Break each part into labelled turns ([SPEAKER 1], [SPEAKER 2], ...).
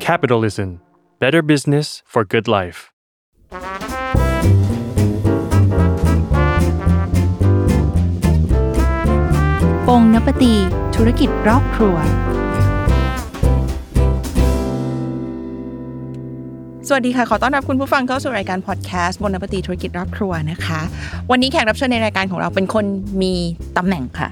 [SPEAKER 1] Capitalism Better Business for Good Life.
[SPEAKER 2] “ปงนปตี ธุรกิจรอบครัว
[SPEAKER 3] สวัสดีค่ะ ขอต้อนรับคุณผู้ฟังเข้าสู่รายการพอดแคสต์บนนปฏิธุรกิจรอบครัวนะคะ วันนี้แขกรับเชิญในรายการของเราเป็นคนมีตำแหน่งค่ะ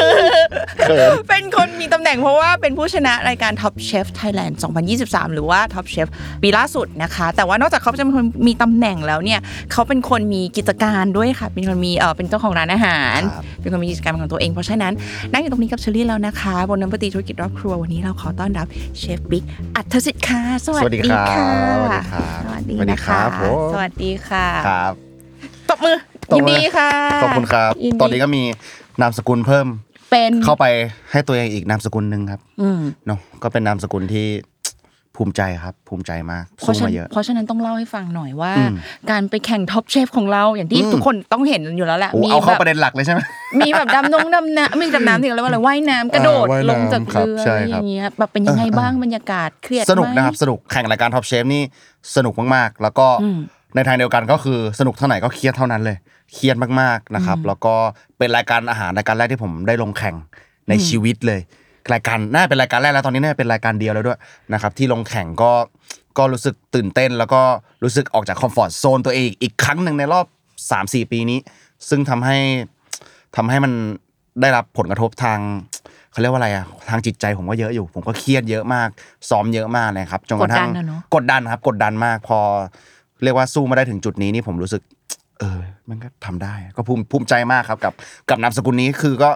[SPEAKER 3] เป็นคนมีตำแหน่งเพราะว่าเป็นผู้ชนะรายการ Top Chef Thailand 2023 หรือว่า Top Chef ปีล่าสุดนะคะ แต่ว่านอกจากเขาจะเป็นคนมีตำแหน่งแล้วเนี่ยเขาเป็นคนมีกิจการด้วยค่ะ เป็นคนมีเออเป็นเจ้าของร้านอาหาร
[SPEAKER 4] ครับ
[SPEAKER 3] เป็นคนมีกิจการเป็นของตัวเอง เพราะฉะนั้นนั่งอยู่ตรงนี้กับเชอรี่แล้วนะคะ บนน้ำปฏิธุรกิจรอบครัววันนี้เราขอต้อนรับเชฟบิ๊กอัธสิทธิ์ค่ะสวัสดีค่ะ
[SPEAKER 4] สวัสดีครับ
[SPEAKER 3] สวัสดี
[SPEAKER 4] สวัสดี
[SPEAKER 3] นะ
[SPEAKER 4] ครั
[SPEAKER 3] คะ
[SPEAKER 4] บผม
[SPEAKER 3] สวัสดีค่ะ
[SPEAKER 4] ครับ
[SPEAKER 3] ตบมือ
[SPEAKER 4] ตบมือ
[SPEAKER 3] ยินดีค่ะ
[SPEAKER 4] ขอบคุณครับ
[SPEAKER 3] ยิดี
[SPEAKER 4] ตอนนี้ก็มีนามสกุลเพิ่ม
[SPEAKER 3] เป็น
[SPEAKER 4] เข้าไปให้ตัวเองอีกนามสกุลหนึ่งครับ
[SPEAKER 3] อืม
[SPEAKER 4] เนาะก็เป็นนามสกุลที่ ภูมิใจครับ ภูมิใจมาก
[SPEAKER 3] เพ
[SPEAKER 4] สู้
[SPEAKER 3] ราะฉะ
[SPEAKER 4] มา
[SPEAKER 3] นั้น
[SPEAKER 4] เยอะ
[SPEAKER 3] เพราะฉะนั้นต้องเล่าให้ฟังหน่อยว่า
[SPEAKER 4] อืม
[SPEAKER 3] การไปแข่งท็อปเชฟของเราอย่างที่
[SPEAKER 4] อืม
[SPEAKER 3] ทุกคนต้องเห็นอยู่แล้วแหละ
[SPEAKER 4] โอ้
[SPEAKER 3] มี
[SPEAKER 4] เอาเข้า
[SPEAKER 3] แบบ
[SPEAKER 4] ประเด็นหลักเลยใช่ไหม
[SPEAKER 3] มีแบบดำน้องดำน้ำมีดำน้ำถึงแล้วว่าอะไรว่ายน้ำกระโดด
[SPEAKER 4] อ่าว่าย
[SPEAKER 3] ล
[SPEAKER 4] น้ำ
[SPEAKER 3] งจาก
[SPEAKER 4] ครับ
[SPEAKER 3] เรือ
[SPEAKER 4] ใช่
[SPEAKER 3] อะไรอ
[SPEAKER 4] ครับ
[SPEAKER 3] ย่างเงี้ยแบบเป็นยังไงบ้างบรรยากาศเครียดไหม
[SPEAKER 4] สนุกนะครับสนุกแข่งรายการท็อปเชฟนี่สนุกมากๆ แล้วก็
[SPEAKER 3] อืม
[SPEAKER 4] ในทางเดียวกันก็คือสนุกเท่าไหร่ก็เครียดเท่านั้นเลย เครียดมากๆนะครับ
[SPEAKER 3] อืม
[SPEAKER 4] แล้วก็เป็นรายการอาหารรายการแรกที่ผมได้ลงแข่งใน
[SPEAKER 3] อืม
[SPEAKER 4] ชีวิตเลย รายการน่าเป็นรายการแรกแล้วตอนนี้น่าจะเป็นรายการเดียวแล้วด้วยนะครับที่ลงแข่งก็ก็รู้สึกตื่นเต้น แล้วก็รู้สึกออกจากคอมฟอร์ทโซนตัวเองอีกครั้งหนึ่งในรอบ 3-4 ปีนี้ ซึ่งทำให้ทำให้มันได้รับผลกระทบทางเขาเรียกว่าอะไรอะทางจิตใจผมก็เยอะอยู่ ผมก็เครียดเยอะมาก ซ้อมเยอะมากเลยครับจนกระทั่ง
[SPEAKER 3] กดดันอะเนอะ
[SPEAKER 4] กดดันครับ กดดันมากพอ เรียกว่าสู้มาได้ถึงจุดนี้นี่ผมรู้สึก เออ มันก็ทำได้ ก็ภูมิภูมิใจมากครับกับกับนามสกุลนี้คือก็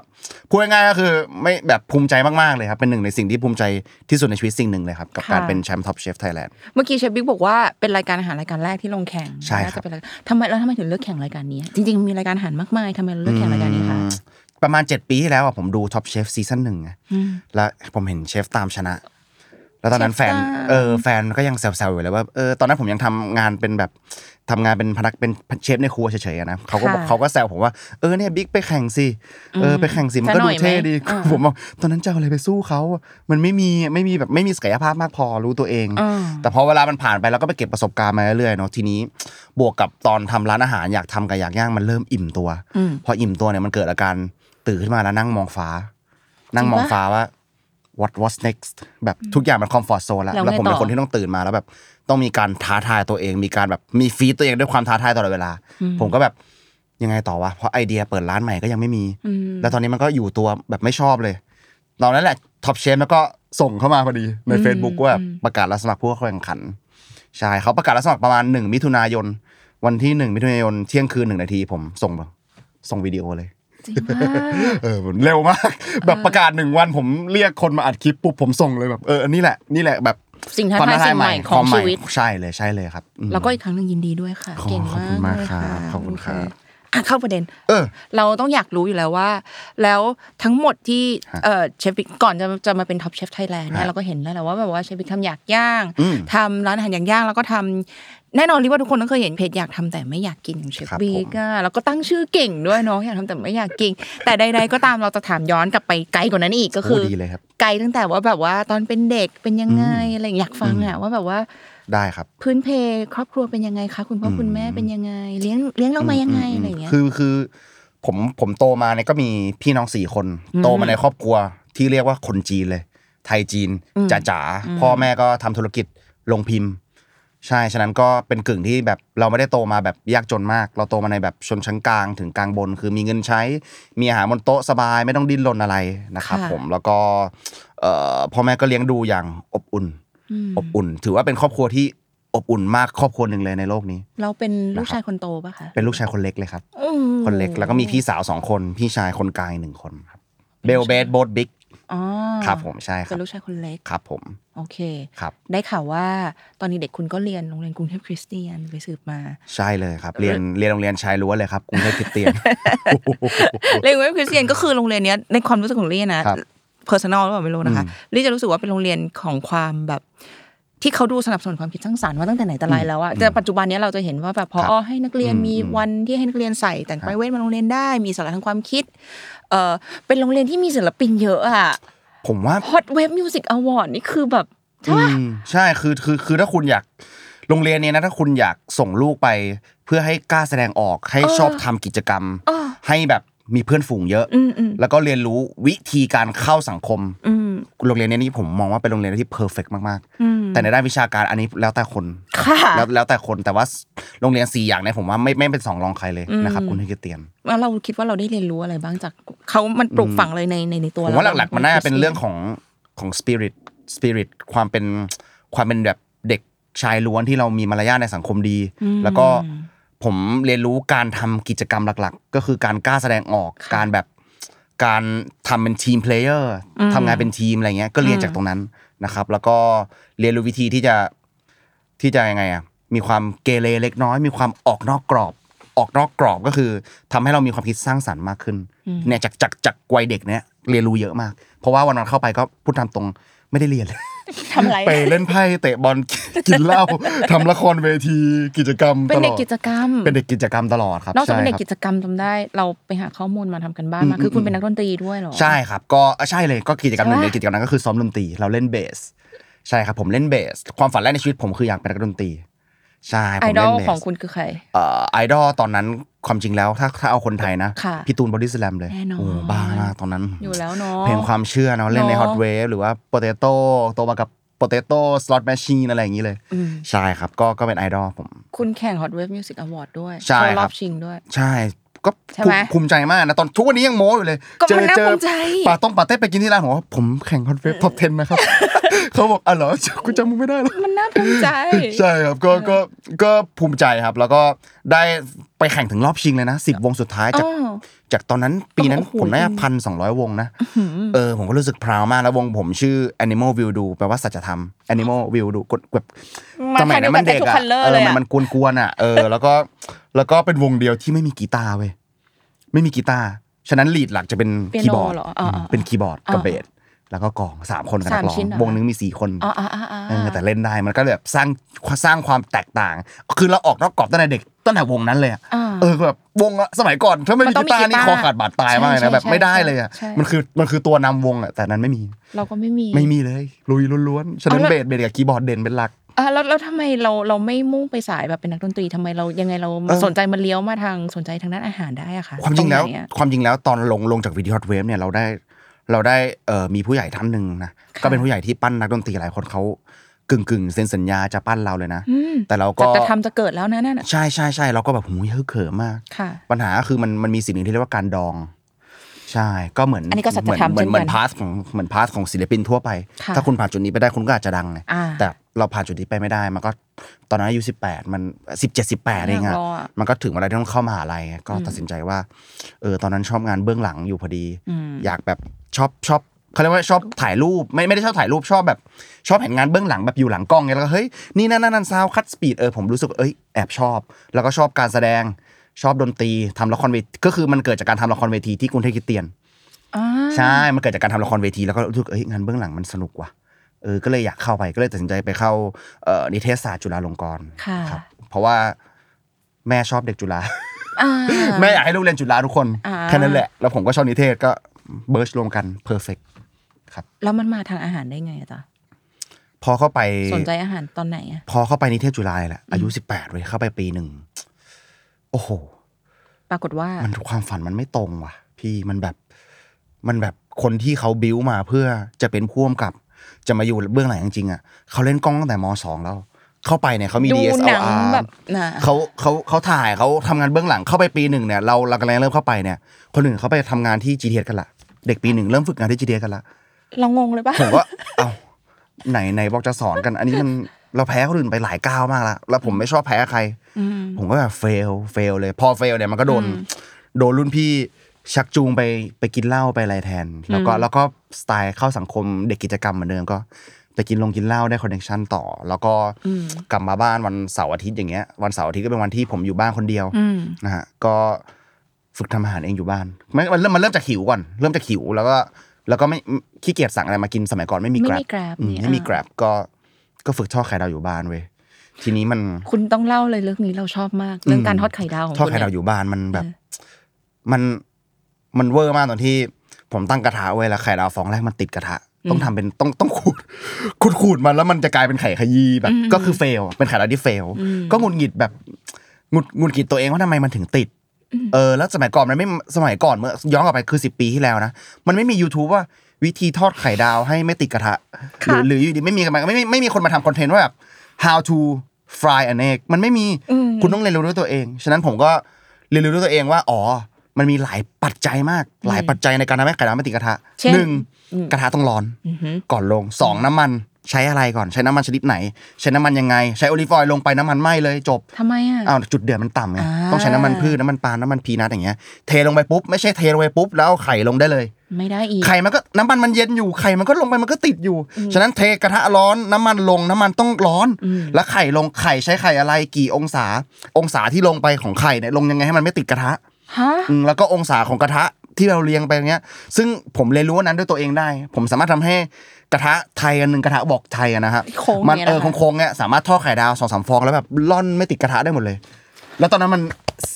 [SPEAKER 4] พูดง่ายๆก็คือไม่แบบภูมิใจมากๆเลยครับ เป็นหนึ่งในสิ่งที่ภูมิใจที่สุดในชีวิตสิ่งหนึ่งเลยครับ กับการ
[SPEAKER 3] ค่ะ
[SPEAKER 4] เป็นแชมป์ท็อปเชฟไทยแลนด์
[SPEAKER 3] เมื่อกี้เชฟบิ๊กบอกว่าเป็นรายการอาหารรายการแรกที่ลงแข่ง
[SPEAKER 4] ใช่ค
[SPEAKER 3] น่า
[SPEAKER 4] รับ
[SPEAKER 3] จะเป็นายการทำไมแล้วทำไมถึงเลือกแข่งรายการนี้ จริง ๆ มีรายการอาหารมากมายทำไมเราเลือกแข่งรายการนี้คะ
[SPEAKER 4] อืมประมาณ 7 ปีที่แล้วอะผมดูท็อปเชฟซีซั่นหนึ่งไง
[SPEAKER 3] อืม
[SPEAKER 4] แล้วผมเห็นเชฟตามชนะ แล้วตอนนั้น
[SPEAKER 3] เชฟ
[SPEAKER 4] แฟน
[SPEAKER 3] ตาม
[SPEAKER 4] เออ แฟนก็ยังแซวๆอยู่เลยว่า เออ ตอนนั้นผมยังทำงานเป็นแบบทำงานเป็นพนักเป็นเชฟในครัวเฉยๆอะนะเขาก็บอก
[SPEAKER 3] ค่ะ
[SPEAKER 4] เขาก็แซวผมว่า เออ เนี่ยบิ๊กไปแข่งสิ เออ
[SPEAKER 3] อืม
[SPEAKER 4] ไปแข่งสิ มันก็
[SPEAKER 3] จะหน่
[SPEAKER 4] ดู
[SPEAKER 3] อย
[SPEAKER 4] เท่ดี
[SPEAKER 3] ไหมอ่า
[SPEAKER 4] ผมบอกตอนนั้นจะเอาอะไรไปสู้เขา มันไม่มี ไม่มีแบบไม่มีศักยภาพมากพอรู้ตัวเอง
[SPEAKER 3] อ่า
[SPEAKER 4] แต่พอเวลามันผ่านไปแล้วก็ไปเก็บประสบการณ์มาเรื่อยๆเนาะทีนี้ บวกกับตอนทำร้านอาหารอยากทำกับอยากย่างมันเริ่มอิ่มตัว
[SPEAKER 3] อืม
[SPEAKER 4] พออิ่มตัวเนี่ยมันเกิดอาการตื่นขึ้นมาแล้วนั่งมองฟ้า นั่งมองฟ้าว่า what was next แบบทุกอย่างมันคอมฟอร์ z โซนแล้ว
[SPEAKER 3] แล้ว
[SPEAKER 4] แล้วผมเป็
[SPEAKER 3] ไงต่
[SPEAKER 4] น
[SPEAKER 3] อ
[SPEAKER 4] คนที่ต้องตื่นมาแล้วแบบต้องมีการท้าทายตัวเอง มีการแบบมีฟีดตัวเองด้วยความท้าทายตลอดเวลา ผมก็แบบยังไงต่อวะเพราะไอเดียเปิดร้านใหม่ก็ยังไม่มี
[SPEAKER 3] อืม
[SPEAKER 4] แล้วตอนนี้มันก็อยู่ตัวแบบไม่ชอบเลย ตอนนั้นแหละท็อปเชฟแล้วก็ส่งเข้ามาพอดีใน
[SPEAKER 3] อืม
[SPEAKER 4] Facebook ว่าแบบประกาศรับสมัครผู้เข้าแข่งขัน ใช่เขาประกาศรับสมัครประมาณ 1 มิถุนายน วันที่ 1 มิถุนายนเที่ยงคืนหนึ่งนาทีผมส่งแบบส่งวิดีโอเลย
[SPEAKER 3] จริงมาก
[SPEAKER 4] เออเร็วมาก แบบประกาศหนึ่งวันผมเรียกคนมาอัดคลิปปุ๊บผมส่งเลยแบบเอออันนี่แหละนี่แหละแบบ
[SPEAKER 3] สิ่งท้า
[SPEAKER 4] ความ
[SPEAKER 3] ทาย
[SPEAKER 4] ท้าทา
[SPEAKER 3] สิ่
[SPEAKER 4] ย
[SPEAKER 3] ง
[SPEAKER 4] ให
[SPEAKER 3] ให
[SPEAKER 4] ม่
[SPEAKER 3] ม่ของ
[SPEAKER 4] ความใหม่
[SPEAKER 3] ชีวิต
[SPEAKER 4] ใช่เลยใช่เลยครับอืม
[SPEAKER 3] แล้วก็อีกครั้งหนึ่งยินดีด้วยค่ะ
[SPEAKER 4] ขอบ
[SPEAKER 3] เก่ง
[SPEAKER 4] ขอบ
[SPEAKER 3] มา
[SPEAKER 4] คุณมาก
[SPEAKER 3] กเลยค่ะ
[SPEAKER 4] ครับขอบคุณครับ
[SPEAKER 3] อ่ะเข้าประเด็น
[SPEAKER 4] เออ
[SPEAKER 3] เราต้องอยากรู้อยู่แล้วว่า แล้วทั้งหมดที่
[SPEAKER 4] ฮะ
[SPEAKER 3] เอ่อเชฟบิ๊กก่อนจะจะมาเป็นท็อปเชฟไทยแลนด์เนี่ย
[SPEAKER 4] ฮะ
[SPEAKER 3] เราก็เห็นแล้วแหละว่าแบบว่าเชฟบิ๊กทำอยากย่าง
[SPEAKER 4] อืม
[SPEAKER 3] ทำร้านอาหารอยากย่างแล้วก็ทำแน่นอนรีว่าทุกคนต้องเคยเห็นเพจอยากทำแต่ไม่อยากกินของเชฟ
[SPEAKER 4] ครับ
[SPEAKER 3] บิ๊กอะแล้วก็ตั้งชื่อเก่งด้วยเนาะอยากทำแต่ไม่อยากกิน แต่ใด ๆ ก็ตามเราจะถามย้อนกลับไปไกลกว่านั้นอีกก็คือ
[SPEAKER 4] โอ้ดีเลยครับ
[SPEAKER 3] ไกลตั้งแต่ว่าแบบว่าตอนเป็นเด็กเป็นยังไง
[SPEAKER 4] อืม
[SPEAKER 3] อะไรอย่างอยากฟังอะว่าแบบว่า
[SPEAKER 4] ได้ครับ
[SPEAKER 3] พื้นเพครอบครัวเป็นยังไงคะ คุณพ่ออ
[SPEAKER 4] ม
[SPEAKER 3] คุณแม่เป็นยังไง เลี้ยงเลี้ยงเรามายังไง
[SPEAKER 4] ม
[SPEAKER 3] อะ
[SPEAKER 4] ม
[SPEAKER 3] ไรอย่างเงี้ย
[SPEAKER 4] คือคือผมผมโตมาเนี่ยก็มีพี่น้องสี่คน
[SPEAKER 3] อืม
[SPEAKER 4] โตมาในครอบครัวที่เรียกว่าคนจีนเลย ไทยจีน
[SPEAKER 3] อืม
[SPEAKER 4] จ๋าจ๋า
[SPEAKER 3] อืม
[SPEAKER 4] พ่อแม่ก็ทำธุรกิจลงพิมพ์ ใช่ฉะนั้นก็เป็นกึ่งที่แบบเราไม่ได้โตมาแบบยากจนมาก เราโตมาในแบบชนชั้นกลางถึงกลางบน คือมีเงินใช้ มีอาหารบนโต๊ะสบายไม่ต้องดิ้นรนอะไรนะครับ
[SPEAKER 3] ค่ะ
[SPEAKER 4] ผมแล้วก็เอ่อพ่อแม่ก็เลี้ยงดูอย่างอบอุ่น
[SPEAKER 3] ม
[SPEAKER 4] อบอุ่น ถือว่าเป็นครอบครัวที่อบอุ่นมากครอบครัวหนึ่งเลยในโลกนี้
[SPEAKER 3] เราเป็นลูกชายคนโตปะคะ
[SPEAKER 4] เป็นลูกชายคนเล็กเลยครับ
[SPEAKER 3] อืม
[SPEAKER 4] คนเล็กแล้วก็มีพี่สาวสองคน พี่ชายคนกลางอีกหนึ่งคนครับเบลเบสโบดบิ๊ก
[SPEAKER 3] อ๋อ
[SPEAKER 4] ครับผมใช่ค
[SPEAKER 3] เป็
[SPEAKER 4] รั
[SPEAKER 3] น
[SPEAKER 4] บ
[SPEAKER 3] ลูกชายคนเล็ก
[SPEAKER 4] ครับผม
[SPEAKER 3] โอเค
[SPEAKER 4] ครับ
[SPEAKER 3] ได้ข่าวว่าตอนนี้เด็กคุณก็เรียนโรงเรียนกรุงเทพคริสเตียนไปสืบมา
[SPEAKER 4] ใช่เลยครับ เรียนเรียนโรงเรียนชายล้วนเลยครับกรุงเทพคริสเตี ยน
[SPEAKER 3] โรงเรียนกรุงเทพคริสเตียนก็คือโรงเรียนเนี้ยในความรู้สึกของลี่นะ
[SPEAKER 4] ครับ
[SPEAKER 3] personal หรือเปล่าไม่รู้นะคะ
[SPEAKER 4] อืม
[SPEAKER 3] ลี่จะรู้สึกว่าเป็นโรงเรียนของความแบบ ที่เขาดูสนับสนุนความคิดสร้างสรรค์มาตั้งแต่ไหนแต่ไรแล้วอะแต่ปัจจุบันเนี้ยเราจะเห็นว่าแบบพอ
[SPEAKER 4] ครับ
[SPEAKER 3] อ้อให้นักเรียน
[SPEAKER 4] อืม
[SPEAKER 3] มีวันที่ให้นักเรียนใส่แต่งกายเวทมาโรงเรียนได้ มีสาระทางความคิด เออเป็นโรงเรียนที่มีศิลปินเยอะอะ
[SPEAKER 4] ผมว่า
[SPEAKER 3] Hot Web Music Award นี่คือแบบใช่ปะ
[SPEAKER 4] อืมใช่คือคือคือถ้าคุณอยากโรงเรียนเนี้นะถ้าคุณอยากส่งลูกไป เพื่อให้กล้าแสดงออกให้
[SPEAKER 3] เออ
[SPEAKER 4] ชอบทำกิจกรรม
[SPEAKER 3] เออ
[SPEAKER 4] ให้แบบมีเพื่อนฝูงเยอะ
[SPEAKER 3] อืมอืม
[SPEAKER 4] แล้วก็เรียนรู้วิธีการเข้าสังคม
[SPEAKER 3] อืม
[SPEAKER 4] โรงเรียนเนี้ยนี่ผมมองว่าเป็นโรงเรียนที่เพอร์เฟกมาก
[SPEAKER 3] อืม
[SPEAKER 4] ๆ แต่ในด้านวิชาการอันนี้แล้วแต่คน
[SPEAKER 3] ค่ะ
[SPEAKER 4] แล้วแล้วแต่คนแต่ว่าโรงเรียนสี่อย่างเนี่ยผมว่าไม่ไม่เป็นสองรองใครเลยนะครับ
[SPEAKER 3] อืม
[SPEAKER 4] คุณฮิกเตียน
[SPEAKER 3] แล้วเราคิดว่าเราได้เรียนรู้อะไรบ้างจากเขามันปลูกฝังเลยในในในตัว
[SPEAKER 4] ผม
[SPEAKER 3] เรา
[SPEAKER 4] ว่าหลักๆมันน่าจะเป็นเรื่องของของสปิริตสปิริตความเป็นความเป็นแบบเด็กชายล้วนที่เรามีมารยาทในสังคมดี แล้วก็ผมเรียนรู้การทำกิจกรรมหลักๆ ก็คือการกล้าแสดงออกการแบบการทำเป็นทีมเพลเยอร์ทำงานเป็นทีมอะไรเงี้ยก็เรียนจากตรงนั้นนะครับ แล้วก็เรียนรู้วิธีที่จะที่จะยังไงอ่ะมีความเกเรเล็กน้อย มีความออกนอกกรอบ ออกนอกกรอบก็คือทำให้เรามีความคิดสร้างสรรค์มากขึ้นเนี่ยจากจากจากวัยเด็กเนี่ยเรียนรู้เยอะมาก เพราะว่าวันนั้นเข้าไปก็พูดตามตรงไม่ได้เรียนเลย
[SPEAKER 3] ทำอะไร
[SPEAKER 4] ไปเล่นไพ่เตะบอล กิน เหล้าทำละครเวทีกิจกรรม
[SPEAKER 3] เป็นเด็ก
[SPEAKER 4] ตลอ
[SPEAKER 3] กิจกรรม
[SPEAKER 4] เป็นเด็กกิจกรรมตลอดครับ
[SPEAKER 3] นอกจากเป็นเด็ก
[SPEAKER 4] ใช่ครับ
[SPEAKER 3] กิจกรรมจำได้ เราไปหาข้อมูลมาทำกันบ้านมา
[SPEAKER 4] อืม
[SPEAKER 3] คือคุณ
[SPEAKER 4] อืม
[SPEAKER 3] เป็นนักดนตรีด้วยเหรอ
[SPEAKER 4] ใช่ครับก็เอ่อใช่เลยก็กิจกรรมหนึ่ง
[SPEAKER 3] ใช่
[SPEAKER 4] ใน
[SPEAKER 3] ปะ
[SPEAKER 4] กิจกรรมนั้นก็คือซ้อมดนตรีเราเล่นเบสใช่ครับผมเล่นเบส ความฝันแรกในชีวิตผมคืออยากเป็นนักดนตรีใช่ผ
[SPEAKER 3] ไอด
[SPEAKER 4] ม
[SPEAKER 3] อ
[SPEAKER 4] เล่
[SPEAKER 3] ล
[SPEAKER 4] นเบส
[SPEAKER 3] ของคุณคือใคร
[SPEAKER 4] เอ่อไอดอลตอนนั้นความจริงแล้วถ้าถ้าเอาคนไทยนะ
[SPEAKER 3] ค่ะ
[SPEAKER 4] พี่ตูนบอดี้สแลมเลย
[SPEAKER 3] แน่นอน
[SPEAKER 4] โอ้บ้ามากตอนนั้น
[SPEAKER 3] อยู่แล้วเนาะ
[SPEAKER 4] เพลงความเชื่อเนาะเล่นใน
[SPEAKER 3] เนอะ
[SPEAKER 4] ฮอตเวฟหรือว่าโปเตโต้โตมากับโปเตโต้สล็อตแมชชีนอะไรอย่างนี้เลย
[SPEAKER 3] อืม
[SPEAKER 4] ใช่ครับ ก็ก็เป็นไอดอลผม
[SPEAKER 3] คุณแข่ง Hot Wave Music Award ด้วย
[SPEAKER 4] ใช่
[SPEAKER 3] เข้า
[SPEAKER 4] ค
[SPEAKER 3] ร
[SPEAKER 4] รั
[SPEAKER 3] อบ บชิงด้วย
[SPEAKER 4] ใช่ ก็
[SPEAKER 3] ใช่ไหม
[SPEAKER 4] ภูมิใจมากนะ ตอนทุกวันนี้ยังโม้อยู่เลย
[SPEAKER 3] ก็มันน่าภูมิใจ
[SPEAKER 4] ปาต้องปาเต้ไปกินที่ร้านผมว่าผมแข่งฮอตเวฟท็อป10นะครับ เขาบอกอ๋อเหรอกูจำมึงไม่ได้แล้ว
[SPEAKER 3] มันน่าภูมิใจ
[SPEAKER 4] ใช่ครับก็ก็ก็ภูมิใจครับ แล้วก็ได้ไปแข่งถึงรอบชิงเลยนะสิบวงสุดท้ายจาก
[SPEAKER 3] อ้าว
[SPEAKER 4] จากตอนนั้นปีนั้น
[SPEAKER 3] โอ้โห
[SPEAKER 4] ผมน่าจะพันสองร้อยวงนะเออผมก็รู้สึกพราวมากแล้ววงผมชื่อ Animal View ดูแปลว่าสัจธรรม Animal View ดูกดแบบ
[SPEAKER 3] มา
[SPEAKER 4] สมัย
[SPEAKER 3] แข่งด้วน ยกัน น
[SPEAKER 4] นั้มัเด็
[SPEAKER 3] ได้ทุก
[SPEAKER 4] กอะ
[SPEAKER 3] คันเลอร์
[SPEAKER 4] เออ
[SPEAKER 3] เลย
[SPEAKER 4] มัน
[SPEAKER 3] อะ
[SPEAKER 4] มันกวนๆอะเออ แล้วก็แล้วก็เป็นวงเดียวที่ไม่มีกีตาร์เว้ยไม่มีกีตาร์ฉะนั้นลีดหลักจะเป็น
[SPEAKER 3] เปียโน
[SPEAKER 4] คีย์บอร์ด
[SPEAKER 3] เหรออ่าอ่า
[SPEAKER 4] เป็นคีย์บอร์ดกับ
[SPEAKER 3] อ่า
[SPEAKER 4] เบสแล้วก็กลองสามคนกับนักร้
[SPEAKER 3] สาม
[SPEAKER 4] อง
[SPEAKER 3] ชิ้นเหรอ
[SPEAKER 4] วงนึงมีสี่คน
[SPEAKER 3] อ๋ออ๋ออ๋ออ๋อ
[SPEAKER 4] เออแต่เล่นได้มันก็แบบสร้างสร้างความแตกต่าง คือเราออกนอกกรอบตั้งแต่เด็กตั้งแต่วงนั้นเลยอะ
[SPEAKER 3] อ่า
[SPEAKER 4] เออแบบวงอะสมัยก่อนถ้าไม่
[SPEAKER 3] มั
[SPEAKER 4] มี
[SPEAKER 3] นต้อง
[SPEAKER 4] กีตาร์
[SPEAKER 3] มีกี
[SPEAKER 4] นี่
[SPEAKER 3] ตาร์
[SPEAKER 4] คอขาดบาดตายมากเลย
[SPEAKER 3] ใช่
[SPEAKER 4] นะแบบ
[SPEAKER 3] ใช่
[SPEAKER 4] ไม่ได้เลยอะ
[SPEAKER 3] ใช่
[SPEAKER 4] มันคือมันคือตัวนำวงอะแต่นั้นไม่มี
[SPEAKER 3] เราก็ไม่มี
[SPEAKER 4] ไม่มีเลย ลุยล้วนๆฉะนั้น
[SPEAKER 3] เอา
[SPEAKER 4] เบ
[SPEAKER 3] แล้ว
[SPEAKER 4] สเบสกับคีย์บอร์ดเด่นเป็นหลัก
[SPEAKER 3] อ่ะแล้วแล้วทำไมเราเราไม่มุ่งไปสายแบบเป็นนักดนตรีทำไมเรายังไงเรา
[SPEAKER 4] เออ
[SPEAKER 3] สนใจมันเลี้ยวมาทางสนใจทางด้านอาหารได้อะคะ
[SPEAKER 4] ความจริงแล้ว
[SPEAKER 3] ตไหนอะ
[SPEAKER 4] ความจริงแล้วตอนลงลงจากวิดีโอเวฟเนี่ยเราได้เราได้เอ่อมีผู้ใหญ่ท่านหนึ่งนะ
[SPEAKER 3] ค่ะ
[SPEAKER 4] ก็เป็นผู้ใหญ่ที่ปั้นนักดนตรีหลายคนเขากึ่งกึ่งๆเซ็นสัญญาจะปั้นเราเลยนะ
[SPEAKER 3] อืม
[SPEAKER 4] แต่เราก็
[SPEAKER 3] จะจะทำจะเกิดแล้วนะนั่นน่ะ
[SPEAKER 4] ใช่ใช่ใช่เราก็แบบหูยฮึกเหิมมาก
[SPEAKER 3] ค่ะ
[SPEAKER 4] ปัญหาคือมันมันมีสิ่งหนึ่งที่เรียกว่าการดอง ใช่ก็เหมือน
[SPEAKER 3] อันนี้ก็สัจธรรม
[SPEAKER 4] เหมือน
[SPEAKER 3] เช่นกัน
[SPEAKER 4] เหมือนพาสของเหมือนพาสของศิลปินทั่วไป
[SPEAKER 3] ค่ะ
[SPEAKER 4] ถ้าคุณผ่านจุดนี้ไปได้คุณก็อาจจะดังไง
[SPEAKER 3] อ่า
[SPEAKER 4] แต่เราผ่านจุดนี้ไปไม่ได้ มันก็ตอนนั้นอายุ18 มัน 17 18เองอะ
[SPEAKER 3] รออะ
[SPEAKER 4] มันก็ถึงเวลาที่ต้องเข้ามหาลัยไงก็
[SPEAKER 3] อืม
[SPEAKER 4] ตัดสินใจว่าเออตอนนั้นชอบงานเบื้องหลังอยู่พอดี
[SPEAKER 3] อืม
[SPEAKER 4] อยากแบบชอบชอบเขาเรียกว่าชอบถ่ายรูปไม่ไม่ได้ชอบถ่ายรูปชอบแบบชอบเห็นงานเบื้องหลังแบบอยู่หลังกล้องไงแล้วก็เฮ้ยนี่นั่นนั่นนั่นซาวคัดสปีดเออผมรู้สึกเอ้ยแอบชอบ แล้วก็ชอบการแสดงชอบดนตรีทำละครเวทีก็คือมันเกิดจากการทำละครเวทีที่กรุงเทพคริสเตียน ใช่มันเกิดจากการทำละครเวทีแล้วก็รู้สึกเอ้ยงานเบื้องหลังมันสนุกว่ะเออก็เลยอยากเข้าไปก็เลยตัดสินใจไปเข้าเอ่อนิเทศศาสตร์จุฬาลงกรณ์
[SPEAKER 3] ค่ะ
[SPEAKER 4] รับเพราะว่าแม่ชอบเด็กจุฬา
[SPEAKER 3] อ่า
[SPEAKER 4] แม่อยากให้ลูกเรียนจุฬาทุกคน
[SPEAKER 3] อ่า
[SPEAKER 4] แค่นั้นแหละ แล้วผมก็ชอบนิเทศก็เบิร์ชรวมกันเพอร์เฟก
[SPEAKER 3] แล้วมันมาทางอาหารได้ไงอะจ๊ะ
[SPEAKER 4] พอเข้าไป
[SPEAKER 3] สนใจอาหารตอนไหนอะ
[SPEAKER 4] พอเข้าไปนิเทศจุฬาเลยแหละอายุสิบแปดเลยเข้าไปปีหนึ่ง โอ้โห
[SPEAKER 3] ปรากฏว่า
[SPEAKER 4] มันความฝันมันไม่ตรงว่ะ พี่มันแบบมันแบบคนที่เขาบิ้วมาเพื่อจะเป็นพ่วมกับ จะมาอยู่เบื้องหลังจริงๆอ่ะเขาเล่นกล้องตั้งแต่มสองแล้ว เข้าไปเนี่ยเขามี
[SPEAKER 3] ดูหนัง
[SPEAKER 4] DSLR
[SPEAKER 3] แบบน่ะ
[SPEAKER 4] เขาเขาเขาถ่ายเขาทำงานเบื้องหลังเข้าไปปีหนึ่งเนี่ยเราเรากำลังเริ่มเข้าไปเนี่ย คนอื่นเขาไปทำงานที่ GTS กันละเด็กปีหนึ่งเริ่มฝึกงานที่ GTS กันละ
[SPEAKER 3] เรางงเลยปะ
[SPEAKER 4] ผมก็ เอ้าไหนไหนบอกจะสอนกัน อันนี้มันเราแพ้คนอื่นไปหลายก้าวมากแล้วแล้วผมไม่ชอบแพ้ใคร
[SPEAKER 3] อืม
[SPEAKER 4] ผมก็แบบเฟลเฟลเลย พอเฟลเนี่ยมันก็โดน
[SPEAKER 3] อืม
[SPEAKER 4] โดนรุ่นพี่ชักจูงไปไปกินเหล้าไปอะไรแทน แล้วก็
[SPEAKER 3] อืม
[SPEAKER 4] แล้วก็สไตล์เข้าสังคมเด็กกิจกรรมเหมือนเดิมก็ ไปกินลงกินเหล้าได้คอนเนคชั่นต่อ แล้วก็
[SPEAKER 3] อืม
[SPEAKER 4] กลับมาบ้านวันเสาร์อาทิตย์อย่างเงี้ยวันเสาร์อาทิตย์ก็เป็นวันที่ผมอยู่บ้านคนเดียว
[SPEAKER 3] อืม
[SPEAKER 4] นะฮะก็ฝึกทำอาหารเองอยู่บ้านมันมันเริ่มมันเริ่มจากหิวก่อน เริ่มจากหิวแล้วก็แล้วก็ไม่ขี้เกียจสั่งอะไรมากินสมัยก่อนไม่มี
[SPEAKER 3] ไม่
[SPEAKER 4] แกร็
[SPEAKER 3] มี Grab นี่
[SPEAKER 4] ไม่มี
[SPEAKER 3] อ่า
[SPEAKER 4] แกร็บก็ก็ฝึกทอดไข่ดาวอยู่บ้านเว้ยทีนี้มัน
[SPEAKER 3] คุณต้องเล่าเลยเรื่องนี้เราชอบมาก เรื่องการ
[SPEAKER 4] อืม
[SPEAKER 3] ทอดไข่ดาวของ
[SPEAKER 4] ทอด
[SPEAKER 3] คุณ
[SPEAKER 4] ไข่ดาวอ
[SPEAKER 3] เนี่ย
[SPEAKER 4] ยู่บ้านมันแบบ
[SPEAKER 3] เออ
[SPEAKER 4] มันมันเวอร์มากตอนที่ผมตั้งกระทะไว้แล้วไข่ดาวฟองแรกมันติดกระทะ ต้องทำเป็นต้องต้องขูด ขูดขูดมันแล้วมันจะกลายเป็นไข่ขยี้แบบ ก็คือเฟลเป็นไข่ดาวที่เฟลก็หงุดหงิดแบบหงุดหงุดหงิดตัวเองว่าทำไมมันถึงติด เออแล้วสมัยก่อนมันไม่สมัยก่อนเมื่อย้อนกลับไปคือสิปีที่แล้วนะมันไม่มี YouTube ว่าวิธีทอดไข่ดาวให้ไม่ติดกระทะหรือ
[SPEAKER 3] ค่ะ
[SPEAKER 4] หรืออยู่ดีไม่มีไม่ไม่ไม่มีคนมาทำคอนเทนต์ว่าแบบ how to fry an egg มันไม่มีคุณต้องเรียนรู้ด้วยตัวเอง ฉะนั้นผมก็เรียนรู้ด้วยตัวเองว่าอ๋อ มันมีหลายปัจจัยมาก หลายปัจจัยในการทำให้ไข่ดาวไม่ติดกระทะ
[SPEAKER 3] เช่น
[SPEAKER 4] หนึ่งกระทะต้องร้อน ก่อนลงสองน้ำมันใช้อะไรก่อนใช้น้ำมันชนิดไหน ใช้น้ำมันยังไง ใช้โอลิฟออยล์ลงไปน้ำมันไหม้เลยจบ
[SPEAKER 3] ทำไมอ่ะ
[SPEAKER 4] อ้าวจุดเดือดมันต่ำไง
[SPEAKER 3] อ่า
[SPEAKER 4] ต้องใช้น้ำมันพืชน้ำมันปาล์มน้ำมันพีนัทอย่างเงี้ยเทลงไปปุ๊บไม่ใช่เทลงไปปุ๊บแล้วเอาไข่ลงได้เลย
[SPEAKER 3] ไม่ได้อีก
[SPEAKER 4] ไข่มันก็น้ำมันมันเย็นอยู่ไข่มันก็ลงไปมันก็ติดอยู่ ฉะนั้นเทกระทะร้อนน้ำมันลงน้ำมันต้องร้อน แล้วไข่ลงไข่ใช้ไข่อะไรกี่องศา องศาที่ลงไปของไข่เนี่ยลงยังไงให้มันไม่ติดกระทะ
[SPEAKER 3] ฮะ
[SPEAKER 4] อืมแล้วก็องศาของกระทะที่เราเรียงไปอย่างเงี้ย ซึ่งผมเรียนรู้อันนั้นด้วยตัวเองได้ ผมสามารถทำให้กระทะไทยอันหนึ่งกระทะบอกไทยอะนะฮะ
[SPEAKER 3] โค้ง
[SPEAKER 4] มัน
[SPEAKER 3] เนี่ย
[SPEAKER 4] เออ
[SPEAKER 3] นะคะ
[SPEAKER 4] โค้งๆเนี่ยสามารถทอดไข่ดาวสองสามฟองแล้วแบบล่อนไม่ติดกระทะได้หมดเลย แล้วตอนนั้นมัน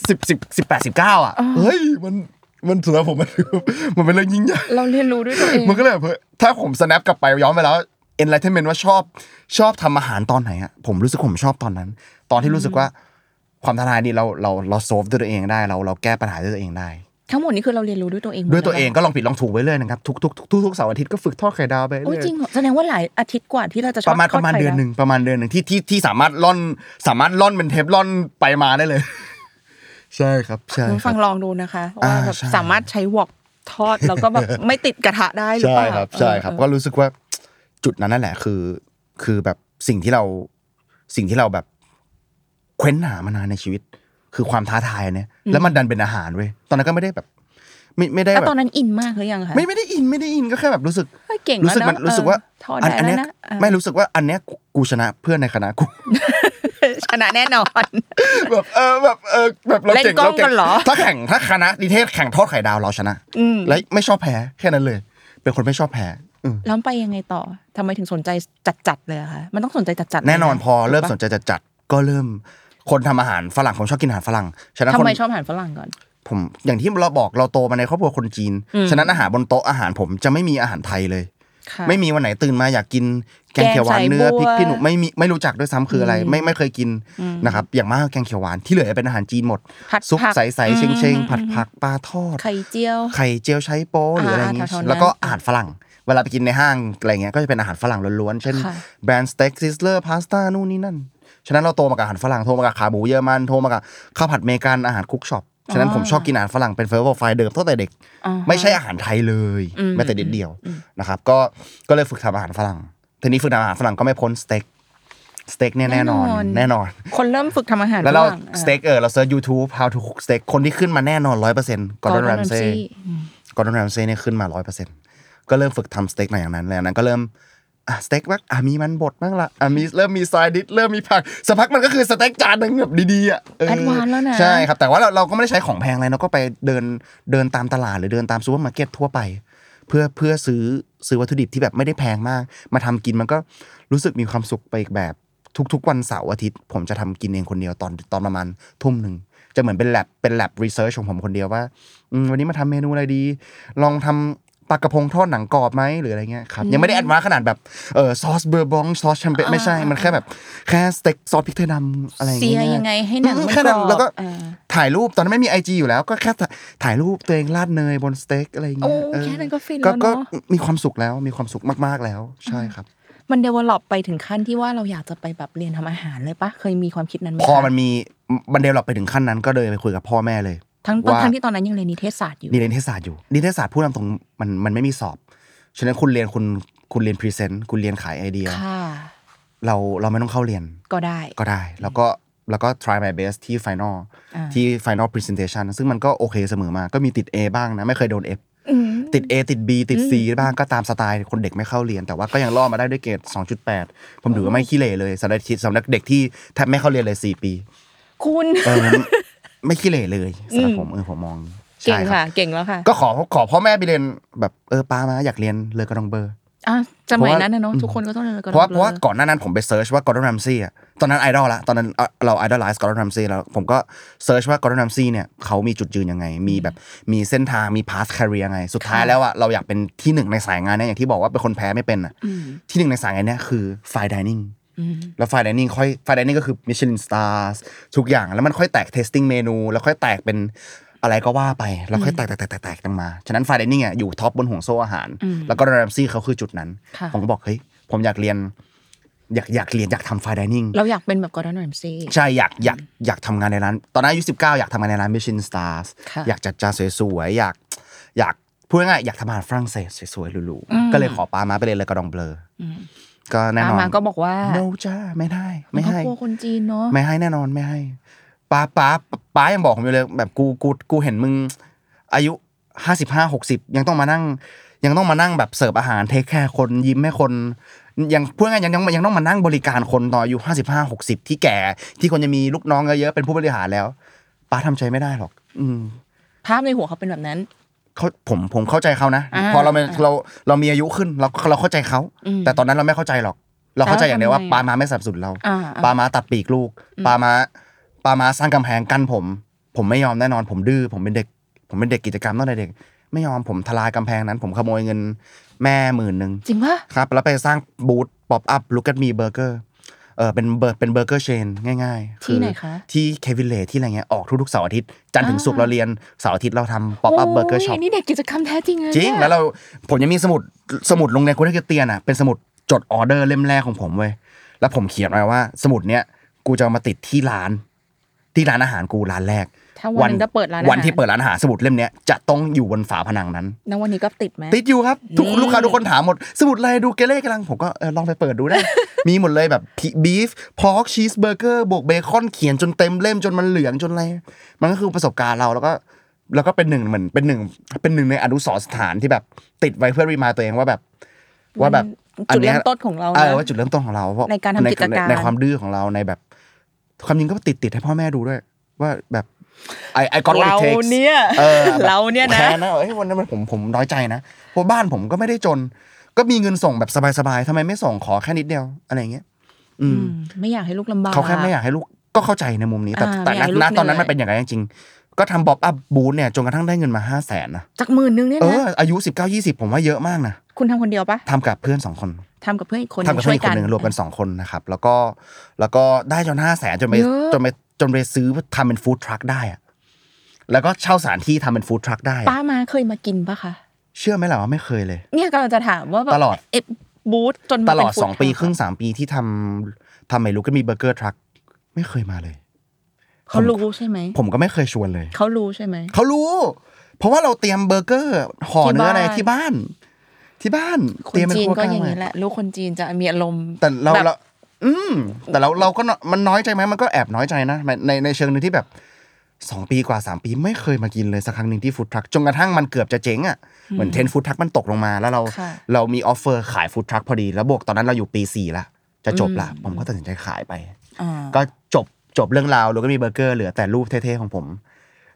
[SPEAKER 4] สิบสิบสิบแปดสิบเก้าอ่ะเฮ้ยมันมันสำหรับผมมัน มันเป็นเรื่องยิ่งใหญ่
[SPEAKER 3] เราเรียนรู้ด้วยตัวเอง
[SPEAKER 4] มันก็เลยแบบเฮ้ยถ้าผม snap กลับไปย้อนไปแล้ว enlightenment ว่าชอบชอบทำอาหารตอนไหนอะผมรู้สึกผมชอบตอนนั้น ตอนที่รู้สึกว่าความท้าทายนี่เราเราเราโซฟด้วยตัวเองได้ เราเราแก้ปัญหาด้วยตัวเองได้
[SPEAKER 3] ทั้งหมดนี้คือเราเรียนรู้ด้วยตัวเองหม
[SPEAKER 4] ด้วยตัวเอง
[SPEAKER 3] แล้
[SPEAKER 4] ก็ลองผิดลองถูกไปเรื่อยนะครับทุกทุกทุกทุกทุกเสาร์อาทิตย์ก็ฝึกทอดไข่ดาวไป
[SPEAKER 3] หรอโอ้
[SPEAKER 4] เรื่อย
[SPEAKER 3] จริงเหรอแสดงว่าหลายอาทิตย์กว่าที่เราจะชอบ
[SPEAKER 4] ประมาณ
[SPEAKER 3] ทอ
[SPEAKER 4] ป
[SPEAKER 3] ด
[SPEAKER 4] ระมาณ
[SPEAKER 3] ไข่
[SPEAKER 4] เดือน
[SPEAKER 3] ดาว
[SPEAKER 4] หนึ่งประมาณเดือนหนึ่งที่ที่ที่สามารถล่อนสามารถล่อนเป็นเทปล่อนไปมาได้เลย ใช่ครับใช่
[SPEAKER 3] คุณผู้
[SPEAKER 4] ครั
[SPEAKER 3] ฟั
[SPEAKER 4] บ
[SPEAKER 3] งลองดูนะคะ ว่า
[SPEAKER 4] อ่า
[SPEAKER 3] แบบ
[SPEAKER 4] ใช่
[SPEAKER 3] สามารถใช้วอกทอด แล้วก็ แบบไม่ติดกระทะได้หรือ
[SPEAKER 4] ใช่
[SPEAKER 3] เปล่า
[SPEAKER 4] ครับใช่ครับ
[SPEAKER 3] เออ
[SPEAKER 4] ก็รู้สึกว่าจุดนั้นนั่นแหละคือ คือแบบสิ่งที่เราสิ่งที่เราแบบเคว้นหามานานในชีวิต คือความท้าทายอันเนี่ยแล้วมันดันเป็นอาหารเว้ยตอนนั้นก็ไม่ได้แบบ ไม่ไม่ได้
[SPEAKER 3] แล้ว
[SPEAKER 4] แบ
[SPEAKER 3] ตอบ นนั้นอินมากหรือยังคะ
[SPEAKER 4] ไม่ไม่ได้อินไม่ได้อินก็แค่แบบรู้สึก
[SPEAKER 3] เฮ้ยเก่ง
[SPEAKER 4] รู้สึก
[SPEAKER 3] แล้ว
[SPEAKER 4] มัน
[SPEAKER 3] เอะ
[SPEAKER 4] รู้สึกว่า
[SPEAKER 3] เออทอดได้
[SPEAKER 4] อัน
[SPEAKER 3] แล้
[SPEAKER 4] เนี้
[SPEAKER 3] วย นะอ่ะ
[SPEAKER 4] ไม่รู้สึกว่าอันเนี้ยกูชนะเพื่อนในคณะกู
[SPEAKER 3] ชนะแน่นอน
[SPEAKER 4] แบบเออแบบเออแบบเรา
[SPEAKER 3] เล่น
[SPEAKER 4] เก่ง
[SPEAKER 3] กล้อง
[SPEAKER 4] เราเก่
[SPEAKER 3] กันเหรอ
[SPEAKER 4] งถ้าแข่งถ้าคณะนิเทศแข่งทอดไข่ดาวเราชนะและไม่ชอบแพ้แค่นั้นเลย เป็นคนไม่ชอบแพ้อืม
[SPEAKER 3] แล้วไปยังไงต่อทำไมถึงสนใจจัดๆเลยอะคะมันต้องสนใจจัดๆเลยะ
[SPEAKER 4] แน่นอนพอเริ่มส
[SPEAKER 3] ถูกปะ
[SPEAKER 4] นใจจะจัดก็เริ่มคนทำอาหารฝรั่งผมชอบกินอาหารฝรั่งฉะนั้น
[SPEAKER 3] ทำ
[SPEAKER 4] คน
[SPEAKER 3] ไมชอบอาหารฝรั่งก่อน
[SPEAKER 4] ผมอย่างที่เราบอกเราโตมาในครอบครัวคนจีน ฉะนั้นอาหารบนโต๊ะอาหารผมจะไม่มีอาหารไทยเลย
[SPEAKER 3] ค่ะ
[SPEAKER 4] ไม่มีวันไหนตื่นมาอยากกินแกง
[SPEAKER 3] แกง
[SPEAKER 4] เขียวหวานเนื้อ
[SPEAKER 3] สายบัว
[SPEAKER 4] พริกขี้หนูไม่มีไม่รู้จักด้วยซ้ำคืออะไร ไม่ไม่เคยกินนะครับอย่างมากก็แกงเขียวหวานที่เหลือเป็นอาหารจีนหมด
[SPEAKER 3] ผัด
[SPEAKER 4] ซุป
[SPEAKER 3] ผัก
[SPEAKER 4] ใสๆเชงเชงๆผัดผักปลาทอด
[SPEAKER 3] ไข่เจียว
[SPEAKER 4] ไข่เจียวใช้โป๊หรืออะไรอย่างงี้
[SPEAKER 3] อ่าๆแถวๆนั้น
[SPEAKER 4] แล้วก็อาหารฝรั่ง เวลาไปกินในห้างอะไรเงี้ยก็จะเป็นอาหารฝรั่งล้วนๆ เช่น
[SPEAKER 3] ค่ะ
[SPEAKER 4] แบรนด์สเต็กซิสเลอร์พาสต้านู่นนี่นั่น ฉะนั้นเราโตมากับอาหารฝรั่งโตมากับขาหมูเยอรมันโตมากับข้าวผัดเมกันอาหารคุกช็อปฉะนั้นผมชอบกินอาหารฝรั่งเป็นเฟเวอร์ไฟเดิมตั้งแต่เด็ก
[SPEAKER 3] อ่าฮะ
[SPEAKER 4] ไม่ใช่อาหารไทยเลย
[SPEAKER 3] อืม
[SPEAKER 4] แม้แต่นิดเดียวนะครับ ก็ก็เลยฝึกทำอาหารฝรั่งทีนี้ฝึกทำอาหารฝรั่งก็ไม่พ้นสเต็กสเต็กเนี่ยแน่นอน
[SPEAKER 3] แน่นอน
[SPEAKER 4] แน่นอน
[SPEAKER 3] คนเริ่มฝึกทำอาหาร
[SPEAKER 4] แล้วเรา
[SPEAKER 3] ฝงอะ
[SPEAKER 4] สเต็กเออเราเซิร์ช YouTube how to cook สเต็กคนที่ขึ้นมาแน่นอนร้อยเปอร์เซ็นต์กอร์ดอนแรมเซ่
[SPEAKER 3] Ramsay
[SPEAKER 4] กอร์ดอนแรมเซ่เนี่ยขึ้นมาร้อยเปอร์เซ็นต์ก็เริ่มฝึกทำสเต็กในอย่างนั้นแล้วนั้นก็เริ่มอ่ะสเต็กบ้างอ่ะมีมันบดบ้างละอ่ะมีเริ่มมีไซดิสเริ่มมีผักสักพักมันก็คือสเต็กจานหนึ่งแบบดีๆอ่ะเ
[SPEAKER 3] Advance แล้วนะ
[SPEAKER 4] ใช่ครับ แต่ว่าเราเราก็ไม่ได้ใช้ของแพงอะไรเราก็ไปเดินเดินตามตลาดหรือเดินตามซูเปอร์มาร์เก็ตทั่วไป เพื่อเพื่อซื้อซื้อวัตถุดิบที่แบบไม่ได้แพงมาก มาทำกินมันก็รู้สึกมีความสุขไปอีกแบบ ทุกๆวันเสาร์อาทิตย์ ผมจะทำกินเองคนเดียวตอนตอนประมาณทุ่มหนึ่ง จะเหมือนเป็นแลบเป็นแลบรีเสิร์ชของผมคนเดียวว่าอืมวันนี้มาทำเมนูอะไรดี ลองทำปลากระพงทอดหนังกรอบไหมหรืออะไรเงี้ยครับยังไม่ได้แอดวานซ์ขนาดแบบเออซอสเบอร์บองซอสแชมเปญไม่ใช่มันแค่แบบแค่สเต็กซอสพริกไทยดำอะไรอย่าง
[SPEAKER 3] เสีย
[SPEAKER 4] เงี้ย
[SPEAKER 3] ยังไงให้หนัง
[SPEAKER 4] อืม
[SPEAKER 3] มัน
[SPEAKER 4] แค่
[SPEAKER 3] กร
[SPEAKER 4] นั้
[SPEAKER 3] อนบ
[SPEAKER 4] แล้วก็
[SPEAKER 3] อ่า
[SPEAKER 4] ถ่ายรูปตอนนั้นไม่มีไอจอยู่แล้วก็แค่ถ่ายถ่ายรูปตัวเองราดเนยบนสเต็กอะไรอย่างเงี้ย
[SPEAKER 3] โอ้
[SPEAKER 4] เออ
[SPEAKER 3] แค่นั้นก็ฟิน
[SPEAKER 4] ก็
[SPEAKER 3] แล้วเน
[SPEAKER 4] ก็
[SPEAKER 3] อะ
[SPEAKER 4] มีความสุขแล้วมีความสุขมากๆแล้ว ใช่ครับ
[SPEAKER 3] มันเดเวล็อปไปถึงขั้นที่ว่าเราอยากจะไปแบบเรียนทำอาหารเลยปะเคยมีความคิดนั้นไหม
[SPEAKER 4] พอมัน
[SPEAKER 3] คะ
[SPEAKER 4] มีบันเดลเราไปถึงขั้นนั้นก็เลยไปคุยกับพ่อแม่เลย
[SPEAKER 3] ทั้งตอน
[SPEAKER 4] ว่า
[SPEAKER 3] ทั้งที่ตอนนั้นยังเรียนนิเทศศาสตร์อยู่
[SPEAKER 4] เรียนนิเทศศาสตร์อยู่นิเทศศาสตร์พูดตามตรงมันมันไม่มีสอบฉะนั้นคุณเรียนคุณคุณเรียนพรีเซนต์คุณเรียนขายไอเดีย
[SPEAKER 3] ค่ะ
[SPEAKER 4] เราเราไม่ต้องเข้าเรียน
[SPEAKER 3] ก็ได้
[SPEAKER 4] ก็ได้ แล้วก็แล้วก็ try my best ที่ final
[SPEAKER 3] อ่า
[SPEAKER 4] ที่ final presentation ซึ่งมันก็โอเคเสมอมาก็มีติด A บ้างนะไม่เคยโดน F ติด A ติด B ติด C บ้างก็ตามสไตล์คนเด็กไม่เข้าเรียน แต่ว่าก็ยังรอดมาได้ด้วยเกรด2.8 ผมถือว่าไม่ขี้เหร่เลยสำหรับสำหรับเด็กที่แทบไม่เข้าเรียนเลยสี่ ปี
[SPEAKER 3] คุณ
[SPEAKER 4] เออมันไม่ขี้เหร่เลยสำหรับผมเออผมมอง
[SPEAKER 3] เก่ง
[SPEAKER 4] ใช่รับ
[SPEAKER 3] ค่ะ เก่งแล้วค่ะ
[SPEAKER 4] ก็ขอขอพ่อแม่ไปเรียนแบบเออป้ามาอยากเรียนเลยกระดองเบอร์
[SPEAKER 3] อ่ะสมัยนั้นนะเนาะทุกคนก็ต้องเรียนรู้กัน
[SPEAKER 4] เพราะว่าเพราะว่า
[SPEAKER 3] ลย
[SPEAKER 4] ก่อนหน้านั้นผมไปเซิร์ชว่ากอร์ดอนแรมซี่อ่ะตอนนั้นไอดอลละตอนนั้นเอ่อเราไอดอลไลซ์กอร์ดอนแรมซี่แล้วผมก็เซิร์ชว่ากอร์ดอนแรมซี่เนี่ยเขามีจุดยืนยังไง มีแบบมีเส้นทางมีพาสแคริเอร์ไง สุดท้าย
[SPEAKER 3] ค่ะ
[SPEAKER 4] แล้วอ่ะเราอยากเป็นที่หนึ่งในสายงานเนี่ยอย่างที่บอกว่าเป็นคนแพ้ไม่เป็นอ่ะ
[SPEAKER 3] อืม
[SPEAKER 4] ที่หนึ่งในสายงานเนี่ยคือไฟดิเนิง
[SPEAKER 3] อืม
[SPEAKER 4] แล้วไฟดิเนิงค่อยไฟดิเนิงก็คือมิชลินสตาร์ทุกอย่างแล้วมันค่อยแตกเทสติ้งเมนูแล้วค่อยแตกเป็นอะไรก็ว่าไปแล้วค่อยแตกแตกแตกแตกแตกกันมาฉะนั้นไฟดิเนิงอ่ะอยู่ท็อปบนห่วงโซ่อาหาร
[SPEAKER 3] อืม
[SPEAKER 4] แล้วก็แรมซี่เขาคือจุดนั้น
[SPEAKER 3] ค่ะ
[SPEAKER 4] ผมก็บอกเฮ้ยผมอยากเรียน อยากอยากเรียนอยากทำไฟดิเนิง
[SPEAKER 3] เราอยากเป็นแบบกอร์ดอนแรมซี่
[SPEAKER 4] ใช่อยากอยากอยากทำงานในร้าน ตอนนั้นอายุสิบเก้าอยากทำงานในร้านมิชลินสตาร์ส
[SPEAKER 3] ค่ะ
[SPEAKER 4] อยากจัดจานสวยๆอยากอยากพูดง่ายๆอยากทำอาหารฝรั่งเศสสวยๆหรูๆก็เลยขอป้ามาไปเลยนเลยกระดองเบลออก็แน่นอน
[SPEAKER 3] มาก็บอกว่า
[SPEAKER 4] โนจ้าไม่ได้
[SPEAKER 3] มั
[SPEAKER 4] ไม่
[SPEAKER 3] นก็
[SPEAKER 4] ให้
[SPEAKER 3] กลัวคนจีนเนาะ
[SPEAKER 4] ไม่ให้แน่นอนไม่ให้ป้าป้าป้ายังบอกผมอยู่เลย แบบกูกูกูเห็นมึง อายุห้าสิบห้าหกสิบยังต้องมานั่ง ยังต้องมานั่งแบบเสิร์ฟอาหารเทคแคร์คนยิ้มให้คน ยังพูดง่ายๆยังยังยังต้องมานั่งบริการคนตอนอายุห้าสิบห้าหกสิบที่แก่ ที่คนจะมีลูกน้องเยอะๆเป็นผู้บริหารแล้ว ป้าทำใจไม่ได้หรอก อืม
[SPEAKER 3] ภาพในหัวเขาเป็นแบบนั้น
[SPEAKER 4] เขาผมผมเข้าใจเขานะ
[SPEAKER 3] อ่า
[SPEAKER 4] พอเราเป็นเราเรามีอายุขึ้นเราเราเข้าใจเขา
[SPEAKER 3] อืม
[SPEAKER 4] แต่ตอนนั้นเราไม่เข้าใจหรอก เราเข้าใจอย่างเดียวว่า
[SPEAKER 3] แล้วทำไง
[SPEAKER 4] ป้ามาไม่สนับสนุนเรา
[SPEAKER 3] อ่า
[SPEAKER 4] ปลามาตัดปีกลูกปลามาปลามาสร้างกำแพงกั้นผม ผมไม่ยอมแน่นอนผมดื้อผมเป็นเด็ก ผมเป็นเด็กกิจกรรมตั้งแต่เด็ก ไม่ยอมผมทลายกำแพงนั้น ผมขโมยเงินแม่หมื่นหนึ่ง
[SPEAKER 3] จริงปะ
[SPEAKER 4] ครับ แล้วไปสร้างบูธป๊อปอัพลูก a t มีเบอร์เกอร์เออเป็นเบอร์เป็นเบอร์เกอร์เชนง่ายๆ
[SPEAKER 3] ที่ไหนคะ
[SPEAKER 4] ที่เควินเลที่อะไรเงี้ยออกทุกๆเสาร์อาทิตย์จันทร์ถึงศุกร์
[SPEAKER 3] อ่า
[SPEAKER 4] เราเรียนเสาร์อาทิตย์เราทำป๊อปอัพเบอร์เกอร์ช็อป
[SPEAKER 3] โยนี่เด็กกิจกรรมแท้จริงเลย
[SPEAKER 4] จริง
[SPEAKER 3] เนี่ย
[SPEAKER 4] แล้วเราผมยังมีสมุดสมุดโรงเรียนคุณคริสเตียนอ่ะเป็นสมุดจดออเดอร์เล่มแรกของผมเว้ยแล้วผมเขียนไว้ว่า สมุดเนี้ยกูจะเอามาติดที่ร้าน ที่ร้านอาหารกูร้านแรก
[SPEAKER 3] ถ้าวันหนึ่งจะเปิดร้านอาหาร
[SPEAKER 4] วันที่เปิดร้านอาหารสมุดเล่มเนี้ยจะต้องอยู่บนฝาผนังนั้น
[SPEAKER 3] ณวันนี้ก็ติดไหม
[SPEAKER 4] ติดอยู่ครับทุก
[SPEAKER 3] นี่
[SPEAKER 4] ลูกค้าทุกคนถามหมด สมุดอะไรดูเกเล่กำลังผมก็เออลองไปเปิดดูได้ มีหมดเลยแบบบีฟพอกชีสเบอร์เกอร์บวกเบคอนเขียนจนเต็มเล่มจนมันเหลืองจนอะไรมันก็คือประสบการณ์เราแล้วก็แล้วก็เป็นหนึ่งเหมือนเป็นหนึ่งเป็นหนึ่งในอนุสรณ์สถานที่แบบติดไว้เพื่อรีมายตัวเองว่าแบบ ว่าแบบอั
[SPEAKER 3] จุด
[SPEAKER 4] ย
[SPEAKER 3] เริ่มต้นของเรา
[SPEAKER 4] เอ
[SPEAKER 3] นะ
[SPEAKER 4] อว่าจุดเริ่มต้นของเราเพราะ
[SPEAKER 3] ในการทำกิจการ
[SPEAKER 4] ในความดื้อของเราในแบบความจริงก็ติดติดให้พ่อแม่ดูด้วย ว่าแบบไอไอคอน
[SPEAKER 3] เราเนี่ย
[SPEAKER 4] เออแบบ
[SPEAKER 3] เราเนี่ยนะ
[SPEAKER 4] แค้นะเอ้ยวันนั้นมันผมผมน้อยใจนะเพราะบ้านผมก็ไม่ได้จน ก็มีเงินส่งแบบสบายๆทำไมไม่ส่งขอแค่นิดเดียวอะไรอย่างเงี้ยอื
[SPEAKER 3] อื
[SPEAKER 4] ม
[SPEAKER 3] มไม่อยากให้ลูกลำบาก
[SPEAKER 4] เขาแค่ไม่อยากให้ลูกก็เข้าใจในมุมนี้ แต่
[SPEAKER 3] อ่า
[SPEAKER 4] แต่
[SPEAKER 3] ไม่อ
[SPEAKER 4] ณ
[SPEAKER 3] ยากให้ลูก
[SPEAKER 4] ณตอนนั้น
[SPEAKER 3] เหนื่อย
[SPEAKER 4] มันเป็นอย่างไรจริงๆก็ทำบ๊อบอัพบูธเนี่ยจนกระทั่งได้เงินมาห้าแสนนะ
[SPEAKER 3] จากหมื่นนึงเนี่ย
[SPEAKER 4] เอ
[SPEAKER 3] นะ
[SPEAKER 4] ออายุสิบเก้ายี่สิบผมว่าเยอะมากนะ
[SPEAKER 3] คุณทำคนเดียวปะ
[SPEAKER 4] ทำกับเพื่อนสองคน
[SPEAKER 3] ทำกับเพื่อนอีกคน
[SPEAKER 4] ทำกับ
[SPEAKER 3] ช่วน ย
[SPEAKER 4] เพื่ออีกคนหนึ่งรวมกัน
[SPEAKER 3] อ่ะ
[SPEAKER 4] สองคนนะครับแล้วก็แล้วก็ได้จนห้าแสนจนไป
[SPEAKER 3] เยอะ
[SPEAKER 4] จนไปจนไปซื้อทำเป็นฟู้ดทรัคได้อะแล้วก็เช่าสถานที่ทำเป็นฟู้ดทรัคได้อะ
[SPEAKER 3] ป้ามาเคยมากินปะคะ
[SPEAKER 4] เชื่อไหมล่ะว่าไม่เคยเลย
[SPEAKER 3] เนี่ยกำลังจะถามว่าแบบ
[SPEAKER 4] ตลอด
[SPEAKER 3] เอ๊ะบูธจนมา
[SPEAKER 4] ตล
[SPEAKER 3] เป็น
[SPEAKER 4] อด
[SPEAKER 3] food
[SPEAKER 4] สองปี
[SPEAKER 3] truck
[SPEAKER 4] ครึ่งสามปีที่ทำทำไมรู้ก็มีเบอร์เกอร์ทรัคไม่เคยมาเลย
[SPEAKER 3] เขารู้ใช่ไหม
[SPEAKER 4] ผมก็ไม่เคยชวนเลย
[SPEAKER 3] เขารู้ใช่ไหม
[SPEAKER 4] เขารู้ เพราะว่าเราเตรียมเบอร์เกอร์ห่อเนื้ออะไร
[SPEAKER 3] ที่
[SPEAKER 4] ที่
[SPEAKER 3] บ้า
[SPEAKER 4] บ้าน น
[SPEAKER 3] ค
[SPEAKER 4] ที่บ้านเตรียม
[SPEAKER 3] น
[SPEAKER 4] เป็น
[SPEAKER 3] จีน
[SPEAKER 4] ครัว
[SPEAKER 3] ก็
[SPEAKER 4] กลา
[SPEAKER 3] องย่าง
[SPEAKER 4] ไว้
[SPEAKER 3] นี้แหละลูกคนจีนจะมีอารมณ์
[SPEAKER 4] แต่เรา
[SPEAKER 3] แบบ
[SPEAKER 4] เราอืมแต่เราเราก็เนอะมันน้อยใจไหมมันก็แอบน้อยใจนะในในในเชิงหนึ่งที่แบบสองปีกว่าสามปีไม่เคยมากินเลยสักครั้งหนึ่งที่ฟู้ดทรัคจนกระทั่งมันเกือบจะเจ๊งอ่ะเหมือนเทรนฟู้ดทรัคมันตกลงมาแล้วเรา
[SPEAKER 3] ค่ะ
[SPEAKER 4] เรามีออฟเฟอร์ขายฟู้ดทรัคพอดีแล้วบวกตอนนั้นเราอยู่ปีสี่ละจะจบละผมก็ตัดสินใจขายไป
[SPEAKER 3] อ่า
[SPEAKER 4] ก็จบจบเรื่องราวแล้วก็มีเบอร์เกอร์เหลือแต่รูปเท่ๆของผม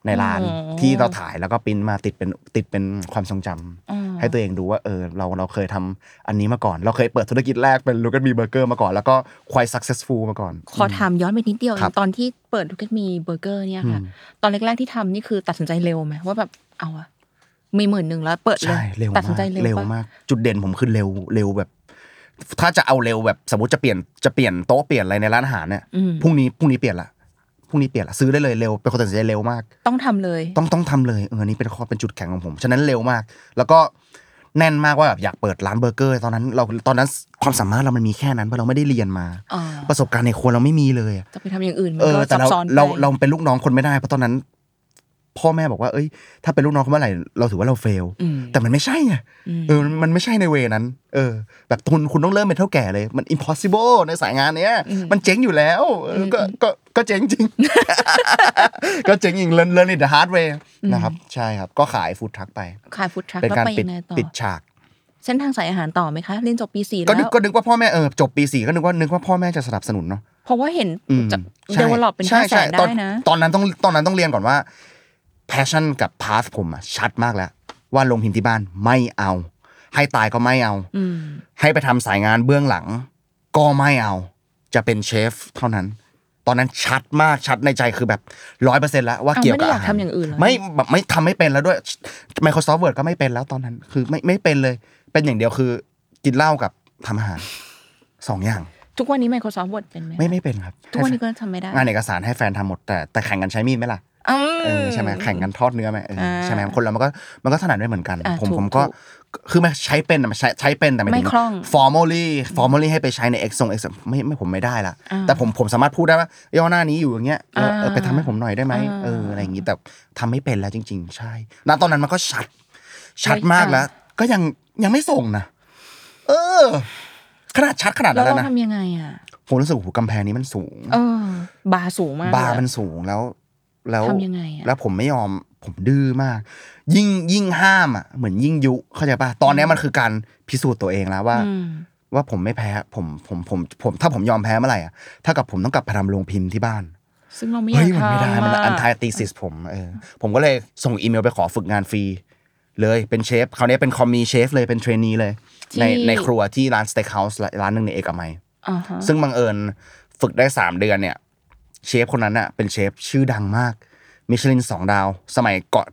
[SPEAKER 4] ในร้าน
[SPEAKER 3] อ๋อ
[SPEAKER 4] ที่เราถ่ายแล้วก็ปริ้นมาติดเป็นติดเป็นความทรงจำ
[SPEAKER 3] อ่า
[SPEAKER 4] ให้ตัวเองดูว่าเออเราเราเคยทำอันนี้มาก่อน เราเคยเปิดธุรกิจแรกเป็นลูกมีเบอร์เกอร์มาก่อน แล้วก็ควาย successful มาก่อน
[SPEAKER 3] ขอถามย้อนไปนิดเดียวเอง
[SPEAKER 4] ครับ
[SPEAKER 3] ตอนที่เปิดลูกเก็ตมีเบอร์เกอร์เนี่ยค่ะ
[SPEAKER 4] อืม
[SPEAKER 3] ตอนแรกๆที่ทำนี่คือตัดสินใจเร็วไหมว่าแบบเอาอะมีหมื่นหนึ่งแล้วเปิดเล
[SPEAKER 4] ใช่
[SPEAKER 3] ย
[SPEAKER 4] เร็ว
[SPEAKER 3] ตัด
[SPEAKER 4] มา
[SPEAKER 3] สินใจ
[SPEAKER 4] ก
[SPEAKER 3] เร็ว
[SPEAKER 4] เร็ว
[SPEAKER 3] ปะ
[SPEAKER 4] มาก จุดเด่นผมคือเร็วเร็วแบบ ถ้าจะเอาเร็วแบบสมมติจะเปลี่ยนจะเปลี่ยนโต๊ะเปลี่ยนอะไรในร้านอาหารเนี่ย
[SPEAKER 3] อืม
[SPEAKER 4] พรุ่งนี้พรุ่งนี้เปลี่ยนละพรุ่งนี้เปลี่ยนละซื้อได้เลยเร็วเป็นคนตัดสินใจเร็วมาก
[SPEAKER 3] ต้องทำเลย
[SPEAKER 4] ต้องต้องทำเลยเอออนนี่เป็นข้อเป็นจุดแข็งของผม ฉะนั้นเร็วมาก แล้วก็แน่นมากว่าแบบอยากเปิดร้านเบอร์เกอร์ ตอนนั้นเราตอนนั้นความสามารถเรามันมีแค่นั้นเพราะเราไม่ได้เรียนมา
[SPEAKER 3] อ่า
[SPEAKER 4] ประสบการณ์ในครัวเราไม่มีเลย
[SPEAKER 3] จะไปทำอย่างอื่นมัน
[SPEAKER 4] เอ
[SPEAKER 3] ก็
[SPEAKER 4] อ
[SPEAKER 3] ซั
[SPEAKER 4] แต่
[SPEAKER 3] บ
[SPEAKER 4] เรา
[SPEAKER 3] ซ้อนไป
[SPEAKER 4] เราเราเป็นลูกน้องคนไม่ได้เพราะตอนนั้น พ่อแม่บอกว่า เอ้ย ถ้าเป็นลูกน้องเขาเมื่อไหร่เราถือว่าเราเฟล
[SPEAKER 3] อืม
[SPEAKER 4] แต่มันไม่ใช่ไง
[SPEAKER 3] อืม
[SPEAKER 4] เออมันมันไม่ใช่ในเวนั้น เออ แบบคุณคุณต้องเริ่มเป็นเท่าแก่เลย มัน impossible ในสายงานเนี้ย มันเจ๊งอยู่แล้วเออก็ก็ก็เจ๊งจริง ก็เจ๊งจริงเลินเลินใน the hard way นะครับ ใช่ครับ ก็ขายฟู้ดทรัคไป
[SPEAKER 3] ขายฟู้ดทรัค
[SPEAKER 4] เป็น
[SPEAKER 3] แล้ว
[SPEAKER 4] การ
[SPEAKER 3] ไป
[SPEAKER 4] ปิ
[SPEAKER 3] ยั
[SPEAKER 4] ด
[SPEAKER 3] งไงต่อ
[SPEAKER 4] ปิดฉาก
[SPEAKER 3] เส้นทางสายอาหารต่อไหมคะเรียนจบปีสี่
[SPEAKER 4] ก็
[SPEAKER 3] แล้
[SPEAKER 4] นึก
[SPEAKER 3] ว
[SPEAKER 4] ก็นึกว่าพ่อแม่เออจบปีสี่ก็นึกว่านึกว่าพ่อแม่จะสนับสนุนเนาะ
[SPEAKER 3] เพราะว่าเห็น
[SPEAKER 4] อืม
[SPEAKER 3] จะ
[SPEAKER 4] ใช่
[SPEAKER 3] develop เป็น
[SPEAKER 4] ใช่
[SPEAKER 3] ห้าแส
[SPEAKER 4] ใช่
[SPEAKER 3] น
[SPEAKER 4] ตอ
[SPEAKER 3] ได้นะ
[SPEAKER 4] ตอนนั้นต้องตอนนั้นต้องเรียนก่อนว่า passion กับ path ผมอะชัดมากแล้ว ว่าลงพิมพ์ที่บ้านไม่เอา ให้ตายก็ไม่เอา
[SPEAKER 3] อืม
[SPEAKER 4] ให้ไปทำสายงานเบื้องหลัง ก็ไม่เอา จะเป็นเชฟเท่านั้น ตอนนั้นชัดมากชัดในใจคือแบบร้อยเปอร์เซ็นต์แล้วว่า
[SPEAKER 3] อ้าว
[SPEAKER 4] เกี่ยวกับ
[SPEAKER 3] ไม่ได้อยาก
[SPEAKER 4] อาหาร
[SPEAKER 3] ทำอย่างอื่นเหรอ
[SPEAKER 4] ไม่แบบไม่ทำไม่เป็นแล้วด้วย Microsoft Word ก็ไม่เป็นแล้วตอนนั้น คือไม่ไม่เป็นเลย เป็นอย่างเดียวคือ กินเหล้ากับทำอาหารสองอย่าง
[SPEAKER 3] ทุกวันนี้ Microsoft Word เป็นไหม
[SPEAKER 4] ไม่ไม่เป็นครับ
[SPEAKER 3] ทุกวันนี้ก็ทำไม่ได้
[SPEAKER 4] งานเอกสารให้แฟนทำหมดแต่แต่แข่งกันใช้มีดไหมล่ะ
[SPEAKER 3] อื
[SPEAKER 4] เอ
[SPEAKER 3] ม
[SPEAKER 4] อใช่ไหมแข่งกันทอดเนื้อไหมเอออา ใช่ไหมคนเรามันก็มันก็ถนัดไม่เหมือนกัน
[SPEAKER 3] อ่ะ
[SPEAKER 4] ผม
[SPEAKER 3] ถูก
[SPEAKER 4] ผมก็
[SPEAKER 3] ถูก
[SPEAKER 4] คือมันใช้เป็นอะมันใช้ใช้เป็นแต่หายถึ
[SPEAKER 3] ไม่คล่อง
[SPEAKER 4] formally formally ให้ไปใช้ใน Excel Excel ไม่ไม่ผมไม่ได้ละ
[SPEAKER 3] อ่า
[SPEAKER 4] แต่ผมผมสามารถพูดได้ว่าย่อหน้านี้อยู่อย่างเงี้ยเออเออไปทำให้ผมหน่อยได้ไหม
[SPEAKER 3] อ่า
[SPEAKER 4] เอออะไรอย่างงี้แต่ทำไม่เป็นแล้วจริง ๆ ใช่ณตอนนั้นมันก็ชัด ชัดมาก
[SPEAKER 3] อ่า
[SPEAKER 4] แล้ว ก็ยังยังไม่ส่งนะเออ ขนาดชัดขนาด
[SPEAKER 3] แล้
[SPEAKER 4] นั้
[SPEAKER 3] วน
[SPEAKER 4] แล้
[SPEAKER 3] เรา
[SPEAKER 4] วนะ
[SPEAKER 3] ทำยังไงอ่ะ
[SPEAKER 4] ผมรู้สึกโอ้โหกำแพงนี้มันสูง
[SPEAKER 3] เออบาร์สูงมาก
[SPEAKER 4] บาร์
[SPEAKER 3] เลยอะ
[SPEAKER 4] มันสูงแล้วแล้ว
[SPEAKER 3] ทำยังไงอะ
[SPEAKER 4] แล้วผมไม่ยอมผมดื้อมาก ยิ่งยิ่งห้ามอ่ะเหมือนยิ่งยุเข้าใจป่ะตอนเนี้ยมันคือการพิสูจน์ตัวเองแล้วว่า
[SPEAKER 3] อืม
[SPEAKER 4] ว่าผมไม่แพ้ผมผมผมผมถ้าผมยอมแพ้เมื่อไหร่อ่ะถ้ากับผมต้องกลับไปทำโรงพิมพ์ที่บ้าน
[SPEAKER 3] ซึ่งเราไม่อยา
[SPEAKER 4] เฮ้
[SPEAKER 3] ก
[SPEAKER 4] ยมันไม่ได้
[SPEAKER 3] ทำะ
[SPEAKER 4] มันอันทายตีสิสผมเออผมก็เลยส่งอีเมลไปขอฝึกงานฟรีเลยเป็นเชฟคราวนี้เป็นคอมมีเชฟเลยเป็นเทรนนีเลย ในในครัวที่ร้านสเต็กเฮาส์ร้านหนึ่งในเอกมัย
[SPEAKER 3] อ่าฮะ
[SPEAKER 4] ซึ่งบังเอิญฝึกได้สามเดือนเนี่ย เชฟคนนั้นอ่ะเป็นเชฟชื่อดังมากมิชลินสองดาว สมัยก่อน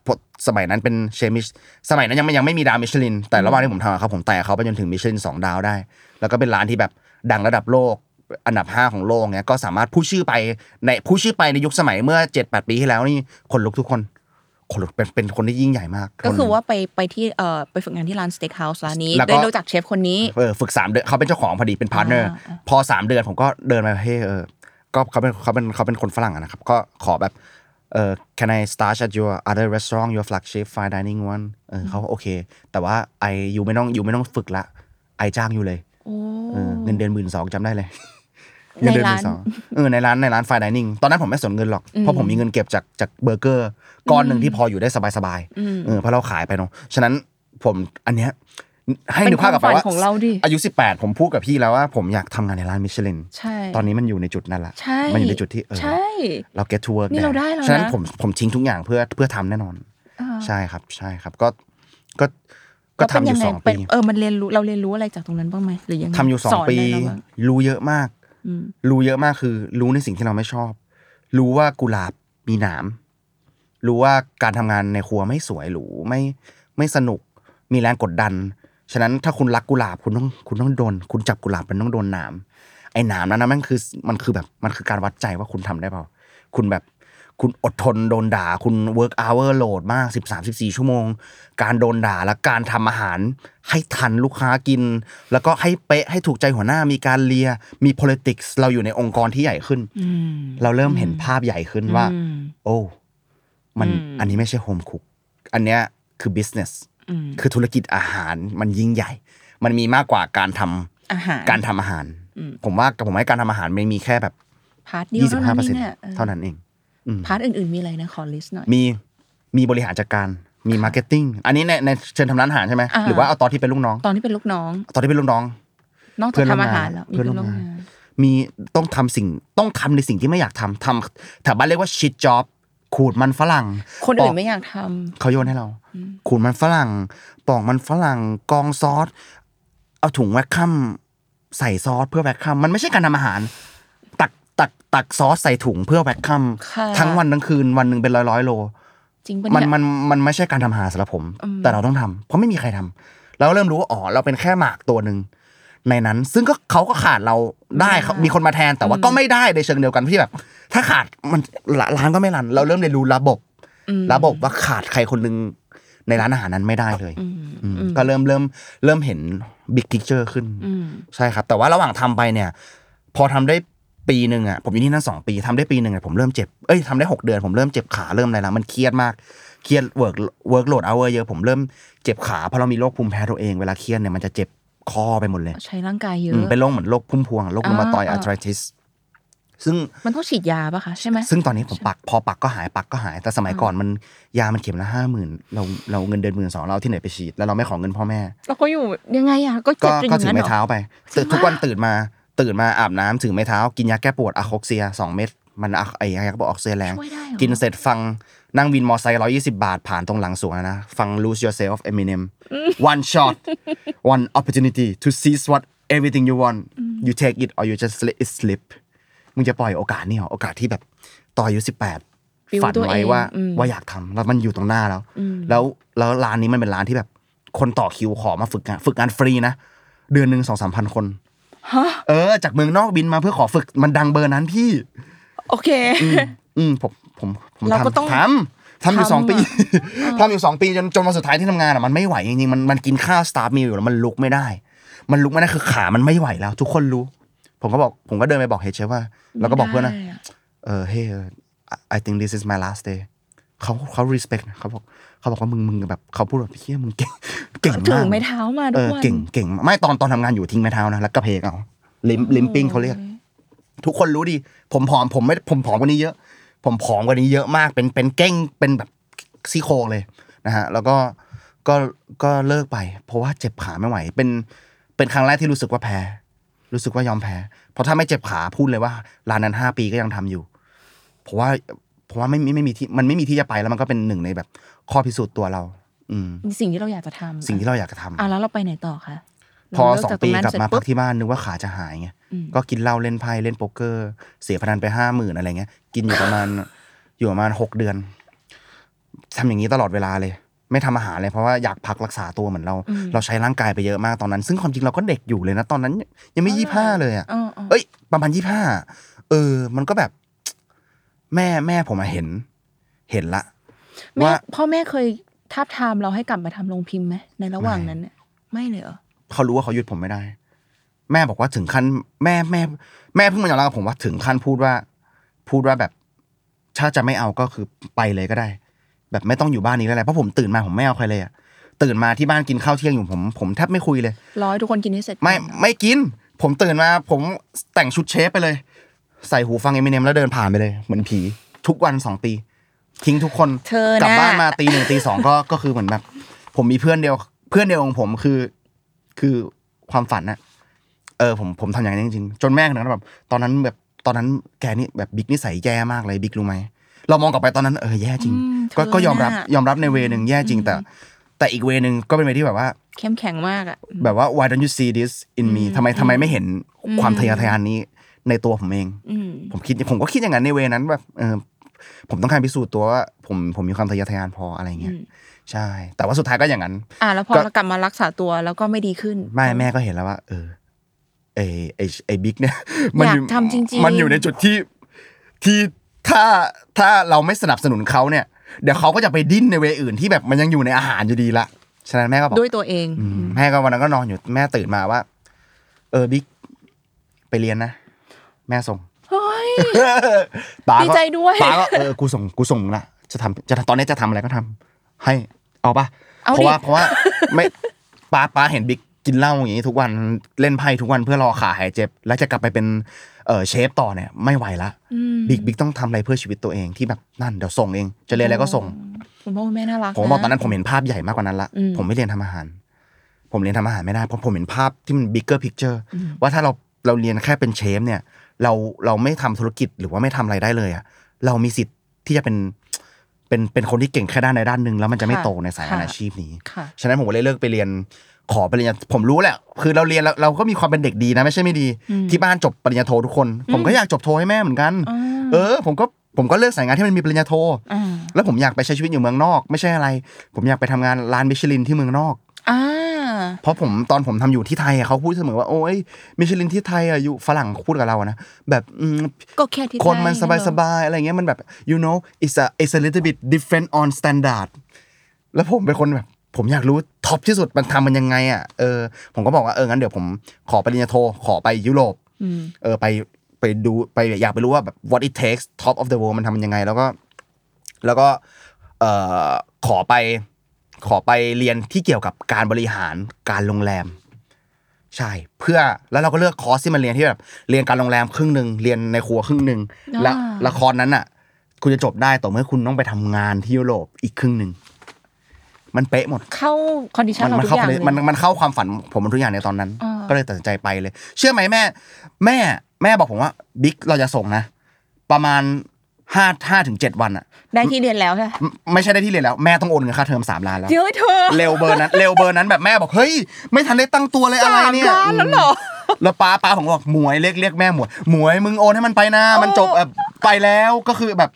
[SPEAKER 4] สมัยนั้นเป็นเชฟมิชสมัยนั้นยังไม่ยังไม่มีดาวมิชลิน แต่ระหว่างที่ผมทำอะครับผมไต่เขาไปจนถึงมิชลินสองดาวได้ แล้วก็เป็นร้านที่แบบดังระดับโลก อันดับ 5 ของโลกเนี้ยก็สามารถพูดชื่อไปในพูดชื่อไปในยุคสมัยเมื่อ 7-8 ปีที่แล้วนี่คนลุกทุกคนคนลุกเป็นเป็นคนที่ยิ่งใหญ่มาก
[SPEAKER 3] ก็
[SPEAKER 4] น
[SPEAKER 3] คือว่าไปไปที่เอ่อไปฝึกงานที่ร้านสเต็กเฮาส์ร้านนี้
[SPEAKER 4] แล้วก็
[SPEAKER 3] ได้รู้จักเชฟคนนี้
[SPEAKER 4] เออฝึกสามเดือนเขาเป็นเจ้าของพอดีเป็นพาร์ทเนอร์
[SPEAKER 3] อ่า
[SPEAKER 4] พอสามเดือนผมก็เดินไปเฮ้ยเออก็เขาเป็นเขาเป็นเขาเป็นคนฝรั่งอะนะครับ ก็ขอแบบเออ can I start at your other restaurant your flagship fine dining one เออเขาก็โอเค แต่ว่าไอยูไม่ต้องยูไม่ต้องฝึกละไอจ้างอยู่เลย
[SPEAKER 3] โอ้
[SPEAKER 4] เออเงินเดือนหมื่นสองจำได้เลย
[SPEAKER 3] ใน
[SPEAKER 4] เงินเดือนห
[SPEAKER 3] ร้าน
[SPEAKER 4] มื่นสองเออในร้านในร้านไฟดิเนิ่งตอนนั้นผมไม่สนเงินหรอก เพราะผมมีเงินเก็บจากจากเบอร์เกอร์ ก้อนหนึ่งที่พออยู่ได้สบาย
[SPEAKER 3] อืม
[SPEAKER 4] ๆเออเพราะเราขายไปเนาะฉะนั้นผมอันเนี้ยให้
[SPEAKER 3] เป็น
[SPEAKER 4] นึกภาพกลับ
[SPEAKER 3] ค
[SPEAKER 4] ไป
[SPEAKER 3] วามฝัน
[SPEAKER 4] ว่า
[SPEAKER 3] ของเราดิ
[SPEAKER 4] ยุ 18 ผมพูดกับพี่แล้วว่าผมอยากทำงานในร้านมิชลิน
[SPEAKER 3] ใช่
[SPEAKER 4] ตอนนี้มันอยู่ในจุดนั้นละ
[SPEAKER 3] ใช่
[SPEAKER 4] มันอยู่ในจุดที่เออ
[SPEAKER 3] ใช่
[SPEAKER 4] เรา get to work
[SPEAKER 3] นี่เราได้แล้วนะ
[SPEAKER 4] ฉะนั้นผมผมทิ้งทุกอย่างเพื่อเพื่อทำแน่นอน
[SPEAKER 3] อ่า
[SPEAKER 4] ใช่ครับใช่ครับก็ก็ก็
[SPEAKER 3] แล้ว
[SPEAKER 4] ทำอยู่สอง
[SPEAKER 3] เป็น
[SPEAKER 4] ปี
[SPEAKER 3] ไเป็นเออมันเรียนรู้เราเรียนรู้อะไรจากตรงนั้นบ้างไหมหรือยังไ
[SPEAKER 4] ทำอยู่สอง
[SPEAKER 3] นะ
[SPEAKER 4] ปี
[SPEAKER 3] ไรเราบ้าง
[SPEAKER 4] รู้เยอะมาก
[SPEAKER 3] อืม
[SPEAKER 4] รู้เยอะมากคือ รู้ในสิ่งที่เราไม่ชอบ รู้ว่ากุหลาบมีหนาม รู้ว่าการทำงานในครัวไม่สวยหรูไม่ไม่สนุก มีแรงกดดัน ฉะนั้นถ้าคุณรักกุหลาบคุณต้องคุณต้องโดน คุณจับกุหลาบมันต้องโดนหนาม ไอ้หนามนั้นนะมันคือมันคือแบบมันคือการวัดใจว่าคุณทำได้เปล่า คุณแบบคุณอดทนโดนด่า คุณ work hour โหลดมาก 13 14 ชั่วโมง การโดนด่าและการทำอาหาร ให้ทันลูกค้ากิน แล้วก็ให้เป๊ะให้ถูกใจหัวหน้ามีการเลียมี politics เราอยู่ในองค์กรที่ใหญ่ขึ้น
[SPEAKER 3] อืม
[SPEAKER 4] เราเริ่มเห็นภาพใหญ่ขึ้นว่า โอ้ มัน
[SPEAKER 3] อืม
[SPEAKER 4] อันนี้ไม่ใช่โฮมคุก อันเนี้ยคือ business
[SPEAKER 3] อืม
[SPEAKER 4] คือธุรกิจอาหารมันยิ่งใหญ่ มันมีมากกว่าการทำ
[SPEAKER 3] อาหาร
[SPEAKER 4] การทำอาหาร
[SPEAKER 3] อืม
[SPEAKER 4] ผมว่าผมให้การทำอาหารมันมีแค่แบบ
[SPEAKER 3] พาร์ทเดียว
[SPEAKER 4] ยี่สิ
[SPEAKER 3] เท่านั้
[SPEAKER 4] บห้าน เปอร์
[SPEAKER 3] นี่
[SPEAKER 4] เซ็นต์
[SPEAKER 3] เนี่ยออ
[SPEAKER 4] เท่านั้นเองอืม
[SPEAKER 3] พาร์ทอื่นๆมีอะไรนะขอลิสต์หน่อย
[SPEAKER 4] มีมีบริหารจัดการมีมาร์เก็ตติ้งอันนี้ในในเชิญทำร้านอาหารใช่ไหม
[SPEAKER 3] อ่า
[SPEAKER 4] หรือว่าเอาตอนที่เป็นลูกน้อง
[SPEAKER 3] ตอนที่เป็นลูกน้อง
[SPEAKER 4] ตอนที่เป็นลูกน้อง
[SPEAKER 3] นอก
[SPEAKER 4] เพื่
[SPEAKER 3] จาก
[SPEAKER 4] อนร่วม
[SPEAKER 3] ทำอาหารง
[SPEAKER 4] าน
[SPEAKER 3] แล้วมี
[SPEAKER 4] เพื่อน
[SPEAKER 3] เพื่อน
[SPEAKER 4] ร่
[SPEAKER 3] ร่
[SPEAKER 4] ว
[SPEAKER 3] ว
[SPEAKER 4] ม
[SPEAKER 3] ม
[SPEAKER 4] งาน
[SPEAKER 3] งาน
[SPEAKER 4] มีต้องทำสิ่งต้องทำในสิ่งที่ไม่อยากทำทำแถวบ้านเรียกว่าชิดจ็อบขูดมันฝรั่ง
[SPEAKER 3] คนอื่น
[SPEAKER 4] ปก
[SPEAKER 3] ไม่อยากทำ
[SPEAKER 4] เขาโยนให้เรา ขูดมันฝรั่ง ปอกมันฝรั่ง กองซอส เอาถุงแวคคัมใส่ซอสเพื่อแวคคัม มันไม่ใช่การทำอาหาร ตักตักตักซอสใส่ถุงเพื่อแวคคัม
[SPEAKER 3] ค่ะ
[SPEAKER 4] ทั้งวันทั้งคืนวันหนึ่งเป็นร้อยร้อยๆโล
[SPEAKER 3] จริงปะ
[SPEAKER 4] มัน
[SPEAKER 3] เนี่ย
[SPEAKER 4] มันมันไม่ใช่การทำอาหารสำหรับผม
[SPEAKER 3] อืม
[SPEAKER 4] แต่เราต้องทำเพราะไม่มีใครทำเราก็เริ่มรู้ว่าอ๋อเราเป็นแค่หมากตัวหนึ่งในนั้น ซึ่งก็เขาก็ขาดเราได้เขามีคนมาแทนแต่ว่าก็ไม่ได้ในเชิงเดียวกันที่แบบ ถ้าขาดมันร้านร้านก็ไม่รัน เราเริ่มเรียนรู้ระบบ ระบบว่าขาดใครคนหนึ่งในร้านอาหารนั้นไม่ได้เลย
[SPEAKER 3] อืม
[SPEAKER 4] อืมก็เริ่มเริ่มเริ่มเห็นบิ๊ก i ิ t เจอร์ขึ้น
[SPEAKER 3] อืม
[SPEAKER 4] ใช่ครับ แต่ว่าระหว่างทำไปเนี่ย พอทำได้ปีหนึ่งอ่ะผมอยู่ที่นั่นสองปีทำได้ปีหนึ่งอ่ะผมเริ่มเจ็บเอ้ยทำได้หกเดือนผมเริ่มเจ็บขาเริ่มอะไรแล้วมันเครียดมากเครียดเวิร์กเวิร์กโหลดเอาเยอะผมเริ่มเจ็บขาเพราะเรามีโรคภูมิแพ้ตัวเองเวลาเครียดเนี่ยมันจะเจ็บคอไปหมดเลย
[SPEAKER 3] ใช้ร่างกายเยอะ
[SPEAKER 4] อืมเป็นโรคเหมือนโรคพุ่มพวงโรค
[SPEAKER 3] อ่า
[SPEAKER 4] รูมาตอยด์
[SPEAKER 3] อ่า
[SPEAKER 4] อาร์ไทรติสซึ่ง
[SPEAKER 3] มันต้องฉีดยาปะคะใช่ไหม
[SPEAKER 4] ซึ่งตอนนี้ผมปักพอปักก็หายปักก็หาย แต่สมัยก่อนมันยามันเข็มละห้าหมื่นเราเราเงินเดือนหมื่นสองเราที่ไหนไปฉีด แล้วเราไม่ขอเงินพ่อแม่
[SPEAKER 3] เราก็อยู่ยังไงอ่ะก็
[SPEAKER 4] ก็
[SPEAKER 3] เจ็บจนอ
[SPEAKER 4] ก็
[SPEAKER 3] ย่าง
[SPEAKER 4] ถือ
[SPEAKER 3] นั้น
[SPEAKER 4] ไม้
[SPEAKER 3] เหร
[SPEAKER 4] เท้า
[SPEAKER 3] อ
[SPEAKER 4] ไปตื่นทุกวันตื่นมาตื่นมาอาบน้ำถือไม้เท้า กินยาแก้ปวดอะโคกเซียสองเม็ดมันอะไอ้ยาแก้ปวดออกเซียแรง
[SPEAKER 3] ช่วยได้เหรอ
[SPEAKER 4] กินเสร็จฟัง นั่งวินมอไซค์120 บาทผ่านตรงหลังสวนนะ ฟัง lose yourself Eminem one shot one opportunity to seize what everything you want you take it or you just let it slip มึงจะปล่อยโอกาสนี่เหรอโอกาสที่แบบตอนอายุ
[SPEAKER 3] ฟิล
[SPEAKER 4] 18 ฝัน
[SPEAKER 3] ตัวเอง
[SPEAKER 4] ไว้ว่า
[SPEAKER 3] อืม
[SPEAKER 4] ว่าอยากทำแล้วมันอยู่ตรงหน้าแล้ว แล้วแล้วร้านนี้มันเป็นร้านที่แบบ คนต่อคิวขอมาฝึกงาน ฝึกงานฟรีนะ เดือนหนึ่งสองสามพันคน เออ จากเมืองนอกบินมาเพื่อขอฝึกมันดังเบอร์นั้นพี่
[SPEAKER 3] โอเค
[SPEAKER 4] อืมผมผมผม
[SPEAKER 3] เราก็ต้อง
[SPEAKER 4] ทำทำทำอยู่สอง
[SPEAKER 3] ทำอะ
[SPEAKER 4] ปี ทำอยู่สองปีจนจนวันสุดท้ายที่ทำงานอ่ะมันไม่ไหวจริงๆมันมันกินข้าวสตาร์มิลอยู่แล้วมันลุกไม่ได้ มันลุกไม่ได้คือขามันไม่ไหวแล้ว ทุกคนรู้ ผมก็บอกผมก็เดินไปบอกเฮดเชฟว่า แล้วก็บอกเพื่อนนะ
[SPEAKER 3] ได้ะ
[SPEAKER 4] เออเฮ้ย I think this is my last day เขาเขา respect นะเขาบอกเขาบอกว่ามึงมึงแบบเขาพูดแบบเฮียมึงเก่งเก่ง
[SPEAKER 3] ถื
[SPEAKER 4] มา
[SPEAKER 3] อก ไม้เท้ามาด้
[SPEAKER 4] เอ
[SPEAKER 3] วย
[SPEAKER 4] อเก่งเก่งไม่ตอนตอนทำงานอยู่ทิ้งไม้เท้านะแล้วก็เพกเอาลิมลิมปิ้งเขาเรียก ทุกคนรู้ดี ผมผอมผมไม่ผมผอมกว่านี้เยอะ ผมผอมกว่านี้เยอะมาก เป็นเป็นเก้งเป็นแบบซี่โครงเลยนะฮะ แล้วก็ก็ก็เลิกไป เพราะว่าเจ็บขาไม่ไหว เป็นเป็นครั้งแรกที่รู้สึกว่าแพ้ รู้สึกว่ายอมแพ้ เพราะถ้าไม่เจ็บขาพูดเลยว่าร้านนั้นห้าปีก็ยังทำอยู่ เพราะว่าเพราะว่าไม่ไม่ไม่มีที่มันไม่มีที่จะไปแล้วมันก็เป็นหนึ่งในแบบ ข้อพิสูจน์ตัวเรา อืม
[SPEAKER 3] มีสิ่งที่เราอยากจะทำ
[SPEAKER 4] สิ่งที่เราอยากจะทำ
[SPEAKER 3] อ่ะแล้วเราไปไหนต่อคะ
[SPEAKER 4] พอ
[SPEAKER 3] เราเลิ
[SPEAKER 4] สอง
[SPEAKER 3] จ
[SPEAKER 4] ปี
[SPEAKER 3] รนั้น
[SPEAKER 4] กลับ
[SPEAKER 3] เส
[SPEAKER 4] มา
[SPEAKER 3] ร็จ
[SPEAKER 4] พั
[SPEAKER 3] ปุ๊
[SPEAKER 4] กที่บ้านนึกว่าขาจะหายไงก็กินเหล้าเล่นไพ่เล่นโป๊กเกอร์ เสียพนันไปห้าหมื่นอะไรเงี้ย กินอยู่ประมาณ อยู่ประมาณหกเดือนทำอย่างนี้ตลอดเวลาเลย ไม่ทำอาหารเลยเพราะว่าอยากพักรักษาตัวเหมือนเรา เราใช้ร่างกายไปเยอะมากตอนนั้น ซึ่งความจริงเราก็เด็กอยู่เลยนะตอนนั้น ยังไม่ยี่ห้าเลยอ่ะ
[SPEAKER 3] อ๋ออ๋อ
[SPEAKER 4] เอ้ยประมาณยี่ห้าเออ มันก็แบบ แม่แม่ผมอะเห็น เห็นละ
[SPEAKER 3] แม่
[SPEAKER 4] ว่า
[SPEAKER 3] พ่อแม่เคยทาบทามเราให้กลับมาทำโรงพิมพ์ไหมในระหว่างนั้นน่ะไม่เลยเหรอ
[SPEAKER 4] เขารู้ว่าเขาหยุดผมไม่ได้ แม่บอกว่าถึงขั้นแม่แม่ แม่เพิ่งมายอมรับกับผมว่าถึงขั้นพูดว่า พูดว่าแบบ ถ้าจะไม่เอาก็คือไปเลยก็ได้ แบบไม่ต้องอยู่บ้านนี้แล้วแหละเพราะผมตื่นมาผมไม่เอาใครเลยอะตื่นมาที่บ้านกินข้าวเที่ยงอยู่ผมผมแทบไม่คุยเลย
[SPEAKER 3] ร้อยทุกคนกินให้เสร็จก่อน
[SPEAKER 4] ไม่
[SPEAKER 3] นะ
[SPEAKER 4] ไม่กิน ผมตื่นมา ผมแต่งชุดเชฟไปเลย ใส่หูฟังเอมิเนมแล้วเดินผ่านไปเลย เหมือนผีทุกวันสองปี ทิ้งทุกคน
[SPEAKER 3] เธอก
[SPEAKER 4] ลับ
[SPEAKER 3] นะ
[SPEAKER 4] บ้านมาตีหนึ่งตีสองก็ก็คือเหมือนแบบ ผมมีเพื่อนเดียว เพื่อนเดียวของผมคือคือความฝันอะเออผมผมทำอย่างนั้นจริงๆจนแม่คนนั้นแบบตอนนั้นแบบตอนนั้นแกนี่แบบบิ๊กนิสัยแย่มากเลยบิ๊กรู้ไหมเรามองกลับไปตอนนั้นเออแย่จริง
[SPEAKER 3] อืม
[SPEAKER 4] ก็
[SPEAKER 3] เธ
[SPEAKER 4] ก็ยอมรับ
[SPEAKER 3] น่ะ
[SPEAKER 4] ยอมรับในเวนึงแย่จริง แต่ แต่อีกเวนึงก็เป็นเวที่แบบว่า
[SPEAKER 3] เข้มแข็งมากอ่ะ
[SPEAKER 4] แบบว่า why don't you see this in me ทำไมทำไมไม่เห็นความทะเยอทะยานนี้ในตัวผมเอง
[SPEAKER 3] อืม
[SPEAKER 4] ผมคิดผมก็คิดอย่างนั้นในเวนั้นแบบเออผมต้องการพิสูจน์ตัวว่าผมผมมีความทะเยอทะยานพออะไรเงี้ยใช่ แต่ว่าสุดท้ายก็อย่างนั้น
[SPEAKER 3] อ่ะแล้วพอ
[SPEAKER 4] ก็
[SPEAKER 3] เรากลับมารักษาตัวแล้วก็ไม่ดีขึ้น
[SPEAKER 4] แม่แม่ก็เห็นแล้วว่า เออไอไอไอบิ๊กเนี่ย มัอ
[SPEAKER 3] อ
[SPEAKER 4] ยู่
[SPEAKER 3] ยากทำจริงๆ
[SPEAKER 4] มันอยู่ในจุดที่ที่ถ้าถ้าเราไม่สนับสนุนเขาเนี่ย เดี๋ยวเขาก็จะไปดิ้นในเวอื่นที่แบบมันยังอยู่ในอาหารอยู่ดีละฉะนั้นแม่ก็บอก
[SPEAKER 3] ด้วยตัวเอง
[SPEAKER 4] แม่ก็วันนั้นก็นอนอยู่แม่ตื่นมาว่า เออบิ๊กไปเรียนนะ แม่ส่ง
[SPEAKER 3] เฮ้ย
[SPEAKER 4] ป๋า
[SPEAKER 3] ดี
[SPEAKER 4] ก็
[SPEAKER 3] ใจด้วย
[SPEAKER 4] ป๋าก็เออกูส่งกูส่งมึงละจะทำจะตอนนี้จะทำอะไรก็ทำให้เอาปะ
[SPEAKER 3] เอาดิ
[SPEAKER 4] เพราะว่าเพราะว่าไม่ป๋าป๋าเห็นบิ๊กกินเหล้าอย่างนี้ทุกวันเล่นไพ่ทุกวันเพื่อรอขาหายเจ็บ แล้วจะกลับไปเป็นเออเชฟต่อเนี่ย ไม่ไหวละบิ๊กบิ๊กต้องทำอะไรเพื่อชีวิตตัวเองที่แบบนั่นเดี๋ยวส่งเอง จะเรียนอะไรก็ส่ง
[SPEAKER 3] คุณพ่อคุณแม่น่ารั
[SPEAKER 4] ผม
[SPEAKER 3] กะ
[SPEAKER 4] บอกตอนนั้นผมเห็นภาพใหญ่มากกว่านั้นละ ผมไม่เรียนทำอาหาร ผมเรียนทำอาหารไม่ได้ เพราะผมเห็นภาพที่มัน bigger picture ว่าถ้าเราเราเรียนแค่เป็นเชฟเนี่ย เราเราไม่ทำธุรกิจหรือว่าไม่ทำอะไรได้เลยอะเรามีสิทธิ์ที่จะเป็นเป็นเป็นคนที่เก่งแค่ด้านใดด้านหนึ่งแล้วมันจะไม่
[SPEAKER 3] ค่ะ
[SPEAKER 4] โตในสายงาน
[SPEAKER 3] ค่ะ
[SPEAKER 4] อาชีพนี้
[SPEAKER 3] ค่ะ
[SPEAKER 4] ฉะนั้นผมก็เลยเลิกไปเรียนขอปริญญาผมรู้แหละ คือเราเรียนเราเราก็มีความเป็นเด็กดีนะ ไม่ใช่ไม่ดี ที่บ้านจบปริญญาโททุกคน ผมก็อยากจบโทให้แม่เหมือนกัน เออ ผมก็ผมก็เลือกสายงานที่มันมีปริญญาโท
[SPEAKER 3] อ่า
[SPEAKER 4] แล้วผมอยากไปใช้ชีวิตอยู่เมืองนอก ไม่ใช่อะไร ผมอยากไปทำงานร้านมิชลินที่เมืองนอก
[SPEAKER 3] อ่า
[SPEAKER 4] เพราะผมตอนผมทำอยู่ที่ไทยอะเขาพูดเสมอว่าโอ้ยมิชลินที่ไทยอะอยู่ฝรั่งพูดกับเราอะนะแบบอืม
[SPEAKER 3] ก็แค่ที่
[SPEAKER 4] คนมัน
[SPEAKER 3] ไท
[SPEAKER 4] สบาย
[SPEAKER 3] เห
[SPEAKER 4] ส
[SPEAKER 3] รอบ
[SPEAKER 4] ายอะไรเงี้ยมันแบบ you know it's a it's a little bit different on standard แล้วผมเป็นคนแบบ ผมอยากรู้ท็อปที่สุดมันทำมันยังไงอะเออผมก็บอกว่าเอองั้นเดี๋ยวผมขอปริญญาโทขอไปยุโรป
[SPEAKER 3] อืม
[SPEAKER 4] เออไปไปดูไปอยากไปรู้ว่าแบบ what it takes top of the world มันทำมันยังไง แล้วก็ แล้วก็เอ่อขอไปขอไปเรียนที่เกี่ยวกับการบริหารการโรงแรม ใช่ เพื่อแล้วเราก็เลือกคอร์สที่มันเรียนที่แบบ เรียนการโรงแรมครึ่งหนึ่งเรียนในครัวครึ่งหนึ่ง
[SPEAKER 3] อ่า
[SPEAKER 4] และละครนั้นอ่ะ คุณจะจบได้ต่อเมื่อคุณต้องไปทำงานที่ยุโรปอีกครึ่งหนึ่งมันเป๊ะหมด
[SPEAKER 3] เข้าคอนดิชัน
[SPEAKER 4] มัน
[SPEAKER 3] เราทุก
[SPEAKER 4] มันเข้า
[SPEAKER 3] อย่างเล
[SPEAKER 4] ไปเลย ยมันมันเข้าความฝันผมทุกอย่างในตอนนั้น
[SPEAKER 3] อ่า
[SPEAKER 4] ก็เลยตัดสินใจไปเลย เชื่อไหมแม่ แม่ แม่บอกผมว่าบิ๊กเราจะส่งนะ ประมาณ ห้าห้าถึงเจ็ดวันอ่ะ
[SPEAKER 3] ได้ที่เรียนแล้วใช่ไหม
[SPEAKER 4] ไม่ไม่ใช่ได้ที่เรียนแล้วแม่ต้องโอนเงินค่าเทอมสามล้านแล้ว
[SPEAKER 3] เยอะเธอ
[SPEAKER 4] เร็วเบอร์นั้นเร็วเบอร์นั้นแบบแม่บอกเฮ้ยไม่ทันได้ตั้งตัวเลยอะไร
[SPEAKER 3] สาม
[SPEAKER 4] เนี่ย
[SPEAKER 3] ล้านแล้วเหรอ
[SPEAKER 4] แล้วป้าป้าผมบอกหมวยเรียกเรียกแม่หมวยหมวยมึงโอนให้มันไปนะมันจบแบบไปแล้วก็คือแบบ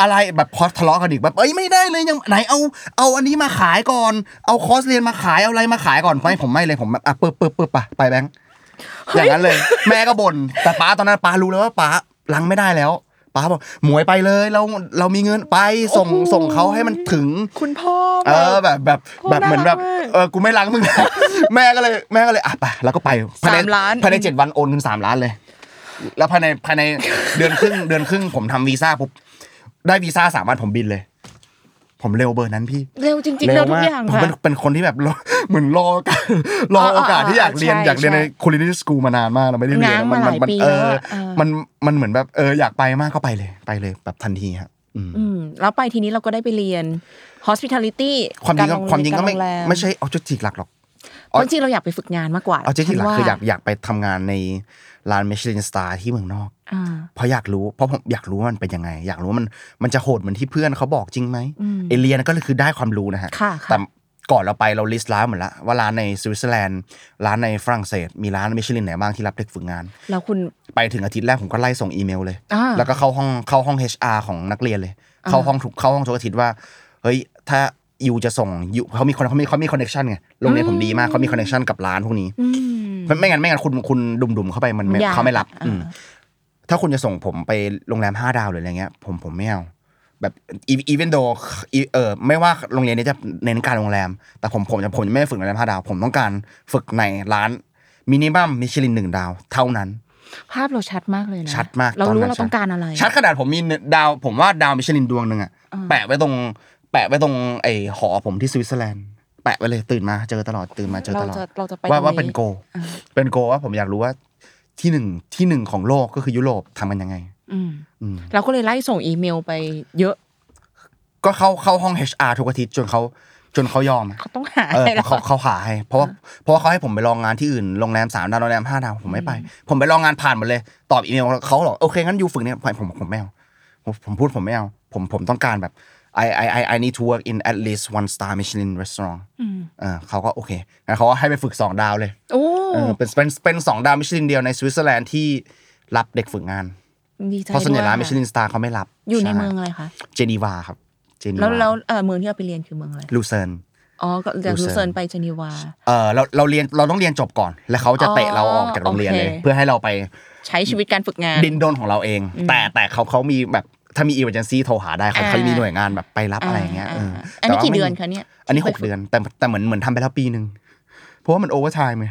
[SPEAKER 4] อะไรแบบพอทะเลาะกันอีกแบบเอ้ยไม่ได้เลยยังไหนเอาเอาอันนี้มาขายก่อน เอาคอร์สเรียนมาขายเอาอะไรมาขายก่อนไม่ผมไม่เลยผมแบบอ่ะเปิบเปิบเปิบไปไปแบงค์อย่างนั้นเลย แม่ก็บ่นแต่ป้าตอนนั้นป้ารู้แล้วว่าป้าลังไม่ได้แล้วป้าบอกหมวยไปเลยเราเรามีเงินไปส่งส่งเขาให้มันถึง
[SPEAKER 3] คุณพ่อ
[SPEAKER 4] เออแบบแบบแบบ
[SPEAKER 3] ารัก
[SPEAKER 4] เหมือนแบบ
[SPEAKER 3] มาก
[SPEAKER 4] เออกูไม่ล้างมึง นะ แม่ก็เลยแม่ก็เลยอ่ะไปแล้วก็ไปภยใน
[SPEAKER 3] สามล้าน
[SPEAKER 4] ภายในเจ็ดวันโอนเงินสามล้านเลย แล้วภายในภายใน เดือนครึ่งเดือนครึ่งผมทำวีซ่าปุ๊บได้วีซ่าสามวันผมบินเลย ผมเร็วเบอร์นั้นพี่
[SPEAKER 3] เร็วจริงๆเร็วทุกอย่าง
[SPEAKER 4] ผม
[SPEAKER 3] ค่ะ
[SPEAKER 4] เป็นเป็นคนที่แบบ รอเหมือนรอโอกาส รอโอกาสที่อยากเรียน
[SPEAKER 3] ใช่
[SPEAKER 4] อยากเรียน
[SPEAKER 3] ใช่
[SPEAKER 4] ในคุณลิสกูมานานมากเราไม่ได้เรียน
[SPEAKER 3] ง้าง
[SPEAKER 4] มั
[SPEAKER 3] มาหลาย
[SPEAKER 4] มั
[SPEAKER 3] ปี
[SPEAKER 4] เอ
[SPEAKER 3] แล้วอะ
[SPEAKER 4] อ
[SPEAKER 3] เออ
[SPEAKER 4] มันมันเหมือนแบบเอออยากไปมากก็ไปเลยไปเลยแบบทันทีครับอืม
[SPEAKER 3] อืมแล้วไปทีนี้เราก็ได้ไปเรียน hospitality
[SPEAKER 4] ความจริงก็
[SPEAKER 3] กโ
[SPEAKER 4] ความจริงก็ไม่
[SPEAKER 3] โแร
[SPEAKER 4] ไม่ใช่ออเจติกหลักหรอก
[SPEAKER 3] เพราะจริงๆเราอยากไปฝึกงานมากกว่า
[SPEAKER 4] เอาจริงๆหลัก
[SPEAKER 3] ฉันว่
[SPEAKER 4] คืออยากอยากไปทำงานในร้านมิชลินสตาร์ที่เมืองนอก
[SPEAKER 3] อ่า
[SPEAKER 4] เพราะอยากรู้เพราะผมอยากรู้ว่ามันเป็นยังไง อยากรู้ว่ามันมันจะโหดเหมือนที่เพื่อนเขาบอกจริงไหม
[SPEAKER 3] อืม
[SPEAKER 4] เอเลียนก็คือได้ความรู้นะฮะ
[SPEAKER 3] ค่ะ
[SPEAKER 4] แต่
[SPEAKER 3] ค่ะ
[SPEAKER 4] ก่อนเราไปเราลิสต์ร้านหมดละว่าร้านในสวิตเซอร์แลนด์ร้านในฝรั่งเศส มีร้านมิชลินไหนบ้างที่รับเด็กฝึกงาน
[SPEAKER 3] แล้วคุณ
[SPEAKER 4] ไปถึงอาทิตย์แรกผมก็ไล่ส่งอีเมลเลย
[SPEAKER 3] อ่า
[SPEAKER 4] แล้วก็เข้าห้องเข้าห้อง HR ของนักเรียนเลย
[SPEAKER 3] อ่า
[SPEAKER 4] เข้าห้องทุกเข้าห้องทุกอาทิตย์ว่า เฮ้ย ถ้ายูจะส่งยูเขามีคนเขามีเขามีคอนเนคชันไง โรงเรียนผมดีมากเขามีคอนเนคชันกับร้านพวกนี้
[SPEAKER 3] อืม
[SPEAKER 4] ไม่ไม่งั้นไม่งั้นคุณคุณดุมดุมๆเข้าไปมันไม่
[SPEAKER 3] ยาก
[SPEAKER 4] เขาไม่รับ
[SPEAKER 3] อ่า
[SPEAKER 4] อืมถ้าคุณจะส่งผมไปโรงแรมห้าดาวหรืออะไรเงี้ย ผมผมไม่เอาแบบอีเวนโดเออไม่ว่าโรงเรียนนี้จะเน้นการโรงแรม แต่ผมผมจะผมจะไม่ได้ฝึกโรงแรมห้าดาว ผมต้องการฝึกในร้านมินิมัมมิชลินหนึ่งดาว เท่านั้น
[SPEAKER 3] ภาพเราชัดมากเลยนะ
[SPEAKER 4] ชัดมาก
[SPEAKER 3] เรา
[SPEAKER 4] ตอน
[SPEAKER 3] รู้
[SPEAKER 4] นั้น
[SPEAKER 3] เรา
[SPEAKER 4] ชัด
[SPEAKER 3] ต้องการอะไร
[SPEAKER 4] ชัดขนาดผมมีดาวผมว่าดาวมิชลินดวงหนึ่งอะ
[SPEAKER 3] อ่า
[SPEAKER 4] แปะไว้ตรง แปะไว้ตรงไอหอผมที่สวิตเซอร์แลนด์แปะไว้เลยตื่นมาเจอตลอดตื่นมาเจอ
[SPEAKER 3] เรา
[SPEAKER 4] ตลอด
[SPEAKER 3] จะเราจะไปต
[SPEAKER 4] ว่า
[SPEAKER 3] รง
[SPEAKER 4] ว่าเป็นโกล
[SPEAKER 3] อ่า
[SPEAKER 4] เป็นโกลว่าผมอยากรู้ว่าที่หนึ่งที่หนึ่งของโลกก็คือยุโรปทำกันยังไง
[SPEAKER 3] อืม
[SPEAKER 4] อืม
[SPEAKER 3] เราก็เลยไล่ส่งอีเมลไปเยอะ
[SPEAKER 4] ก็เข้าเข้าห้อง HR ทุกอาทิตย์จนเขาจนเขายอมอะ
[SPEAKER 3] เขาต้องหา
[SPEAKER 4] เออ
[SPEAKER 3] ให้เรา
[SPEAKER 4] เขาเขาหาให้เพราะว่าเพราะว่าเขาให้ผมไปลองงานที่อื่นโรงแรมสามดาวโรงแรมห้าดาวผมไม่ไป ผมไปลองงานผ่านหมดเลย ตอบอีเมลเขาบอกโอเคงั้นยูฝึกเนี่ยผมผมผมไม่เอาผมผมพูดผมไม่เอาผมผมต้องการแบบ I I I I need to work in at least one star Michelin restaurant
[SPEAKER 3] อืม
[SPEAKER 4] เออเขาก็โอเคงั้นเขาก็ให้ไปฝึกสองดาวเลย
[SPEAKER 3] โอ้
[SPEAKER 4] เออเป็นเป็นเป็นสองดาวมิชลินเดียวในสวิตเซอร์แลนด์ที่รับเด็กฝึกงาน
[SPEAKER 3] ดีใจ
[SPEAKER 4] เพราะส่วนใหญ่ร้านมิชลิ
[SPEAKER 3] น
[SPEAKER 4] นสตาร์เขาไม่รับ
[SPEAKER 3] อยู่ใน
[SPEAKER 4] ช่
[SPEAKER 3] เมืองอะไรคะ
[SPEAKER 4] เจนีวาครับเจนี
[SPEAKER 3] แล้ว
[SPEAKER 4] วา
[SPEAKER 3] แล้วเอ่อเมืองที่เราไปเรียนคือเมืองอะไร
[SPEAKER 4] ลูเซิร์น
[SPEAKER 3] อ๋อก็จาก
[SPEAKER 4] ลู
[SPEAKER 3] ลู
[SPEAKER 4] เซิร์น
[SPEAKER 3] เซิร์นไปเจนีวา
[SPEAKER 4] เออเราเราเรียนเราต้องเรียนจบก่อน แล้วเขาจะเตะ
[SPEAKER 3] อ๋อ
[SPEAKER 4] เราออกจากโรงเรียนเลย
[SPEAKER 3] โอเค
[SPEAKER 4] เพื่อให้เราไป
[SPEAKER 3] ใช้ชีวิตการฝึกงาน
[SPEAKER 4] ดินดนของเราเอง แต่แต่เขาเขามีแบบถ้ามีอีเวนซี่โทรหาได้เขา
[SPEAKER 3] อ่า
[SPEAKER 4] เขามีหน่วยงานแบบไปรับอะไรอย่างเงี้ย
[SPEAKER 3] อ่า
[SPEAKER 4] เออ
[SPEAKER 3] อันนี้
[SPEAKER 4] แต่ว่า
[SPEAKER 3] กี่
[SPEAKER 4] มั
[SPEAKER 3] เดือนคะเนี่ย
[SPEAKER 4] อันนี้หก
[SPEAKER 3] ที่ไปฝึ
[SPEAKER 4] เดือนแต่แต่เหมือนเหมือนทำไปแล้วปีหนึ่งเพราะว่ามันโอเวอร์ไทม์ไง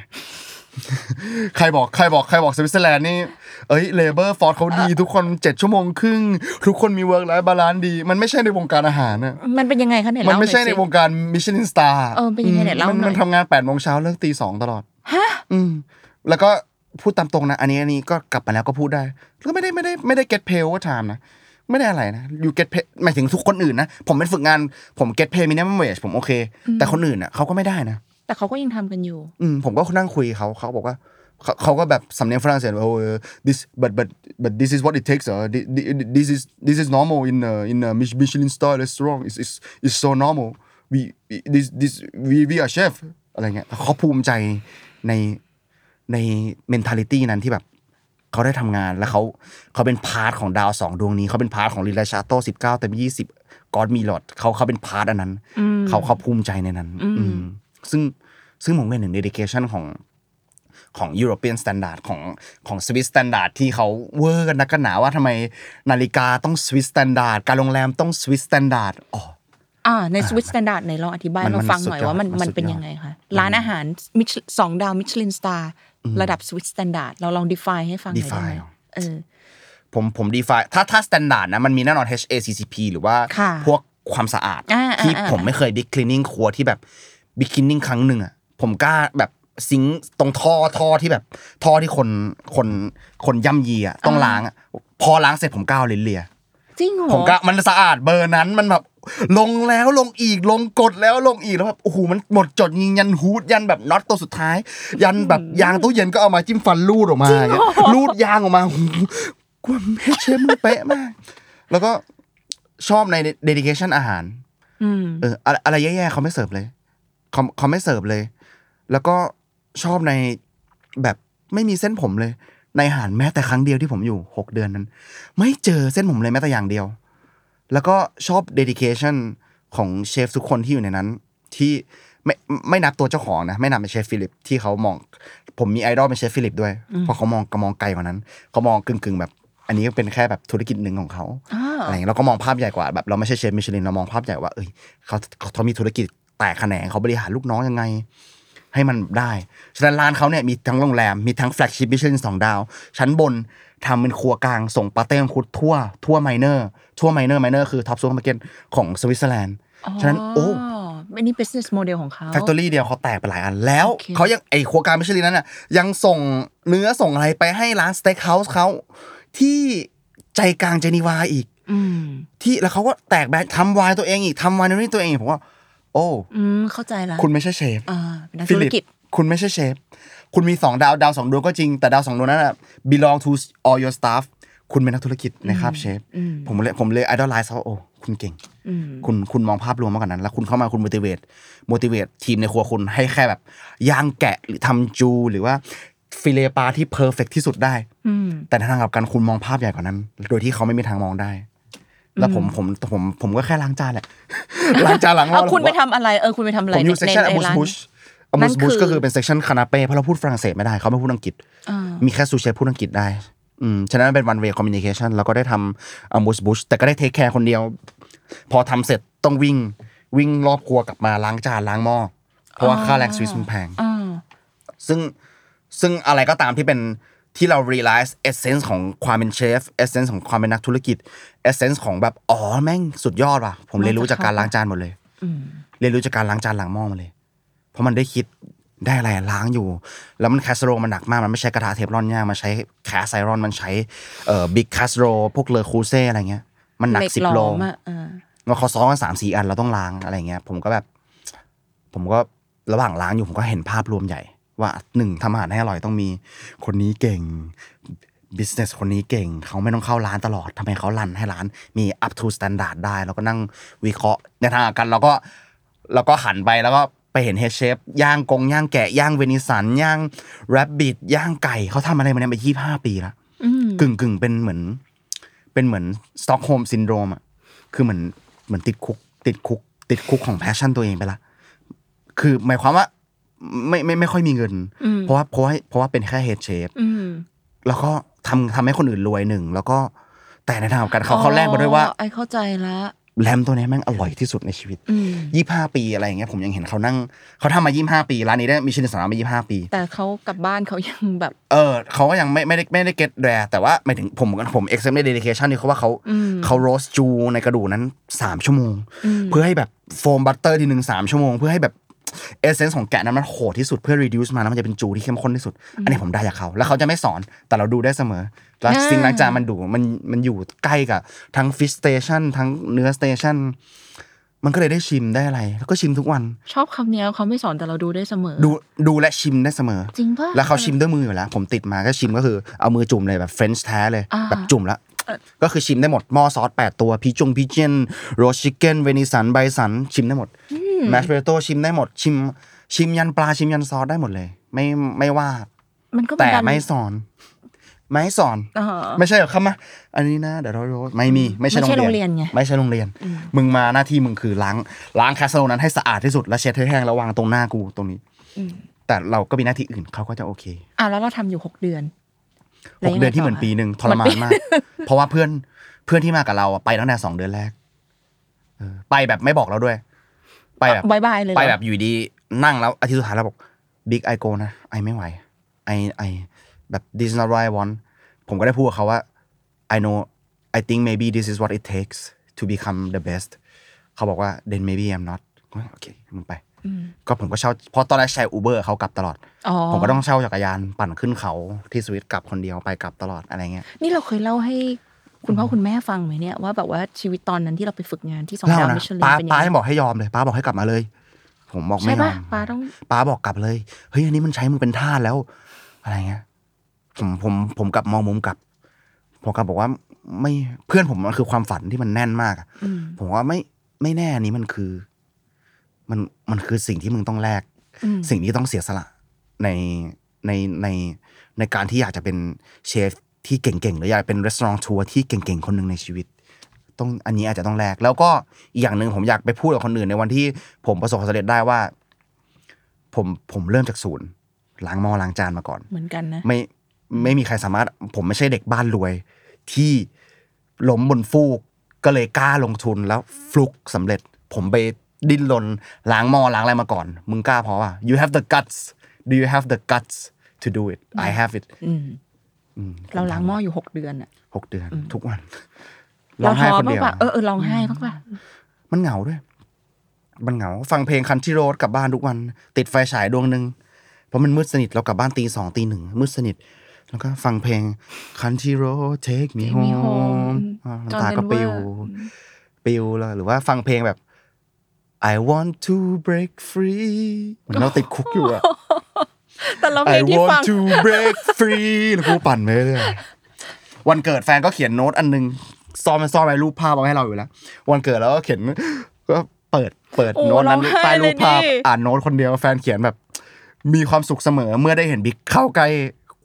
[SPEAKER 4] ใครบอกใครบอกใครบอกสวิตเซอร์แลนด์นี่ เอ้ยเลเบอร์ฟอร์ดเขาดี ทุกคนเจ็ดชั่วโมงครึ่ง ทุกคนมีเวิร์กไลฟ์บาลานซ์ดี มันไม่ใช่ในวงการอาหารนะ
[SPEAKER 3] มันเป็นยังไงคะเนี่ย
[SPEAKER 4] มัน
[SPEAKER 3] เล่าหอย
[SPEAKER 4] ไม่ใช่ใน
[SPEAKER 3] สิ
[SPEAKER 4] วงการมิชลินสตาร์
[SPEAKER 3] เออเป็นยังไงเนี่ยเล่าหน่อย
[SPEAKER 4] มันทำงานแปดโมงเช้าเลิกตีสองตลอด
[SPEAKER 3] ฮะ
[SPEAKER 4] อืมแล้วก็พูดตามตรงนะ อันนี้อันนี้ก็กลับมาแล้วก็พูดได้ก็ไม่ได้ไม่ได้ไม่ได้เก็ตเพลว่าไทม์นะ ไม่ได้อะไรนะอยู่เก็ตเพหมายถึงทุกคนอื่นนะ ผมเป็นฝึกงานผมเก็ตเพย์มินิมัมเวจผมโอเค แต่คนอื่นอ่ะเขาก็ไม่ได้นะ
[SPEAKER 3] แต่เขาก็ยังทำกันอยู่
[SPEAKER 4] อืมผมก็นั่งคุยเขาเขาบอกว่าเขาเขาก็แบบสำเนียงฝรั่งเศสว่า oh, uh, this but but but this is what it takes uh, thi- thi- this is this is normal in uh, in a Mich- Michelin star restaurant is is is so normal we we- this this we we are chef อะไรเงี้ยเขาภูมิใจในใน mentality นั้นที่แบบเขาได้ทำงานแล้วเขาเขาเป็นพาร์ทของดาวสองดวงนี้เขาเป็นพาร์ทของลีลาชาโต้สิบเก้าเต็มยี่สิบกอดมีลอดเขาเขาเป็นพาร์ทอันนั้น
[SPEAKER 3] อืม
[SPEAKER 4] เขาเขาภูมิใจในนั้น
[SPEAKER 3] อืม
[SPEAKER 4] อืมซึ่งซึ่งผมเป็นหนึ่ง dedication ของของ European Standard ของของ Swiss Standard ที่เขาเวอร์กันนักกันหนาว่าทำไมนาฬิกาต้อง Swiss Standard การโรงแรมต้อง Swiss Standard อ๋อ
[SPEAKER 3] อ่าในสวิตสแตนดาร์ดในลองอธิบาย
[SPEAKER 4] มัน
[SPEAKER 3] เรา
[SPEAKER 4] มัน
[SPEAKER 3] ฟังหน่อย
[SPEAKER 4] สุดยอด
[SPEAKER 3] ว่ามัน
[SPEAKER 4] มัน
[SPEAKER 3] มัน
[SPEAKER 4] สุด
[SPEAKER 3] เป็น
[SPEAKER 4] ยอด
[SPEAKER 3] ยังไงคะร้านอาหารมิชสองดาวมิชลินสตาร์ระดับสวิตสแตนดาร์ดเราลอง define ให้ฟังหน่อยได้ไห
[SPEAKER 4] define
[SPEAKER 3] ม
[SPEAKER 4] เหรอ
[SPEAKER 3] เออ
[SPEAKER 4] ผมผม define ถ้าถ้า standard นะ มันมีแน่นอน HACCP หรือว่า
[SPEAKER 3] ค่ะ
[SPEAKER 4] พวกความสะอาด
[SPEAKER 3] อ่าอ่า
[SPEAKER 4] ที่
[SPEAKER 3] อ่า
[SPEAKER 4] ผมไม่เคย big cleaning ครัวที่แบบ big cleaning ครั้งหนึ่งอ่ะผมกล้าแบบซิงค์ตรงท่อท่อที่แบบ ท่อที่คนคนคนย่ำยีอ่ะต้องล้างอะพอล้างเสร็จผมกล้าเอาลิ้นเลีย
[SPEAKER 3] จริงเหรอ
[SPEAKER 4] ผมก็มันสะอาดเบอร์นั้นมันแบบลงแล้วลงอีกลงกดแล้วลงอีกแล้วแบบโอ้โหมันหมดจดยิงยันฮูดยันแบบน็อตตัวสุดท้าย ยันแบบยางตู้เย็นก็เอามาจิ้มฟันรูดออกมาอย่างเงี้ยรูดยางออกมาโอ้โหกูว่าแม่เชฟมึงเป๊ะมาก แล้วก็ชอบใน dedication อาหาร
[SPEAKER 3] อืม
[SPEAKER 4] เอออะไรอะไรแย่ๆเขาไม่เสิร์ฟเลยเขาเขาไม่เสิร์ฟเลย แล้วก็ชอบในแบบไม่มีเส้นผมเลย ในอาหารแม้แต่ครั้งเดียวที่ผมอยู่หกเดือนนั้น ไม่เจอเส้นผมเลยแม้แต่อย่างเดียว แล้วก็ชอบ dedication ของเชฟทุกคนที่อยู่ในนั้น ที่ไม่ไม่นับตัวเจ้าของนะ ไม่นับเป็นเชฟฟิลิปที่เขามอง ผมมีไอดอลเป็นเชฟฟิลิปด้วย เพราะเขามองก็มองไกลกว่านั้น เขามองกึ่งๆแบบ อันนี้ก็เป็นแค่แบบธุรกิจหนึ่งของเขา
[SPEAKER 3] อ่า
[SPEAKER 4] อะไรอย่างเงี้ยเราก็มองภาพใหญ่กว่าแบบเราไม่ใช่เชฟมิชลินเรามองภาพใหญ่ว่าเอ้ยเขาเขาเขามีธุรกิจแตกแขนงเขาบริหารลูกน้องยังไง ให้มันได้ฉะนั้นร้านเขาเนี่ยมีทั้งโรงแรมมีทั้งแฟลกชิพมิชลินสองดาว ชั้นบนทำเป็นครัวกลางส่งปาเต้มคุดทั่ว ทั่วไมเนอร์ทั่วไมเนอร์ไมเนอร์คือท็อปซูเปอร์มาร์เก็ตของสวิตเซอร์แลนด์ฉะนั้นโอ้
[SPEAKER 3] อันนี้ business model ของเขา
[SPEAKER 4] แฟคทอรี่เดียวเขาแตกไปหลายอันแล้ว
[SPEAKER 3] โอเค
[SPEAKER 4] เขายังไอครัวกลารมิชลินนั้นน่ะยังส่งเนื้อส่งอะไรไปให้ร้านสเต็กเฮาส์เขาที่ใจกลางเจนีวาอีก
[SPEAKER 3] อืม
[SPEAKER 4] ที่แล้วเขาก็แตกแบรนด์ทำไวายตัวเองอีกทำไวายนี่ตัวเองอีกผมว่า โอ้
[SPEAKER 3] อืม เข้าใจละ
[SPEAKER 4] คุณไม่ใช่เชฟ
[SPEAKER 3] อ่าเป็นนัก
[SPEAKER 4] ฟิ
[SPEAKER 3] ธุร
[SPEAKER 4] ลิป
[SPEAKER 3] กิจ
[SPEAKER 4] คุณไม่ใช่เชฟ คุณมีสองดาวดาวสองดวงก็จริง แต่ดาวสองดวงนั้นอะ belong to all your staff คุณเป็นนักธุรกิจในคราบเชฟ
[SPEAKER 3] อืม
[SPEAKER 4] ผมเลยผมเลยไอดอลไลซ์เขาโอ้ คุณเก่ง
[SPEAKER 3] อืม
[SPEAKER 4] คุณคุณมองภาพรวมมากกว่านั้น แล้วคุณเข้ามาคุณ motivate motivate ทีมในครัวคุณให้แค่แบบย่างแกะหรือทำจูหรือว่าฟิเลปลาที่เพอร์เฟกที่สุดได้
[SPEAKER 3] อืม
[SPEAKER 4] แต่ในทางกลับกันคุณมองภาพใหญ่กว่านั้น โดยที่เขาไม่มีทางมองได้ แล้วผมผมผมผมก็แค่ล้างจานแหละ ล้างจานหลัง
[SPEAKER 3] เอาคุณไป
[SPEAKER 4] ว่า
[SPEAKER 3] ทำอะไร เออ คุณไปทำอะไร
[SPEAKER 4] ผมอยู่เซกชันอมูส
[SPEAKER 3] ร้าน
[SPEAKER 4] บุชอ
[SPEAKER 3] นั่น
[SPEAKER 4] มูสบุช
[SPEAKER 3] คือ
[SPEAKER 4] ก็คือเป็นเซกชันคานาเป้เพราะเราพูดฝรั่งเศสไม่ได้เขาไม่พูดอังกฤษ
[SPEAKER 3] อ่า
[SPEAKER 4] มีแค่ซูเชฟพูดอังกฤษได้ อืม ฉะนั้นมันเป็น one way communication แล้วก็ได้ทำอมูสบุชแต่ก็ได้เทคแคร์คนเดียว พอทำเสร็จต้องวิ่ง วิ่งรอบครัวกลับมาล้างจานล้างหม้อเพราะว่าค่าแรงสวิสมันแพง
[SPEAKER 3] อ่า
[SPEAKER 4] ซึ่งซึ่งอะไรก็ตามที่เป็นที่เรา realize essence ของความเป็นเชฟ essence ของความเป็นนักธุรกิจ essence ของแบบ อ๋อ แม่งสุดยอดว่ะ ผมเรียนรู้จากการล้างจานหมดเลย
[SPEAKER 3] อืม
[SPEAKER 4] เรียนรู้จากการล้างจานล้างหม้อมาเลย เพราะมันได้คิดได้อะไรล้างอยู่ แล้วมันแคสโรมันหนักมาก มันไม่ใช้กระทะเทฟลอนย่างมันใช้แคสไซรอนมันใช้เอ่อบิ๊กแคสโรพวกเลอคูเซ่อะไรเงี้ย มันหนัก
[SPEAKER 3] เล็ก
[SPEAKER 4] สิบ
[SPEAKER 3] ล้
[SPEAKER 4] โล
[SPEAKER 3] อมอ่ะอ่า
[SPEAKER 4] ว่าเขาซ้อมกันสามสี่อันเราต้องล้างอะไรเงี้ย ผมก็แบบ ผมก็ระหว่างล้างอยู่ผมก็เห็นภาพรวมใหญ่ ว่าหนึ่งทำอาหารให้อร่อยต้องมี คนนี้เก่ง business คนนี้เก่ง เขาไม่ต้องเข้าร้านตลอดทำไมเขารันให้ร้านมี up to standard ได้ แล้วก็นั่งวิเคราะห์ในทางกันเราก็เราก็หันไปแล้วก็ไปเห็นเฮดเชฟย่างกงย่างแกะย่างเวนิสันย่างแรบบิทย่างไก่เขาทำอะไรมาเนี่ยไปยี่ห้าปีละ
[SPEAKER 3] อืม
[SPEAKER 4] กึ่งกึ่งเป็นเหมือน เป็นเหมือนสต็อกโฮมซินโดรมอ่ะคือเหมือนเหมือนติดคุก ติดคุก ติดคุกของแพชชั่นตัวเองไปละ คือหมายความว่าไม่ไม่ไม่ค่อยมีเงิน
[SPEAKER 3] อืม
[SPEAKER 4] เพราะว่าเพราะว่าเพราะว่าเป็นแค่เฮดเชฟ
[SPEAKER 3] อืม
[SPEAKER 4] แล้วก็ทำทำให้คนอื่นรวยหนึ่ง แล้วก็แต่ในทางกลับกันเขาเขาแลกมาด้วยว่า
[SPEAKER 3] อ๋อไอเข้าใจละ
[SPEAKER 4] แรมตัวเนี้ยแม่งอร่อยที่สุดในชีวิต
[SPEAKER 3] อืม
[SPEAKER 4] ยี่ห้าปีอะไรอย่างเงี้ยผมยังเห็นเขานั่งเขาทำมายี่ห้าปีร้านนี้ได้มิชลินสามมายี่ห้าปี
[SPEAKER 3] แต่เขากลับบ้านเขายังแบบ
[SPEAKER 4] เออเขาก็ยังไม่ไม่ได้ไม่ได้เก็ตแรแต่ว่าหมายถึงผมกับผมเอ็กซ์เซมในเดลิเคชันนี่เขาว่าเขา
[SPEAKER 3] อืม
[SPEAKER 4] เขาโรสจูในกระดูกนั้นสามชั่วโมง
[SPEAKER 3] ม
[SPEAKER 4] เพื่อให้แบบโฟมบัตเตอร์ทีหนึ่งสามชั่วโมง เพื่อให้แบบเอเซนส์ของแกะนั้นมันโหดที่สุดเพื่อ reduce มาแล้วมันจะเป็นจูที่เข้มข้นที่สุด อันนี้ผมได้จากเขา แล้วเขาจะไม่สอนแต่เราดูได้เสมอ แล้ว
[SPEAKER 3] อ่า
[SPEAKER 4] สิ่งล้างจานมันดูมันมันอยู่ใกล้กับทั้งฟิชสเตชันทั้งเนื้อสเตชันมันก็เลยได้ชิมได้อะไร แล้วก็ชิมทุกวัน
[SPEAKER 3] ชอบคำเนี้ยเขาไม่สอนแต่เราดูได้เสมอ
[SPEAKER 4] ดูดูและชิมได้เสมอ
[SPEAKER 3] จริงป่ะ
[SPEAKER 4] แล้วเขาชิมด้วยมืออยู่แล้ว ผมติดมาก็ชิมก็คือเอามือจุ่มเลยแบบเฟรนช์แท้เลย
[SPEAKER 3] อ่า
[SPEAKER 4] แบบจุ่มแล้ว ก็คือชิมได้หมดหม้อซอส 8 ตัวพีจงพีเจนโรสชิคเก้นเวนิสันไบสันชิมได้หมดแมชเปโตชิมได้หมด ชิม ชิมยันปลาชิมยันซอสได้หมดเลย ไม่ไม่ว่า
[SPEAKER 3] มันก็เป็น
[SPEAKER 4] แต่
[SPEAKER 3] การ
[SPEAKER 4] ไม่สอน ไม่สอน
[SPEAKER 3] อ่า
[SPEAKER 4] ไม่ใช่แบบเข้ามาอันนี้นะเดี๋ยวเราโรสไม่มีไม่ใช่
[SPEAKER 3] ไม่ใช่
[SPEAKER 4] โรงเรียน
[SPEAKER 3] โรงเรียนไง
[SPEAKER 4] ไม่ใช่โรงเรียน มึงมาหน้าที่มึงคือล้างล้างแคสโซลนั้นให้สะอาดที่สุดแล้วเช็ดให้แห้งแล้ววางตรงหน้ากูตรงนี้แต่เราก็มีหน้าที่อื่นเขาก็จะโอเค
[SPEAKER 3] อ่ะแล้วเราทำอยู่หกเดือน
[SPEAKER 4] หกเดือนที่เหมือนปีหนึ่งทรมานมาก เพราะว่าเพื่อนเพื่อนที่มากับเราอะไปตั้งแต่สองเดือนแรกเออไปแบบไม่บอกเราด้วย ไปแบบ
[SPEAKER 3] บายบายเลยเหรอ
[SPEAKER 4] ไปแบบอยู่ดีนั่งแล้วอาทิตย์สุดท้ายเราบอกบิ๊กไอโกนะไอไม่ไหวไอไอแบบ this is not what I want ผมก็ได้พูดกับเขาว่า I know I think maybe this is what it takes to become the best เขาบอกว่า then maybe I'm not ก็โอเคมึงไป ก็ผมก็เช่าเพราะตอนแรกใช้อูเบอร์เขากลับตลอด
[SPEAKER 3] อ๋อ
[SPEAKER 4] ผมก็ต้องเช่าจักรยานปั่นขึ้นเขาที่สวิตกลับคนเดียวไปกลับตลอดอะไรเงี้ย
[SPEAKER 3] นี่เราเคยเล่าให้คุณพ่อคุณแม่ฟังไหมเนี่ยว่าแบบว่าชีวิตตอนนั้นที่เราไปฝึกงานที่สอง
[SPEAKER 4] เล่า
[SPEAKER 3] ดาว
[SPEAKER 4] นะ
[SPEAKER 3] มิชลิน
[SPEAKER 4] ป้า
[SPEAKER 3] เป็น
[SPEAKER 4] ป้า
[SPEAKER 3] ยังไง
[SPEAKER 4] ยังบอกให้ยอมเลยป้าบอกให้กลับมาเลย ผมบอกไม่
[SPEAKER 3] ใช่
[SPEAKER 4] ยอ
[SPEAKER 3] ป่ะ
[SPEAKER 4] ม
[SPEAKER 3] ป้าต้อง
[SPEAKER 4] ป้าบอกกลับเลยเฮ้ยอันนี้มันใช้มึงเป็นท่าสแล้ว อะไรเงี้ยผมผมผมกลับมองมุมกลับ ผมก็บอกว่าไม่เพื่อนผมมันคือความฝันที่มันแน่นมากอะ
[SPEAKER 3] อืม
[SPEAKER 4] ผมว่าไม่ไม่แน่อันนี้มันคือ มันมันคือสิ่งที่มึงต้องแลก
[SPEAKER 3] อืม
[SPEAKER 4] สิ่งที่ต้องเสียสละในในในในการที่อยากจะเป็นเชฟที่เก่งๆหรืออยากเป็นรีสอร์ททัวร์ที่เก่งๆคนหนึ่งในชีวิต ต้องอันนี้อาจจะต้องแลกแล้วก็อีกอย่างหนึ่งผมอยากไปพูดกับคนอื่นในวันที่ผมประสบความสำเร็จได้ว่า ผมผมเริ่มจากศูนย์ล้างหม้อล้างจานมาก่อน
[SPEAKER 3] เหมือนกันนะ
[SPEAKER 4] ไม่ไม่มีใครสามารถผมไม่ใช่เด็กบ้านรวย ที่ล้มบนฟูกก็เลยกล้าลงทุนแล้วฟลุกสำเร็จ ผมไปดิ้นรนล้างหมอล้างอะไรมาก่อน มึงกล้าพอป่ะ you have the guts do you have the guts to do it I have it
[SPEAKER 3] อืม
[SPEAKER 4] อืม
[SPEAKER 3] เราล้างหม้ออยู่หกเดือนอะ
[SPEAKER 4] หกเดือน ทุกวันร้
[SPEAKER 3] เรา
[SPEAKER 4] อง
[SPEAKER 3] ท้
[SPEAKER 4] ไห้
[SPEAKER 3] อ
[SPEAKER 4] คน
[SPEAKER 3] บ้า
[SPEAKER 4] เดี
[SPEAKER 3] ง
[SPEAKER 4] ยว
[SPEAKER 3] ปะเออเออร้องไห้บ้างปะ
[SPEAKER 4] มันเหงาด้วย มันเหงา ฟังเพลงคันที่โรดกลับบ้านทุกวัน ติดไฟฉายดวงหนึ่งเพราะมันมืดสนิทเรากลับบ้านตีสองตีหนึ่งมืดสนิท แล้วก็ฟังเพลงคันที่โรด take me
[SPEAKER 3] มี
[SPEAKER 4] home
[SPEAKER 3] โฮม
[SPEAKER 4] อ่า
[SPEAKER 3] จอห์
[SPEAKER 4] น้ำตาน
[SPEAKER 3] เด
[SPEAKER 4] ก็
[SPEAKER 3] นเว
[SPEAKER 4] ปิ
[SPEAKER 3] อ
[SPEAKER 4] ว
[SPEAKER 3] ร์
[SPEAKER 4] ปิวเลยหรือว่าฟังเพลงแบบ I want to break free เหมือนเราติดคุกอยู่อะ
[SPEAKER 3] แต่เราเพล
[SPEAKER 4] I
[SPEAKER 3] งที่ฟัง
[SPEAKER 4] want to break free แล้วกูปั่นไปเรื่อยวันเกิดแฟนก็เขียนโน้ตอันหนึงซ่อนมันซ่อนไว้รูปภาพเอาไว้ให้เราอยู่แล้ว วันเกิดแล้วก็เขียนก็เปิดเปิด
[SPEAKER 3] โอ้
[SPEAKER 4] โน้ตนั้น
[SPEAKER 3] ร้องไห้
[SPEAKER 4] ใต้รูปภาพ
[SPEAKER 3] เลยดิ
[SPEAKER 4] อ่านโน้ตคนเดียวแฟนเขียนแบบ มีความสุขเสมอเมื่อได้เห็นบิ๊กเข้าใกล้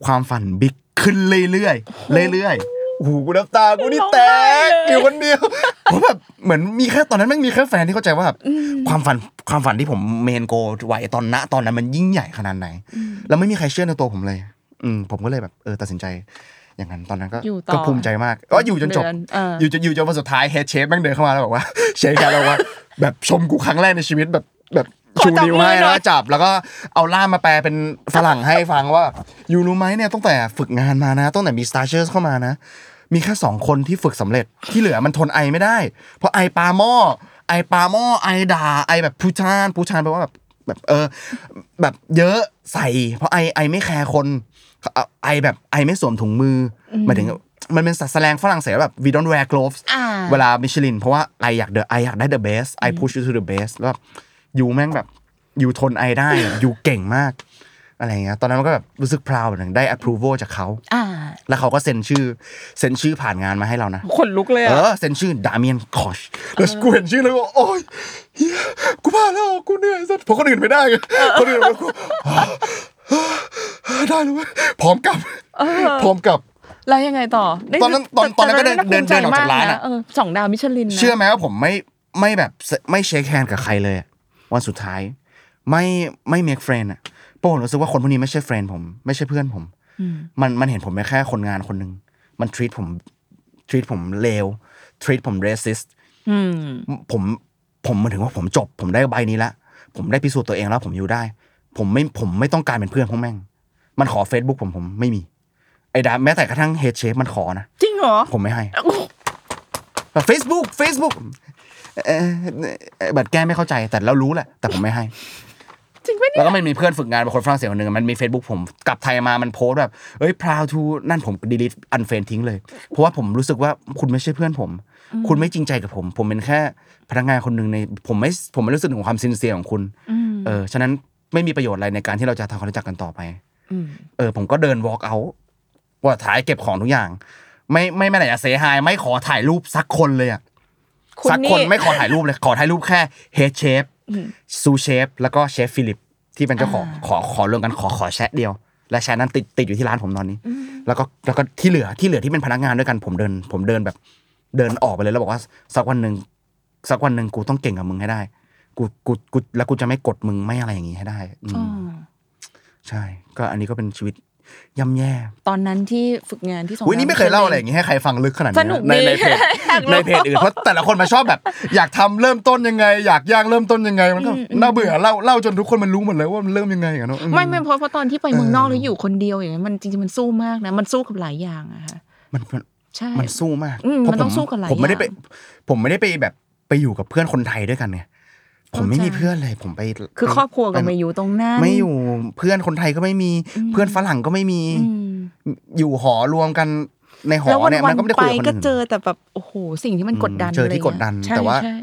[SPEAKER 4] ความฝันบิ๊กขึ้นเรื่อยๆเรื่อยๆโอ้โหกูน้ำตากูนี่แตกอยู่คนเดียว ผมแบบเหมือนมีแค่ตอนนั้นแม่งมีแค่แฟนที่เข้าใจว่าแบบความฝันความฝันที่ผมเมนโกไว้ตอนณตอนนั้นมันยิ่งใหญ่ขนาดไหน แล้วไม่มีใครเชื่อในตัวผมเลย อืมผมก็เลยแบบเออตัดสินใจ อย่างนั้นตอนนั้นก็
[SPEAKER 3] อยู่ต่อ
[SPEAKER 4] ก็ภูมิใจมากก็อยู่จนจบ
[SPEAKER 3] เดือนเออ
[SPEAKER 4] อ
[SPEAKER 3] อ
[SPEAKER 4] ยู่จนอยู่จนวันสุดท้ายเฮดเชฟแม่งเดินเข้ามาแล้วบอกว่า เชฟครับเราว่า แบบชมกูครั้งแรกในชีวิตแบบแบบ
[SPEAKER 3] ขอ
[SPEAKER 4] ชู
[SPEAKER 3] จับ
[SPEAKER 4] นิ้ว
[SPEAKER 3] มือ
[SPEAKER 4] ให้
[SPEAKER 3] หน่
[SPEAKER 4] แล้ว
[SPEAKER 3] อย
[SPEAKER 4] ก็จับแล้วก็เอาล่ามมาแปลเป็นฝรั่งให้ฟังว่าอยู่รู้ไหมเนี่ยตั้งแต่ฝึกงานมานะตั้งแต่มีสตาร์เชอร์เข้ามานะ มีแค่สองคนที่ฝึกสำเร็จที่เหลือมันทนไอไม่ได้ เพราะไอปลาหม้อไอปลาหม้อไอด่าไอแบบพูชานพูชานแปลว่าแบบแบบเออ แบบเยอะใส่ เพราะไอไอไม่แคร์คนเอาไอแบบไอไม่สวมถุงมืออหมายถึงมันเป็นสัตว์แสดงฝรั่งเศสแบบ we don't wear gloves
[SPEAKER 3] อ่า
[SPEAKER 4] เวลามิชลิน เพราะว่าไออยากเดอะไออยากได้ the best I push you to the best แล้วแบบยูแม่งแบบยูทนไอได้ ยูเก่งมาก อะไรอย่างเงี้ยตอนนั้นมันก็แบบรู้สึกพราวแบบหนึงได้ approval จากเขา
[SPEAKER 3] อ่า
[SPEAKER 4] แล้วเขาก็เซ็นชื่อเซ็นชื่อผ่านงานมาให้เรานะ
[SPEAKER 3] ขนลุกเลย
[SPEAKER 4] เอ
[SPEAKER 3] อะ
[SPEAKER 4] อเซ็นชื่อดามิเอนคอชแล้วกูเห็นชื่อแล้วก็โอ๊ยเหี้ยกูบ้าแล้วกูเหนื่อยสัสเพราะคนอื่นไม่ได้ไงคนอื่นมันกูอ๋อได้แล้วเว้ยพร้อมกลับ พร้อมกลับ
[SPEAKER 3] แล้วยังไงต่อได้
[SPEAKER 4] ตอนนั้นตอนตอนนั้นก็เดิน
[SPEAKER 3] แาภูมิ
[SPEAKER 4] เดินออกจากร้าน
[SPEAKER 3] ใจม
[SPEAKER 4] อะ
[SPEAKER 3] เออสองดาวมิชลินนะ
[SPEAKER 4] เชื่อไหมว่าผมไม่ไม่แบบไม่เชคแฮนด์กับใครเลยอะวันสุดท้าย ไม่ไม่เมคเฟรนอ่ะเพราะผมรู้สึกว่าคนพวกนี้ไม่ใช่เฟรนผม ไม่ใช่เพื่อนผม
[SPEAKER 3] อืม
[SPEAKER 4] มันมันเห็นผมเป็นแค่คนงานคนหนึ่งมันทรีตผมทรีตผมเลวทรีตผมเรสิส
[SPEAKER 3] อืม
[SPEAKER 4] ผมผมหมันถึงว่าผมจบ ผมได้ใบนี้แล้ว ผมได้พิสูจน์ตัวเองแล้ว ผมอยู่ได้ ผมไม่ผมไม่ต้องการเป็นเพื่อนพวกแม่ง มันขอ Facebook ผมผมไม่มีไอ้ดาแม้แต่กระทั่งเฮดเชฟมันขอนะ
[SPEAKER 3] จริงเหรอ
[SPEAKER 4] ผมไม่ให้ Facebook Facebook เอ่อเอ่อบัตรแก้ไม่เข้าใจแต่เรารู้แหละ แต่ผมไม่ให้
[SPEAKER 3] จริงปะเนี่ย
[SPEAKER 4] แล้วก็มันมีเพื่อนฝึกงานเป็นคนฝรั่งเศสคนหนึ่งมันมี Facebook ผมกลับไทยมามันโพสต์แบบเอ้ยพราวทูนั่นผมดีลิทอันเฟนทิ้งเลย เพราะว่าผมรู้สึกว่าคุณไม่ใช่เพื่อนผม คุณไม่จริงใจกับผม ผมเป็นแค่พนักงานคนหนึ่งในผมไม่ผมไม่รู้สึกถึงความซินเซียของคุณ
[SPEAKER 3] อืม
[SPEAKER 4] เออฉะนั้นไม่มีประโยชน์อะไรในการที่เราจะทำความรู้จักกันต่อไป
[SPEAKER 3] อืม
[SPEAKER 4] เออผมก็เดิน walk out ว่าท้ายเก็บของทุกอย่าง ไม่ไม่ไม่ไหนจะเซฮายไม่ขอถ่ายรูปสักคนเลยอะ
[SPEAKER 3] คุณ
[SPEAKER 4] สัก
[SPEAKER 3] นี่
[SPEAKER 4] คนไม่ขอถ่ายรูปเลย ขอถ่ายรูปแค่เฮดเชฟซูเชฟแล้วก็เชฟฟิลิป ที่เป็นเจ้าของขอขอรวมกันขอขอแชทเดียว และแชทนั้นติดติดอยู่ที่ร้านผมตอนนี้ แล้วก็แล้วก็ที่เหลือที่เหลือที่เป็นพนักงานด้วยกันผมเดิน ผมเดินแบบเดินออกไปเลยแล้วบอกว่าสักวันหนึ่งสักวันหนึ่งกูต้องเก่งกับมึงให้ได้ กูกูกูแล้วกูจะไม่กดมึงไม่อะไรอย่างนี้ให้ได้อืม
[SPEAKER 3] อ๋อ
[SPEAKER 4] ใช่ ก็อันนี้ก็เป็นชีวิตย่ำแย่
[SPEAKER 3] ตอนนั้นที่ฝึกงานที่สอง
[SPEAKER 4] อุ้ยนี่ไม่เคย
[SPEAKER 3] ดว
[SPEAKER 4] เล่าอะไรอย่างงี้ให้ใครฟังลึกขนาด
[SPEAKER 3] ส
[SPEAKER 4] นี้
[SPEAKER 3] นุก
[SPEAKER 4] ใน
[SPEAKER 3] ดี
[SPEAKER 4] ในเพจ
[SPEAKER 3] อยากรู้
[SPEAKER 4] ในเพจอื่นเพราะแต่ละคนมาชอบแบบ อยากทำเริ่มต้นยังไง อยากย่างเริ่มต้นยังไงมันก็น่าเบื่อเล่าเล่าจนทุกคนมันรู้หมดเลยว่ามันเริ่มยังไงอะเนาะอื
[SPEAKER 3] ไม่ไม่เพราะเพราะตอนที่ไปเมืองนอกแล้วอยู่คนเดียวอย่างนั้นมันจริงๆมันสู้มากนะ มันสู้กับหลายอย่างอะค่ะ
[SPEAKER 4] มันมัน
[SPEAKER 3] ใช่
[SPEAKER 4] มันสู้มาก
[SPEAKER 3] อืม
[SPEAKER 4] เพราะ
[SPEAKER 3] มันต้อง
[SPEAKER 4] ผ
[SPEAKER 3] สู้กับหลาย
[SPEAKER 4] ผมไม่ได้ไป
[SPEAKER 3] อย่าง
[SPEAKER 4] ผมไม่ได้ไปแบบไปอยู่กับเพื่อนคนไทยด้วยกันเนี่ยผมไม่
[SPEAKER 3] เข้าใจ
[SPEAKER 4] มีเพื่อนเลย ผมไป
[SPEAKER 3] คือ
[SPEAKER 4] ไป
[SPEAKER 3] ครอบครัวก็
[SPEAKER 4] ป
[SPEAKER 3] ไม่อยู่ตรงนั้น
[SPEAKER 4] ไม่อยู่เพื่อนคนไทยก็ไม่มีเพื่อนฝรั่งก็ไม่มี
[SPEAKER 3] อืม
[SPEAKER 4] อยู่หอรวมกันในหอ
[SPEAKER 3] แล้ววัน
[SPEAKER 4] เนี่ย
[SPEAKER 3] วั
[SPEAKER 4] มัน
[SPEAKER 3] น
[SPEAKER 4] ก็ไม่ได้
[SPEAKER 3] ไป
[SPEAKER 4] คุยกับคน
[SPEAKER 3] ก็
[SPEAKER 4] อื่น
[SPEAKER 3] เจอแต่แบบโอ้โหสิ่งที่มันกดดัน
[SPEAKER 4] อืมเจอที่
[SPEAKER 3] ะไรงี้ย
[SPEAKER 4] กดดัน
[SPEAKER 3] ใช่
[SPEAKER 4] แต่ว่า
[SPEAKER 3] ใช่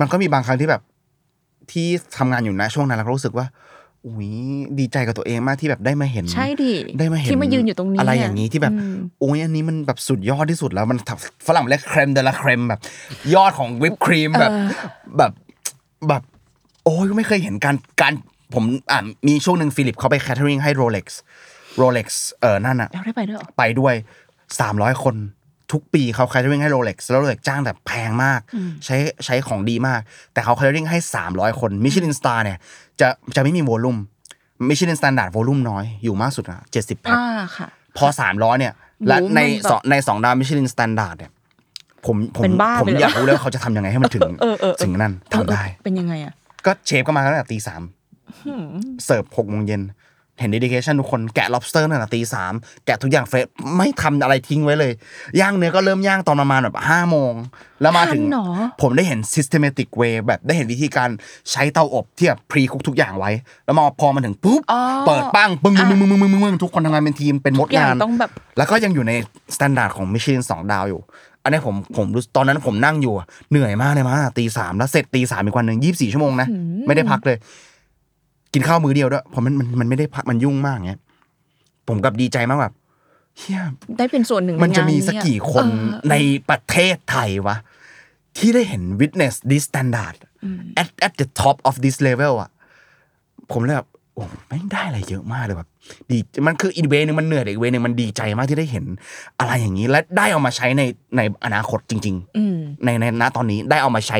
[SPEAKER 4] มันก็มีบางครั้งที่แบบที่ทำงานอยู่นะช่วงนั้นเราก็รู้สึกว่า อุ้ยดีใจกับตัวเองมากที่แบบได้มาเห็น
[SPEAKER 3] ใช่ดิ
[SPEAKER 4] ได้มาเห็น
[SPEAKER 3] ที่มายืนอยู่ตรงนี้
[SPEAKER 4] อะไรอย่างนี้ที่แบบ
[SPEAKER 3] อืม
[SPEAKER 4] โอ้ยอันนี้มันแบบสุดยอดที่สุดแล้วมันฝรั่งเรียกเครมเดละเครมแบบ ยอดของวิปครีมแบบ
[SPEAKER 3] เออ
[SPEAKER 4] แบบแบบโอ้ยไม่เคยเห็นการการผมอ่ามีช่วงหนึ่งฟิลิปเขาไปแคทเทอริงให้โรเล็กซ์โรเล็กซ์เออนั่นอะ
[SPEAKER 3] เราได้ไปด้วยเหรอ
[SPEAKER 4] ไปด้วย 300 คนทุกปีเขาแคเทอริงให้โรเล็กซ์แล้วโรเล็กจ้างแบบแพงมาก ใช้ใช้ของดีมาก แต่เขาแคเทอริงให้ 300 คนมิชลินสตาร์เนี่ยจะจะไม่มีโวลุ่มมิชลินสแตนดาร์ดโวลุ่มน้อยอยู่มากสุดอะ70แพ็ค
[SPEAKER 3] อ่าค่ะ
[SPEAKER 4] พอ 300 เนี่ย และ
[SPEAKER 3] โหมัน
[SPEAKER 4] ใน
[SPEAKER 3] แบบ
[SPEAKER 4] สองในสองดาวมิชลินสแตนดาร์ดเนี่ยผมผม
[SPEAKER 3] เป็นบ้า
[SPEAKER 4] ผม
[SPEAKER 3] ไปเลย
[SPEAKER 4] อยากรู้แล้วาเขาจะทำยังไงให้มันถึง
[SPEAKER 3] เออเออเออ
[SPEAKER 4] ถึงนั่นทำได้
[SPEAKER 3] เออเป็นยังไงอ่ะ
[SPEAKER 4] ก็เชฟก็มาตั้งแต่ตีสามเสิร์ฟหกโมงเย็น เห็นด d ดิเคชันทุกคนแกะ lobster ตั้งแต่ตีสามแกะทุกอย่างเฟรชไม่ทำอะไรทิ้งไว้เลย ย่างเนื้อก็เริ่มย่างตอนประมาณแบบห้าโมง แล้วมาถึง
[SPEAKER 3] ทันเหรอ
[SPEAKER 4] ผมได้เห็น systematic way แบบได้เห็นวิธีการใช้เตาอบที่แบบ pre cook ทุกอย่างไว้ แล้วมาพอมันถึงปุ๊บ
[SPEAKER 3] อ๋อ
[SPEAKER 4] เปิดปั้งปึ้ง
[SPEAKER 3] อ่ะ
[SPEAKER 4] มึงมึงมึงมึงมึงมึงทุกคนทำงานเป็นทีมเป็นมด
[SPEAKER 3] อย่าง
[SPEAKER 4] งาน
[SPEAKER 3] ต้องแบบ
[SPEAKER 4] แล้วก็ยังอยู่ในสแตนดาร์ดของมิชลินสองดาวอยู่ อันนี้ผมผมรู้ตอนนั้นผมนั่งอยู่อะเหนื่อยมากเลยมาตีสามแล้วเสร็จตีสามอีกวันหนึ่งยี่บสี่ชั่วโมงนะ
[SPEAKER 3] อืม
[SPEAKER 4] ไม่ได้พักเลย กินข้าวมื้อเดียวด้วยเพราะมันมันมันไม่ได้พักมันยุ่งมากเงี้ยผมกับดีใจมากแบบเฮีย
[SPEAKER 3] ได้เป็นส่วนหนึ่ง
[SPEAKER 4] มันจะมี
[SPEAKER 3] ใงา
[SPEAKER 4] สักกี่คน
[SPEAKER 3] เออ
[SPEAKER 4] ในประเทศไทยวะ ที่ได้เห็น witness this standard at at the top of this level อะผมเลยแบบโอ้ไม่งได้อะไรเยอะมากเลยแบบดีมันคืออีกเวนึงมันเหนื่อยแต่อีกเวนึงมันดีใจมากที่ได้เห็นอะไรอย่างนี้ และได้เอามาใช้ในในอนาคตจริง
[SPEAKER 3] อืม
[SPEAKER 4] ๆ ในในณตอนนี้ได้เอามาใช้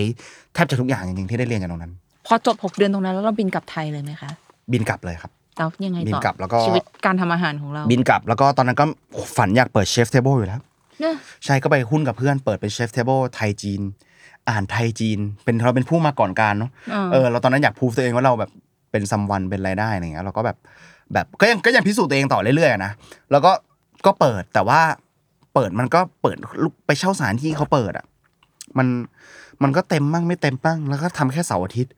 [SPEAKER 4] แทบจะทุกอย่างจริงๆที่ได้เรียนจากตรงนั้น
[SPEAKER 3] พอจบหกเดือนตรงนั้นแล้วเราบินกลับไทยเลยไหมคะ
[SPEAKER 4] บินกลับเลยครับ
[SPEAKER 3] แล้วยังไงต่อ
[SPEAKER 4] บินกลับแล้วก็
[SPEAKER 3] ชีวิตการทำอาหารของเรา
[SPEAKER 4] บินกลับแล้วก็ตอนนั้นก็ฝันอยากเปิดเชฟเทเบิลอยู่แล้ว
[SPEAKER 3] เนอะ
[SPEAKER 4] ใช่ก็ไปหุ้นกับเพื่อนเปิดเป็นเชฟเทเบิลไทยจีน อ่านไทยจีน เป็นเราเป็นผู้มาก่อนการเนาะเออเราตอนนั้นอยากพูดตัวเองว่าเราแบบเป็นซัมวันเป็นรายได้อะไรเงี้ยเราก็แบบแบบก็ยังก็ยังพิสูจน์ตัวเองต่อเรื่อยๆอะนะแล้วก็ก็เปิดแต่ว่าเปิดมันก็เปิดไปเช่าสถานที่เขาเปิดอ่ะมันมันก็เต็มมั่งไม่เต็มมั่งแล้วก็ทำแค่เสาร์อาทิตย์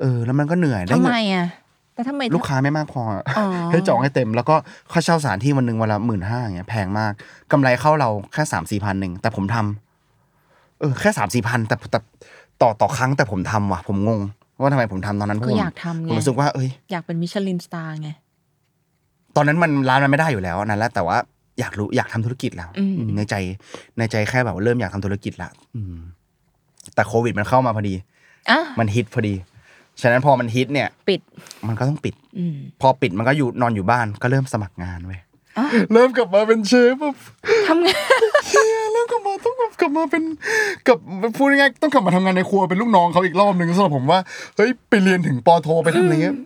[SPEAKER 4] เออแล้วมันก็เหนื่อยด้
[SPEAKER 3] ทำ
[SPEAKER 4] เงิน
[SPEAKER 3] ไมอ่ะแต่ทำไม
[SPEAKER 4] ลูกค้าไม่มากพออะ
[SPEAKER 3] อ๋อ
[SPEAKER 4] ให้จองให้เต็มแล้วก็ค่าเช่าสถานที่วันหนึ่งวันละหมื่นห้าอย่างเงี้ยแพงมากกำไรเข้าเราแค่สามสี่พันหนึ่งแต่ผมทำเออแค่สามสี่พันแต่แต่ต่อต่อครั้งแต่ผมทำว่ะ ผมงงว่าทำไมผมทำตอนนั้นเพ
[SPEAKER 3] ก็
[SPEAKER 4] ราะผม
[SPEAKER 3] อยากทำ
[SPEAKER 4] ผ
[SPEAKER 3] ไง
[SPEAKER 4] มรู้สึกว่าเอ้ย
[SPEAKER 3] อยากเป็นมิชลินสตาร์ไง
[SPEAKER 4] ตอนนั้นมันร้านมันไม่ได้อยู่แล้วอันนั่นแหละแต่ว่าอยากรู้อยากทำธุรกิจแล้ว
[SPEAKER 3] อืม
[SPEAKER 4] อืมในใจในใจแค่แบบว่าเริ่มอยากทำธุรกิจละอืม แต่โควิดมันเข้ามาพอดี
[SPEAKER 3] อ่ะ
[SPEAKER 4] มันฮิตพอดี ฉะนั้นพอมันฮิตเนี่ย
[SPEAKER 3] ปิด
[SPEAKER 4] มันก็ต้องปิด
[SPEAKER 3] อืม
[SPEAKER 4] พอปิดมันก็อยู่นอนอยู่บ้านก็เริ่มสมัครงานเว้ย
[SPEAKER 3] อ่ะ
[SPEAKER 4] เริ่มกลับมาเป็นเชฟแบบ
[SPEAKER 3] ทำไง
[SPEAKER 4] เฮียเริ่มกลับมาต้องกลับมาเป็นกับพูดง่ายๆต้องกลับมาทำงานในครัวเป็นลูกน้องเขาอีกรอบหนึ่งสำหรับผมว่าเฮ้ยไปเรียนถึงปอโทไปทำอะไรเงี้ย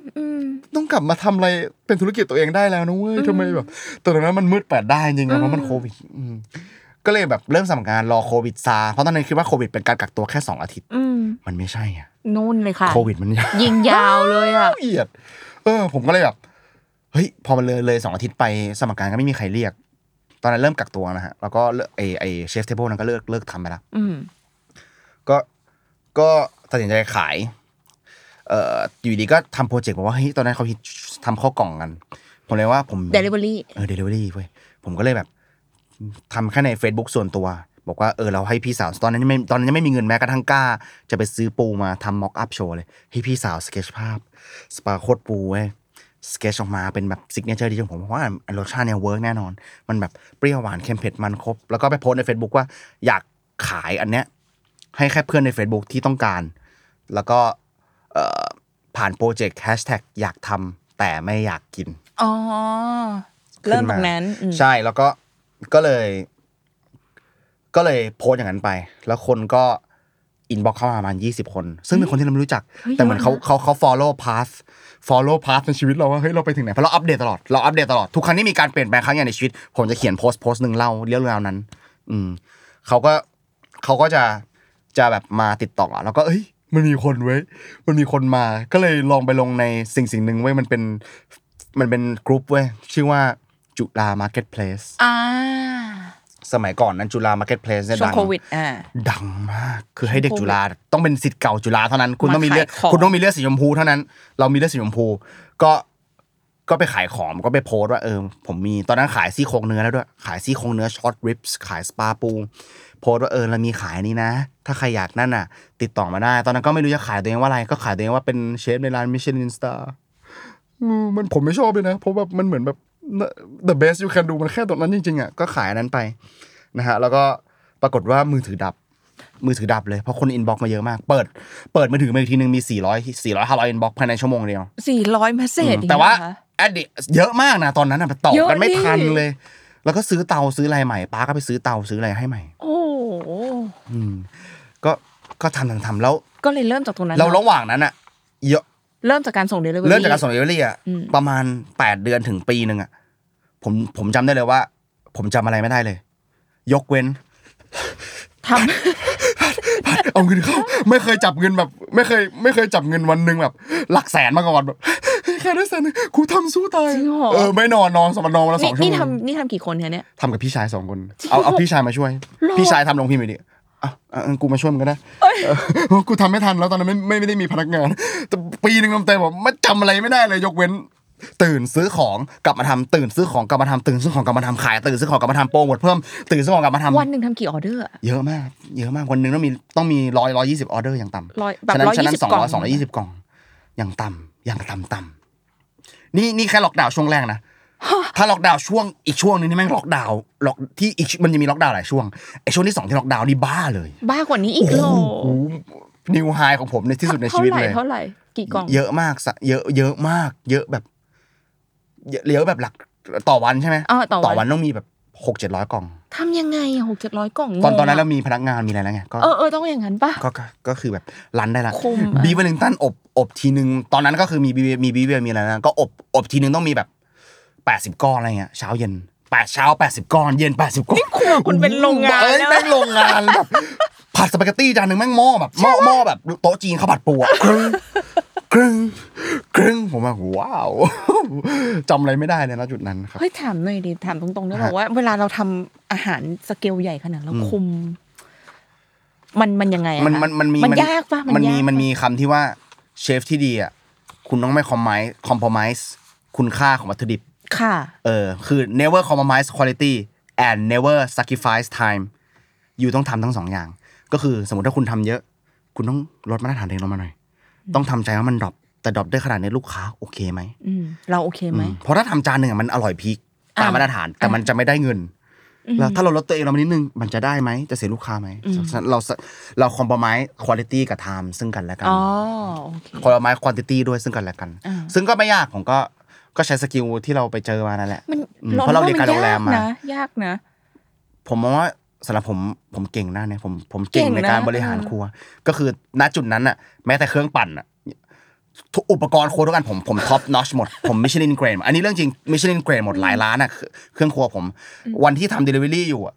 [SPEAKER 4] ต้องกลับมาทำอะไรเป็นธุรกิจตัวเองได้แล้วนะเว้ยทำไมแบบแตตอนนั้นมันมืดแปดด้านจริงๆอะเพราะมันโควิดอืมก็เลยแบบเริ่มสมัครงานรอโควิดซาเพราะตอนนั้นคิดว่าโควิดเป็นการกักตัวแค่สองอาทิตย์
[SPEAKER 3] อืม
[SPEAKER 4] มันไม่ใช่อะ
[SPEAKER 3] นู่นเลยค่ะ
[SPEAKER 4] โควิดมันยาว
[SPEAKER 3] ยิงยาวเลยอ่ะ
[SPEAKER 4] ละเอียดเออ ผมก็เลยแบบ เฮ้ย พอมันเลยเลยสองอาทิตย์ไปสมัครงานก็ไม่มีใครเรียก ตอนนั้นเริ่มกักตัวนะฮะ แล้วก็เลิกไอไอเชฟเทเบิลนั้นก็เลิกเลิกทำไปแล้ว
[SPEAKER 3] อืม
[SPEAKER 4] ก็ก็ตัดสินใจขาย เอ่ออยู่ดีก็ทำโปรเจกต์บอกว่าเฮ้ยตอนนั้นเขาฮิตทำข้าวกล่องกัน ผมเลยว่าผม
[SPEAKER 3] เดลิเวอรี่
[SPEAKER 4] เออเดลิเวอรี่เว้ยผมก็เลยแบบทำแค่ใน Facebook ส่วนตัว บอกว่าเออเราให้พี่สาวตอนนั้นยังไม่ตอนนั้นยังไม่มีเงินแม้กระทั่งกล้า จะไปซื้อปูมาทำม็อกอัพโชว์เลย ให้พี่สาวสเก h ภาพ สปาโคตรปูเว้ยสเก h ออกมาเป็นแบบซิกเนเจอร์ดีของผมเพราะว่ารสชาติเนี่ยเวิร์กแน่นอน มันแบบเปรี้ยวหวานเค็มเผ็ดมันครบ แล้วก็ไปโพสต์ใน Facebook ว่าอยากขายอันเนี้ยให้แค่เพื่อนใน Facebook ที่ต้องการ แล้วก็เอ่อผ่านโปรเจกต์แฮชแท็กอยากทำแต่ไม่อยากกิน
[SPEAKER 3] อ๋อ เริ่มตรงนั้นอืม
[SPEAKER 4] ใช่แล้วก็ก็เลย ก็เลยโพสต์อย่างนั้นไป แล้วคนก็อินบ็อกเข้ามาประมาณยี่สิบคน ซึ่งเป็นคนที่เราไม่รู้จัก แต่เหมือนเขาเขาเขา follow path follow path ในชีวิตเราว่าเฮ้ยเราไปถึงไหนเพราะเราอัปเดตตลอดเราอัปเดตตลอดทุกครั้งที่มีการเปลี่ยนแปลงครั้งใหญ่ในชีวิต ผมจะเขียนโพสต์โพสต์หนึ่งเล่าเรื่องราวนั้น อืมเขาก็เขาก็จะจะแบบมาติดต่อแล้วก็เอ้ย มันมีคนเว้ยมันมีคนมา ก็เลยลองไปลงในสิ่งสิ่งหนึ่งเว้ยมันเป็นมันเป็นกรุ๊ปเว้ยชื่อว่าจุฬามาร์เก็ตเพลส
[SPEAKER 3] อ่า
[SPEAKER 4] สมัยก่อนนั้นจุฬามาร์เก็ตเพลสเนี่ย
[SPEAKER 3] ช่ว
[SPEAKER 4] ดั
[SPEAKER 3] ง
[SPEAKER 4] ง
[SPEAKER 3] โควิด อ่า
[SPEAKER 4] ดังมากคือให้เด็ก
[SPEAKER 3] โควิด
[SPEAKER 4] จุฬาต้องเป็นสิทธิ์เก่าจุฬาเท่านั้น คุณ
[SPEAKER 3] มา
[SPEAKER 4] ต้องมีเลือด
[SPEAKER 3] ขายของ
[SPEAKER 4] คุณต้องมีเลือดสีชมพูเท่านั้น เรามีเลือดสีชมพู ก็ก็ไปขายของก็ไปโพสต์ว่าเออผมมีตอนนั้นขายซี่โครงเนื้อแล้วด้วย ขายซี่โครงเนื้อช็อตริปส์ขายสปาปู โพสต์ว่าเออเรามีขายนี่นะ ถ้าใครอยากนั่นน่ะ ติดต่อมาได้ ตอนนั้นก็ไม่รู้จะขายตัวเองว่าอะไร ก็ขายตัวเองว่าเป็นเชฟในร้านมิชลินสตาร์ อืมมันผมไม่ชอบเลยนะ เพราะแบบมันเหมือนแบบ the best you can do มันแค่ตรงนั้นจริงๆอ่ะก็ขายอันนั้นไปนะฮะแล้วก็ปรากฏว่ามือถือดับ มือถือดับเลยเพราะคนอินบ็อกมาเยอะมาก เปิดเปิดมือถือมาอีกทีนึงมี 400 400 500อินบ็อกภายในชั่วโมงเดียว
[SPEAKER 3] สี่ร้อยเมสเซจ
[SPEAKER 4] แต่ว่าแอดดิเยอะมากนะตอนนั้นอะตอบ
[SPEAKER 3] เยอะ
[SPEAKER 4] กันไม่
[SPEAKER 3] ดิ
[SPEAKER 4] ทันเลย แล้วก็ซื้อเตาซื้ออะไรใหม่ป้าก็ไปซื้อเตาซื้ออะไรให้ใหม่
[SPEAKER 3] โอ้โห
[SPEAKER 4] อืมก็ก็ทำทำทำแล้ว
[SPEAKER 3] ก็เลยเริ่มจากตรงนั้น
[SPEAKER 4] เรา
[SPEAKER 3] เนอะ
[SPEAKER 4] ระหว่างนั้นอะเยอะ
[SPEAKER 3] เริ่มจากการส่งเดลิเวอรี่
[SPEAKER 4] เริ่มจากการส่งเดลิเวอรี่อะ
[SPEAKER 3] อืม
[SPEAKER 4] ประมาณแปดเดือนถึงปีหนึ่งอะผมผมจำได้เลยว่า ผมจำอะไรไม่ได้เลย ยกเว้น
[SPEAKER 3] ทำ
[SPEAKER 4] เอาเงินเข้า ไม่เคยจับเงินแบบ ไม่เคย ไม่เคยจับเงินวันหนึ่งแบบ หลักแสนมาก่อนแบบแค่ได้แสนหนึงกูทำสู้ตาย
[SPEAKER 3] จริงเหรอ
[SPEAKER 4] เออไม่นอนนอนสมนอนวันละส
[SPEAKER 3] นี่
[SPEAKER 4] องชั่ว
[SPEAKER 3] นี่
[SPEAKER 4] โมง
[SPEAKER 3] ทำนี่ทำกี่คนคะเนี่ย
[SPEAKER 4] ทำกับพี่ชายสองคน เอาเอาพี่ชายมาช่วย พี่ชายทำลงพิมพ์อยู่ดิอ่ะอ่ะงั้นกูมาช่วยมึงก็ได้เออกูทำไม่ทันแล้วตอนนั้นไม่ไม่ไม่ได้มีพนักงานแต่ปีหนึ่งเต็มๆผมไม่จำอะไรไม่ได้เลยยกเว้น ตื่นซื้อของกลับมาทำตื่นซื้อของกลับมาทำตื่นซื้อของกลับมาทำขาย ตื่นซื้อของกลับมาทำโปรโมทเพิ่มตื่นซื้อของกลับมาทำ
[SPEAKER 3] วันหนึ่งทำกี่ออเดอร์อะ
[SPEAKER 4] เยอะมาก เยอะมากวันหนึ่งต้องมีต้องมีร้อยร้อยยี่สิบออเดอร์อย่างต่ำ
[SPEAKER 3] ร้อยแบบ
[SPEAKER 4] ฉะนั้น
[SPEAKER 3] 120
[SPEAKER 4] ฉะนั้นสอง
[SPEAKER 3] กล่
[SPEAKER 4] ร้
[SPEAKER 3] อ
[SPEAKER 4] อย
[SPEAKER 3] ง
[SPEAKER 4] สองร้อยยี่สิบกล่องอย่างต่ำอย่างต่ำต่ำนี่นี่แค่ล็อกดาวน์ช่วงแรกนะถ้าล็อกดาวน์ช่วงอีกช่วงหนึงนี่แม่งล็อกดาวน์ล็อกที่อีกมันจะมีล็อกดาวน์หลายช่วงไอช่วงที่สองที่ล็อกดาวน์นี่บ้าเลย
[SPEAKER 3] บ้ากว่านี้อีกเหรอ
[SPEAKER 4] นิวไฮของผมในที่สุดในชีวิตเลย
[SPEAKER 3] เท่าไหร่เท่าไหร่กี่กล่อง
[SPEAKER 4] เยอะมากสะเยอะเยอะมาก เยอะแบบเยอะเยอะแบบหลักต่อวันใช่ไหม
[SPEAKER 3] อ่าต่อวัน
[SPEAKER 4] ต่อวันต้องมีแบบหกเจ็ดร้อยกล่อง
[SPEAKER 3] ทำยังไงอะหกเจ็ดร้อยกล่อง
[SPEAKER 4] ตอนตอนนั้
[SPEAKER 3] ง
[SPEAKER 4] นเรา
[SPEAKER 3] งะ
[SPEAKER 4] มีพนักงานมีอะไรแล้วไงก็
[SPEAKER 3] เออเออต้องอย่างนั้นป่ะ
[SPEAKER 4] ก็ก็ก็คือแบบรันได้ละ
[SPEAKER 3] คุมอะ
[SPEAKER 4] บีเวลิงตันอบอบทีนึง ตอนนั้นก็คือมีบีมีบีเวมีอะไรนะก็อบอบทีนึงต้องมีแบบแปดสิบก้อนอะไรเงี้ยเช้าเย็นแปดเช้าแปดสิบก้อน เย็นแปดสิบก้อน
[SPEAKER 3] ครัวคุณเป็นโรงงาน
[SPEAKER 4] เอ้ย
[SPEAKER 3] แล้ว
[SPEAKER 4] แม่งโรงงานแบบผัดสปาเกตตี้จานหนึ่งแม่งหม้อแบบหม้อหม้อแบบโต๊ะจีนข้าวผัดปูอะครึ่งครึ่งครึ่งผมว่าว้าว จำอะไรไม่ได้เลยนะจุดนั้นครับ
[SPEAKER 3] เฮ้ยถามหน่อยดิถามตรงๆด้วย
[SPEAKER 4] ฮะ
[SPEAKER 3] บอกว่า เวลาเราทำอาหารสเกลใหญ่ขนาดเราคุม มันมันยังไงอะ
[SPEAKER 4] มัน
[SPEAKER 3] คะ
[SPEAKER 4] มันมันมี
[SPEAKER 3] มันยากป่ะ
[SPEAKER 4] มันมี
[SPEAKER 3] ยาก
[SPEAKER 4] มัน
[SPEAKER 3] ปะ
[SPEAKER 4] มีคำที่ว่าเชฟที่ดีอ่ะคุณต้องไม่คอมไมซ์คอมพอมไมซ์คุณค่าของวัตถุดิบ
[SPEAKER 3] ค่ะ
[SPEAKER 4] เออคือ never compromise quality and never sacrifice time อยู่ต้องทำทั้งสองอย่าง ก็คือสมมติถ้าคุณทำเยอะ คุณต้องลดมาตรฐานตัวเองลงมาหน่อย ต้องทำใจว่ามันดรอปแต่ดรอปได้ขนาดนี้ลูกค้าโอเคไหม
[SPEAKER 3] อืม เราโอเคไหม
[SPEAKER 4] อืมเพราะถ้าทำจานหนึ่งอะมันอร่อยพีคตาม
[SPEAKER 3] อ่ะ
[SPEAKER 4] มาตรฐาน แต่มันจะไม่ได้เงิน แล้วถ้าเราลดตัวเองลงมานิดนึง มันจะได้ไหมจะเสียลูกค้าไหม
[SPEAKER 3] อืม
[SPEAKER 4] เราเราคอมพอมไมซ์คุณภาพกับไทม์ซึ่งกันและกัน
[SPEAKER 3] อ๋อโอเค
[SPEAKER 4] คนละไม้ควอนติตี้ด้วยซึ่งกันและกัน
[SPEAKER 3] อ่า
[SPEAKER 4] ซึ่งก็ไม่ยากผมก็ก็ใช้สกิลที่เราไปเจอมานั่นแหละ
[SPEAKER 3] มัน
[SPEAKER 4] อืมเพราะเราเรียนการโรงแรมมา
[SPEAKER 3] นะยากนะ
[SPEAKER 4] ผมมองว่าสำหรับผมผมเก่งหน้าเนี่ยผมผม
[SPEAKER 3] เก่
[SPEAKER 4] เก่ง
[SPEAKER 3] งนะ
[SPEAKER 4] ในการบริหาร
[SPEAKER 3] เออ
[SPEAKER 4] ครัว ก็คือณจุดนั้นอะแม้แต่เครื่องปั่นอะทุกอุปกรณ์ครัวทุกอันผมผมท็อปนอชหมด ผมมิชลินเกรดอันนี้เรื่องจริงมิชลินเกรดหมดหลายร้านอะคือเครื่องครัวผม วันที่ทำเดลิเวอรี่อยู่อะ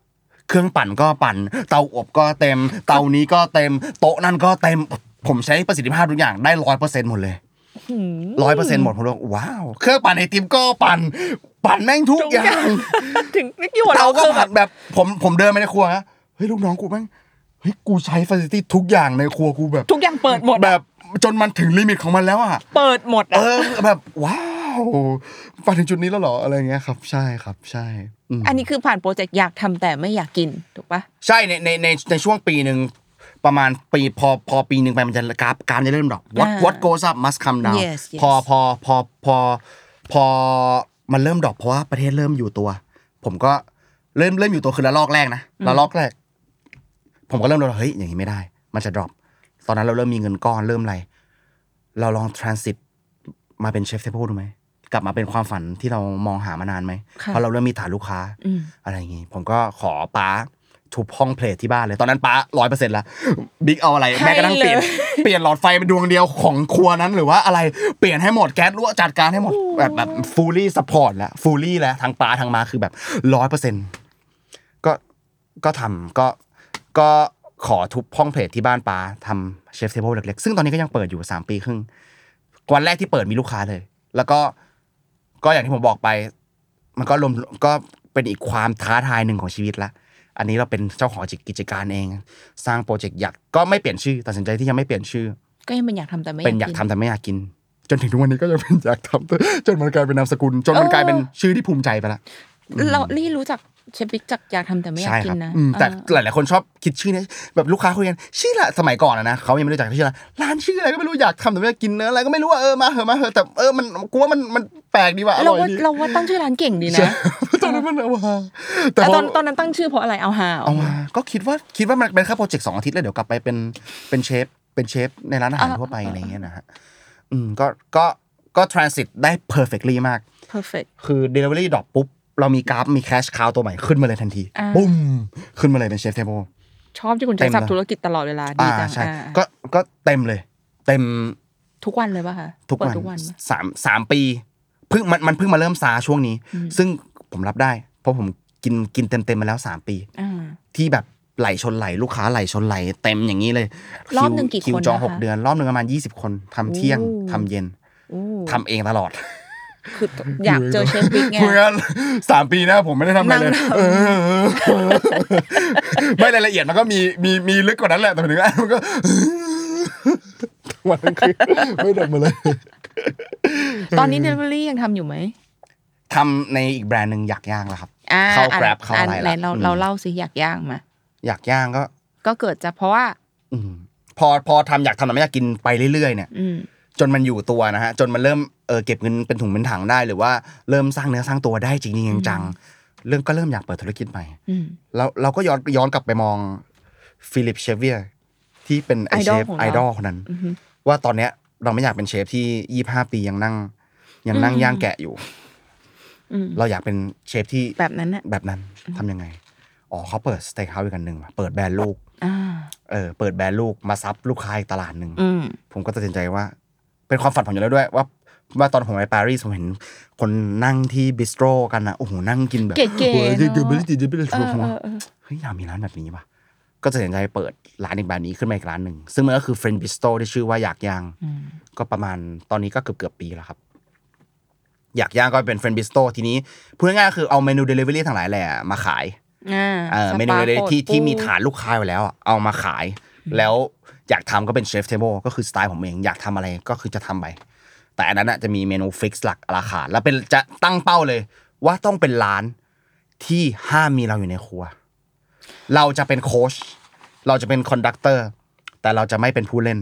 [SPEAKER 4] เครื่องปั่นก็ปั่น เตาอบก็เต็ม เตานี้ก็เต็ม โต๊ะนั่นก็เต็มผมใช้ประสิทธิภาพทุกอย่างได้ร้อยเปอร์เซ็นต์หมดเลย
[SPEAKER 3] หืม
[SPEAKER 4] ร้อยเปอร์เซ็นต์หมดผมเลยว้าว เครื่องปั่นไอติมก็ปั่น ปั่นแม่งทุก
[SPEAKER 3] ทุกอย่
[SPEAKER 4] อา
[SPEAKER 3] ย่าง ง ถึงนึกอยู่ว่า
[SPEAKER 4] เรา
[SPEAKER 3] เรา
[SPEAKER 4] ก็
[SPEAKER 3] คือแบ
[SPEAKER 4] ผัด
[SPEAKER 3] บ
[SPEAKER 4] แบบผมผมเดินไปในครัวฮะเฮ้ยลูกน้องกูแม่งเฮ้ยกูใช้ฟ a c i l i t y ทุกอย่างในครัวกูแบบ
[SPEAKER 3] ทุกอย่างเปิดหมดอะ
[SPEAKER 4] แบบจนมันถึงลิมิตของมันแล้วอ่ะ
[SPEAKER 3] เปิดหมด
[SPEAKER 4] เอ
[SPEAKER 3] อะ
[SPEAKER 4] อแบบว้าวมาถึงจุดนี้แล้วเหรออะไรเงี้ยครับ ใช่ครับใช่อืม
[SPEAKER 3] อันนี้คือผ่านโปรเจกต์อยากทำแต่ไม่อยากกินถูกปะ
[SPEAKER 4] ใช่ในในในในช่วงปีหนึ่งประมาณปีพอพอปีหนึ่งไปมันจะกราฟกราฟจะเริ่มดรอกวัด
[SPEAKER 3] อ่า
[SPEAKER 4] วัดโกซับมัสคัมดาว
[SPEAKER 3] Yes, yes.
[SPEAKER 4] พอพอพอพอพอมันเริ่มดรอกเพราะว่าประเทศเริ่มอยู่ตัว ผมก็เริ่มเริ่มอยู่ตัวคือระลอกแรกนะระลอกแรก ผมก็เริ่มรู้ว่าเฮ้ยอย่างนี้ไม่ได้ มันจะดรอปตอนนั้นเราเริ่มมีเงินก้อนเริ่มอะไร เราลอง transit มาเป็นเชฟเทเบิลดูไหมกลับมาเป็นความฝันที่เรามองหามานานไหม
[SPEAKER 3] ค่ะ
[SPEAKER 4] เพราะเราเริ่มมีฐานลูกค้า
[SPEAKER 3] อืม
[SPEAKER 4] อะไรอย่างงี้ผมก็ขอป้าทุบห้องเพลทที่บ้านเลย ตอนนั้นป้าร้อยเปอร์เซ็นต์ละบิ๊กเอาอะไร
[SPEAKER 3] ให้
[SPEAKER 4] แม่กระทั่งเปลี่ยน
[SPEAKER 3] เลย
[SPEAKER 4] เปลี่ยนหลอดไฟเป็นดวงเดียวของครัวนั้น หรือว่าอะไรเปลี่ยนให้หมดแก๊สรั่วจัดการให้หมดแบบแบบฟูลี่สปอร์ตแล้วฟูลี่แล้วทางป้าทางมาคือแบบร้อยเปอร์เซ็นต์ก็ก็ทำก็ก็ขอทุบห้องเพลทที่บ้านป้าทำเชฟเทเบิลเล็กๆ ซึ่งตอนนี้ก็ยังเปิดอยู่สามปีครึ่งวันแรกที่เปิดมีลูกค้าเลย แล้วก็ก็อย่างที่ผมบอกไป มันก็รวมก็เป็นอีกความท้าทายหนึ่งของชีวิตละ อันนี้เราเป็นเจ้าของกิจการเอง สร้างโปรเจกต์อยากก็ไม่เปลี่ยนชื่อตัดสินใจที่ยังไม่เปลี่ยนชื่อ
[SPEAKER 3] ก็ยังเป็นอยากทำแต่ไม่
[SPEAKER 4] เป็นอยากทำแต่ไม่อยากกิน จนถึงทุกวันนี้ก็ยังเป็นอยากทำจนมันกลายเป็นนามสกุล จนมันกลายเป็นชื่อที่ภูมิใจไปละ
[SPEAKER 3] เราลี่รู้จักเชฟบิ๊กจากอยากทำแต่ไม่อยาก
[SPEAKER 4] ใช่
[SPEAKER 3] กิ
[SPEAKER 4] คนรับ
[SPEAKER 3] นะ
[SPEAKER 4] อืมแต่
[SPEAKER 3] เออ
[SPEAKER 4] หลายๆคนชอบคิดชื่อเนี่ยแบบลูกค้าคุยกันชื่อละสมัยก่อนอะนะเขายังไม่รู้จักชื่อละร้านชื่ออะไรก็ไม่รู้อยากทำแต่ไม่ได้กินเนื้ออะไรก็ไม่รู้ว่าเออมาเหอะมาเหอะแต่เออมันกูว่ามันมันแปลกดีว่ะอ
[SPEAKER 3] เรา
[SPEAKER 4] ร่อย
[SPEAKER 3] ว่า
[SPEAKER 4] ดี
[SPEAKER 3] เราว่าตั้งชื่อร้านเก่งดี
[SPEAKER 4] ใช่
[SPEAKER 3] นะ
[SPEAKER 4] ตอนนั้นมันเอาฮา
[SPEAKER 3] แต่
[SPEAKER 4] พ
[SPEAKER 3] ตอนตอนนั้นตั้งชื่อเพราะอะไรเอาหาว
[SPEAKER 4] เอามาก็คิดว่าคิดว่ามันเป็นแค่โปรเจกต์สองอาทิตย์แล้วเดี๋ยวกลับไปเป็นเป็นเชฟเป็นเชฟในร้านอาหารทั่วไปอะไรอย่างเงี้ยนะฮะอืมก็ก็ก็ transit ได้ perfectly มาก
[SPEAKER 3] เพอร์เฟก
[SPEAKER 4] คือ Delivery ดรอปปุ๊บ เรามีกราฟมีแคชคาวตัวใหม่ขึ้นมาเลยทันที
[SPEAKER 3] อ่า
[SPEAKER 4] ปุ้มขึ้นมาเลยเป็นเชฟเทโบ
[SPEAKER 3] ชอบที่คุณใช้
[SPEAKER 4] เต็ม
[SPEAKER 3] ศัพ
[SPEAKER 4] เลย
[SPEAKER 3] ท์ธุรกิจตลอดเวลาดี
[SPEAKER 4] อ่า
[SPEAKER 3] จัง
[SPEAKER 4] ใช่
[SPEAKER 3] อ่า
[SPEAKER 4] ก็ก็เต็มเลย เต็ม
[SPEAKER 3] ทุกวันเลยป่ะคะ
[SPEAKER 4] ทุก
[SPEAKER 3] เปิ
[SPEAKER 4] วั
[SPEAKER 3] ด
[SPEAKER 4] น
[SPEAKER 3] ทุกวันปะ
[SPEAKER 4] สามสามปีเพิ่งมันมันเพิ่งมาเริ่มซาช่วงนี้
[SPEAKER 3] อืม
[SPEAKER 4] ซึ่งผมรับได้ เพราะผมกินกินเต็มเต็มๆมาแล้วสามปี
[SPEAKER 3] อ่า
[SPEAKER 4] ที่แบบไหลชนไหลลูกค้าไหลชนไหลเต็มอย่างนี้เลย
[SPEAKER 3] รอบ
[SPEAKER 4] ว
[SPEAKER 3] หนึ่งกี่
[SPEAKER 4] คิว
[SPEAKER 3] คน
[SPEAKER 4] จอง
[SPEAKER 3] นะคะ
[SPEAKER 4] หกเดือน รอบหนึ่งประมาณยี่สิบคนทำเที่ยง
[SPEAKER 3] โอ้
[SPEAKER 4] ทำเย็น
[SPEAKER 3] โอ้
[SPEAKER 4] ทำเองตลอด
[SPEAKER 3] คืออยากเจอเชฟบิ๊กไง
[SPEAKER 4] คุยกัน สามปีนะผมไม่ได้ทำอะไรเลย
[SPEAKER 3] นั่ง
[SPEAKER 4] เออเอ อเออไม่รายละเอียดมันก็มีมีมีลึกกว่านั้นแหละแต่หมายถึงว่า มันก็ วันนั้นคือ ไม่ดำมาเลย
[SPEAKER 3] ตอนนี้เดลิเวอรี่ยังทำอยู่ไหม
[SPEAKER 4] ทำในอีกแบรนด์หนึ่งอยากย่างแล้วครับ
[SPEAKER 3] อ่
[SPEAKER 4] เข้า
[SPEAKER 3] อ่
[SPEAKER 4] Grab เข้าอะไรละ
[SPEAKER 3] นเรา
[SPEAKER 4] อืม
[SPEAKER 3] เราเล่าสิอยากย่างมา
[SPEAKER 4] อยากย่างก็
[SPEAKER 3] ก็เกิดจากเพราะว่า
[SPEAKER 4] อืมพอพอทำอยากทำแต่ไม่อยากกินไปเรื่อยๆเนี่ย
[SPEAKER 3] อืม
[SPEAKER 4] จนมันอยู่ตัวนะฮะจนมันเริ่มเออเก็บเงินเป็นถุงเป็นถังได้ หรือว่าเริ่มสร้างเนื้อสร้างตัวได้จริง
[SPEAKER 3] อืม
[SPEAKER 4] ๆจังๆเริ่มก็เริ่มอยากเปิดธุรกิจใหม่
[SPEAKER 3] อืม
[SPEAKER 4] แล้วเราก็ย้อนย้อนกลับไปมองฟิลิปเชฟเวียร์ที่เป็นไอเช
[SPEAKER 3] Idol
[SPEAKER 4] ฟ
[SPEAKER 3] ของเรา
[SPEAKER 4] ไอดอลคนนั้น
[SPEAKER 3] อือฮึ
[SPEAKER 4] ว่าตอนเนี้ยเราไม่อยากเป็นเชฟที่ยี่ห้าปียังนั่ง ยังนั่ง
[SPEAKER 3] อืม
[SPEAKER 4] ย่างแกะอยู่
[SPEAKER 3] อืม
[SPEAKER 4] เราอยากเป็นเชฟที่
[SPEAKER 3] แบบนั้นน่ะ
[SPEAKER 4] แบบนั้นทำยังไง อ๋อเขาเปิดสเต็กเฮาส์อีกอันหนึ่งว่ะเปิดแบรนด์ลูก
[SPEAKER 3] อ่า
[SPEAKER 4] เออเปิดแบรนด์ลูกมาซับลูกค้าอีกตลาดหนึ่ง
[SPEAKER 3] อืม
[SPEAKER 4] ผมก็ตัดสินใจว่า เป็นความฝันผมอยู่แล้วด้วย ว่าว่าตอนผมไปปารีสผมเห็นคนนั่งที่บิสโตรกันนะโอ้โหนั่งกินแบบ
[SPEAKER 3] เก๋ๆเนอะ
[SPEAKER 4] เฮ้ยเดี๋ยวไม่ได้ติดเดี๋ยวไม่ได้
[SPEAKER 3] เอ
[SPEAKER 4] ถูก
[SPEAKER 3] อ
[SPEAKER 4] ผม
[SPEAKER 3] เอ
[SPEAKER 4] ว่า
[SPEAKER 3] อเออ
[SPEAKER 4] เฮ้ยอยากมีร้านแบบนี้ว่ะก็ตัดสินใจเปิดร้านอีกแบบนี้ขึ้นมาอีกร้านหนึ่ง ซึ่งมันก็คือ Friend Bistro ที่ชื่อว่าอยากย่าง
[SPEAKER 3] อืม
[SPEAKER 4] ก็ประมาณตอนนี้ก็เกือบเกือบปีแล้วครับ อยากย่างก็เป็น Friend Bistro ทีนี้พูดง่ายๆก็คือเอาเมนู Delivery ทั้งหลายแหละมาขาย
[SPEAKER 3] อ่า
[SPEAKER 4] เอ่อ
[SPEAKER 3] สปา
[SPEAKER 4] เมนู Delivery
[SPEAKER 3] โปรด
[SPEAKER 4] ที่ที่มี
[SPEAKER 3] ปู
[SPEAKER 4] ฐานลูกค้าอยู่แล้วอะเอามาขาย แล้วอยากทำก็เป็นเชฟเทเบิลก็คือสไตล์ผมเองอยากทำอะไรก็คือจะทำไป แต่อันนั้นน่ะจะมีเมนูฟิกซ์หลักราคาแล้วเป็นจะตั้งเป้าเลย ว่าต้องเป็นร้านที่ห้ามมีเราอยู่ในครัว เราจะเป็นโค้ชเราจะเป็นคอนดักเตอร์แต่เราจะไม่เป็นผู้เล่น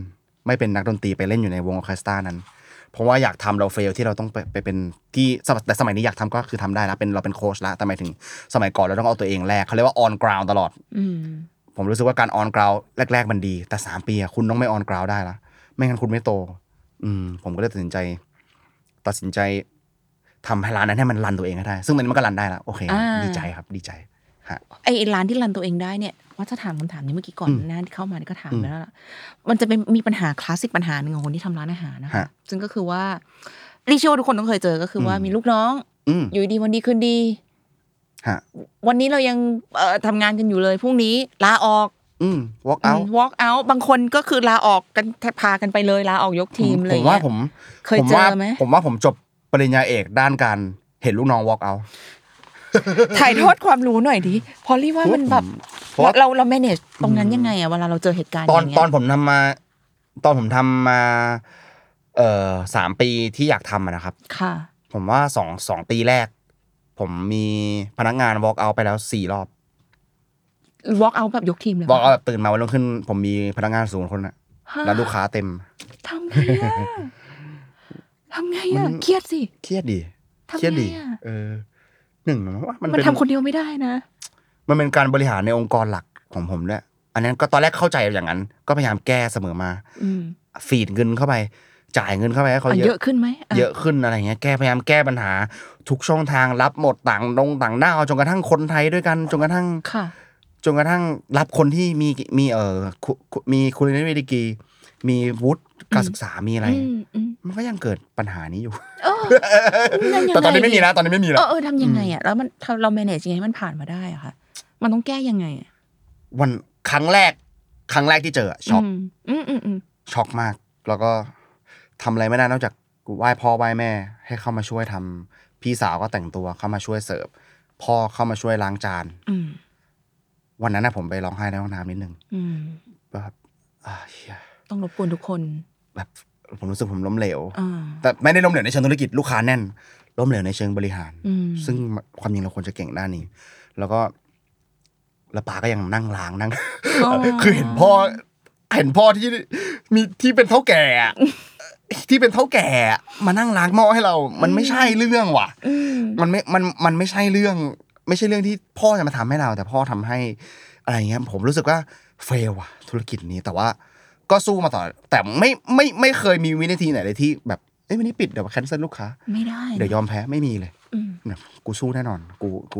[SPEAKER 4] ไม่เป็นนักดนตรีไปเล่นอยู่ในวงออร์เคสตรานั้น เพราะว่าอยากทำเราเฟลที่เราต้องไปไปเป็นที่สมัยแต่สมัยนี้อยากทำก็คือทำได้แล้วเป็นเราเป็นโค้ชแล้วแต่หมายถึงสมัยก่อนเราต้องเอาตัวเองแลกเขาเรียกว่าออนกราวตลอด
[SPEAKER 3] อืม
[SPEAKER 4] ผมรู้สึกว่าการออนกราวแรก ๆ มันดี แต่สามปีอะคุณต้องไม่ออนกราวได้ละไม่งั้นคุณไม่โต อืม ผมก็เลยตัดสินใจ ตัดสินใจทำให้ร้านนั้นให้มันรันตัวเองให้ได้ ซึ่งมันมันก็รันได้ละโอเค ดีใจครับ ดีใจ
[SPEAKER 3] ไอไอ้ร้านที่รันตัวเองได้เนี่ยว่าจะถามคำถามนี้เมื่อกี้ก่อน
[SPEAKER 4] อืม
[SPEAKER 3] หน้าที่เข้ามานี่ก็ถาม
[SPEAKER 4] อืม
[SPEAKER 3] แล้วล่ะมันจะเป็นมีปัญหาคลาสสิกปัญหาหนึ่งของคนที่ทำร้านอาหารนะคะ
[SPEAKER 4] ฮะ
[SPEAKER 3] ซึ่งก็คือว่ารีเชื่อว่าทุกคนต้องเคยเจอก็คือว่า
[SPEAKER 4] อืม
[SPEAKER 3] มีลูกน้อง
[SPEAKER 4] อืม
[SPEAKER 3] อยู่ดีวันดีคืนดี
[SPEAKER 4] ฮะ
[SPEAKER 3] วันนี้เรายังเอ่อทำงานกันอยู่เลยพรุ่งนี้ลาออก
[SPEAKER 4] อืม walk out
[SPEAKER 3] walk out บางคนก็คือลาออกกันพากันไปเลยลาออกยกทีมเลย
[SPEAKER 4] ผมว่า
[SPEAKER 3] เงี้ย
[SPEAKER 4] ผม
[SPEAKER 3] เคย
[SPEAKER 4] ผม
[SPEAKER 3] เจ
[SPEAKER 4] ว่า
[SPEAKER 3] อไหม
[SPEAKER 4] ผมว่าผมจบปริญญาเอกด้านการเห็นลูกน้อง walk out
[SPEAKER 3] ถ่ายทอดความรู้หน่อยดิเพราะลี่ว่ามันแบบ
[SPEAKER 4] เพราะว่า
[SPEAKER 3] เราเรา manage ตรงนั้นยังไงอะเวลาเราเจอเหตุการณ์
[SPEAKER 4] ตอน
[SPEAKER 3] อย่างเงี้ย
[SPEAKER 4] ตอนผมทำมา ตอนผมทำมา เอ่อสามปีที่อยากทำอะนะครับ
[SPEAKER 3] ค่ะ
[SPEAKER 4] ผมว่าสองสองปีแรก ผมมีพนักงาน walk out ไปแล้วสี่รอบ
[SPEAKER 3] walk out แบบยกทีมเลยปะ
[SPEAKER 4] walk out แบบตื่นมาวันรุ่งขึ้น ผมมีพนักงานศูนย์คน อะ
[SPEAKER 3] ฮะ
[SPEAKER 4] แล้วลูกค้าเต็ม
[SPEAKER 3] ทำไงอะทำไงอะ
[SPEAKER 4] มัน
[SPEAKER 3] เครียดสิ
[SPEAKER 4] เครียดดี
[SPEAKER 3] ทำไงอะ
[SPEAKER 4] เครียดดีเออหนึ่งมันว่ามัน
[SPEAKER 3] มัน
[SPEAKER 4] เป็น
[SPEAKER 3] ทำคนเดียวไม่ได้นะ
[SPEAKER 4] มันเป็นการบริหารในองค์กรหลักของผมด้วยอันนั้นก็ตอนแรกเข้าใจอย่างนั้น ก็พยายามแก้เสมอมา
[SPEAKER 3] อืม
[SPEAKER 4] ฟีดเงินเข้าไป จ่ายเงินเข้าไปให้เขา
[SPEAKER 3] อ่ะ
[SPEAKER 4] เยอะ
[SPEAKER 3] เยอะขึ้นไหมอ่ะ
[SPEAKER 4] เยอะขึ้นอะไรเงี้ยแก้พยายามแก้ปัญหา ทุกช่องทางรับหมดต่างดงต่างด้าวจนกระทั่งคนไทยด้วยกันจนกระทั่ง
[SPEAKER 3] ค่ะ
[SPEAKER 4] จนกระทั่งรับคนที่มีมีเอ่อคุคุมีคุณนิวิดีกรีมีวุฒิการศึกษามีอะไร
[SPEAKER 3] อืมอืม
[SPEAKER 4] มันก็ยังเกิดปัญหานี้อยู่
[SPEAKER 3] เออยังไง
[SPEAKER 4] แต่ตอนนี้ไม่มีแล้วตอนนี้ไม่มีแล้
[SPEAKER 3] เอ
[SPEAKER 4] ว
[SPEAKER 3] อเออทำยังไงอะแล้วมันเรา manage ยังไงให้มันผ่านมาได้อะค่ะ มันต้องแก้ยังไงอะ
[SPEAKER 4] วันครั้งแรก ครั้งแรกที่เจออะช็อก
[SPEAKER 3] มอืมอืมอืม
[SPEAKER 4] ช็อกมาก แล้วก็ทำอะไรไม่ได้นอกจากไหว้พ่อไหว้แม่ ให้เข้ามาช่วยทำพี่สาวก็แต่งตัวเข้ามาช่วยเสิร์ฟพ่อเข้ามาช่วยล้างจาน
[SPEAKER 3] อืม
[SPEAKER 4] วันนั้นนะผมไปร้องไห้ในห้องน้ำนิดนึง
[SPEAKER 3] อืม
[SPEAKER 4] แบบอ่าเหี้ย
[SPEAKER 3] ต้องรบกวนทุกคน
[SPEAKER 4] แบบผมรู้สึกผมล้มเหลว
[SPEAKER 3] อ่า
[SPEAKER 4] แต่ไม่ได้ล้มเหลวในเชิงธุรกิจลูกค้าแน่น ล้มเหลวในเชิงบริหาร
[SPEAKER 3] อืม
[SPEAKER 4] ซึ่งความจริงเราควรจะเก่งด้านนี้ แล้วก็แล้วป้าก็ยังนั่งล้างนั่ง
[SPEAKER 3] อ๋อ
[SPEAKER 4] คือเห็นพ่อเห็นพ่อที่มีที่เป็นเท่าแก่อะ ที่เป็นเท่าแก่อะมานั่งล้างหม้อให้เรา มันไม่ใช่เรื่องว่ะ
[SPEAKER 3] อืม
[SPEAKER 4] มันไม่มันมันไม่ใช่เรื่อง ไม่ใช่เรื่องที่พ่อจะมาทำให้เรา แต่พ่อทำให้อะไรเงี้ยผมรู้สึกว่าเฟลอะธุรกิจนี้แต่ว่าก็สู้มาต่อ แต่ไม่ไม่ไม่เคยมีวินาทีไหนเลยที่แบบเอ้ยวันนี้ปิดเดี๋ยวแคนเซิลลูกค้า
[SPEAKER 3] ไม่ได้
[SPEAKER 4] เดี๋ยวยอมแพ้ไม่มีเลย
[SPEAKER 3] อืม
[SPEAKER 4] แบบกูสู้แน่นอน กูกู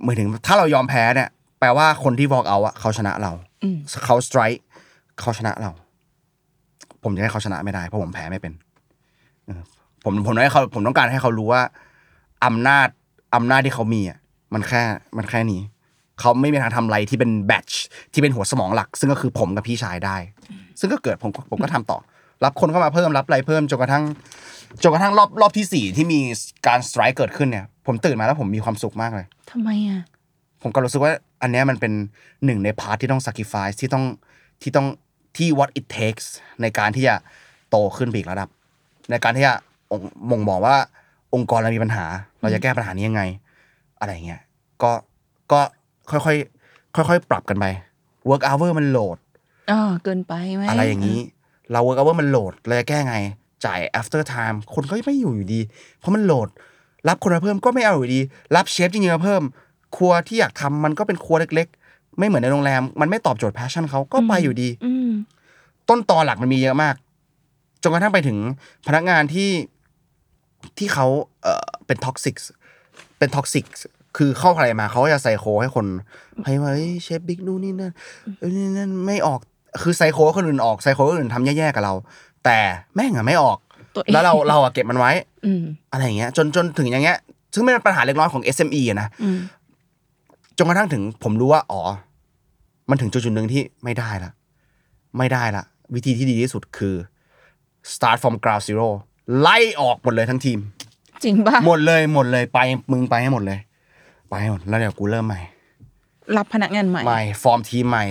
[SPEAKER 4] เหมือนถึงถ้าเรายอมแพ้เนี่ย แปลว่าคนที่ walk out อะเขาชนะเรา
[SPEAKER 3] อืม
[SPEAKER 4] เขา strike เขาชนะเรา ผมจะให้เขาชนะไม่ได้ เพราะผมแพ้ไม่เป็นเออผมผมต้องให้เขาผมต้องการให้เขารู้ว่าอำนาจอำนาจที่เขามีอ่ะมันแค่มันแค่นี้ เขาไม่มีทางทำอะไรที่เป็นแบตช์ที่เป็นหัวสมองหลัก ซึ่งก็คือผมกับพี่ชายได้ ซึ่งก็เกิดผมผมก็ทำต่อ รับคนเข้ามาเพิ่มรับอะไรเพิ่มจนกระทั่งจนกระทั่งรอบรอบที่สี่ที่มีการสไตร์เกิดขึ้นเนี่ย ผมตื่นมาแล้วผมมีความสุขมากเลย
[SPEAKER 2] ทำไมอ่ะ
[SPEAKER 4] ผมก็รู้สึกว่าอันเนี้ยมันเป็นหนึ่งในพาร์ทที่ต้อง sacrifice ที่ต้องที่ต้องที่ what it takes ในการที่จะโตขึ้นไปอีกระดับ ในการที่จะองค์บ่งบอกว่าองค์กรเรามีปัญหา เราจะแก้ปัญหานี้ยังไง อะไรอย่างเงี้ยก็ก็ค่อยๆค่อยๆ ปรับกันไป work hour มันโหลด
[SPEAKER 3] อ๋อเกินไปไหม
[SPEAKER 4] อะไรอย่างนี้ เรา work hour มันโหลดเราจะแก้ไง จ่าย after time คนก็ไม่อยู่อยู่ดี เพราะมันโหลด รับคนมาเพิ่มก็ไม่เอาอยู่ดี รับเชฟจริงๆมาเพิ่ม ครัวที่อยากทำมันก็เป็นครัวเล็ก ๆ ไม่เหมือนในโรงแรม มันไม่ตอบโจทย์ passion เขาก็ไปอยู่ดี
[SPEAKER 3] อืม
[SPEAKER 4] ต้นตอหลักมันมีเยอะมาก จนกระทั่งไปถึงพนักงานที่ที่เขาเอ่อเป็นท็อกซิกเป็นท็อกซิกคือเข้าอะไรมาเขาก็จะไซโคให้คนให้ว่าเฮ้ยเชฟบิ๊กนู่นนี่นั่นเอ้ยนี่นั่นไม่ออกคือไซโคให้คนอื่นออกไซโคให้คนอื่นทำแย่ๆกับเรา แต่แม่งอะไม่ออก
[SPEAKER 3] ตัวเอง
[SPEAKER 4] แล้วเราเราอะเก็บมันไว้
[SPEAKER 3] อืม
[SPEAKER 4] อะไรอย่างเงี้ยจนจนถึงอย่างเงี้ย ซึ่งไม่เป็นปัญหาเล็กน้อยของ SME อะนะ
[SPEAKER 3] อืม
[SPEAKER 4] จนกระทั่งถึงผมรู้ว่า อ๋อ มันถึงจุดจุดหนึ่งที่ไม่ได้ละ ไม่ได้ละ วิธีที่ดีที่สุดคือ start from ground zero ไล่ออกหมดเลยทั้งทีม
[SPEAKER 3] จริงป่ะ
[SPEAKER 4] หมดเลยหมดเลยไปมึงไปให้หมดเลย ไปให้หมดแล้วเดี๋ยวกูเริ่มใหม่
[SPEAKER 3] รับพนักงานใหม่
[SPEAKER 4] ใหม่ฟอร์มทีมใหม่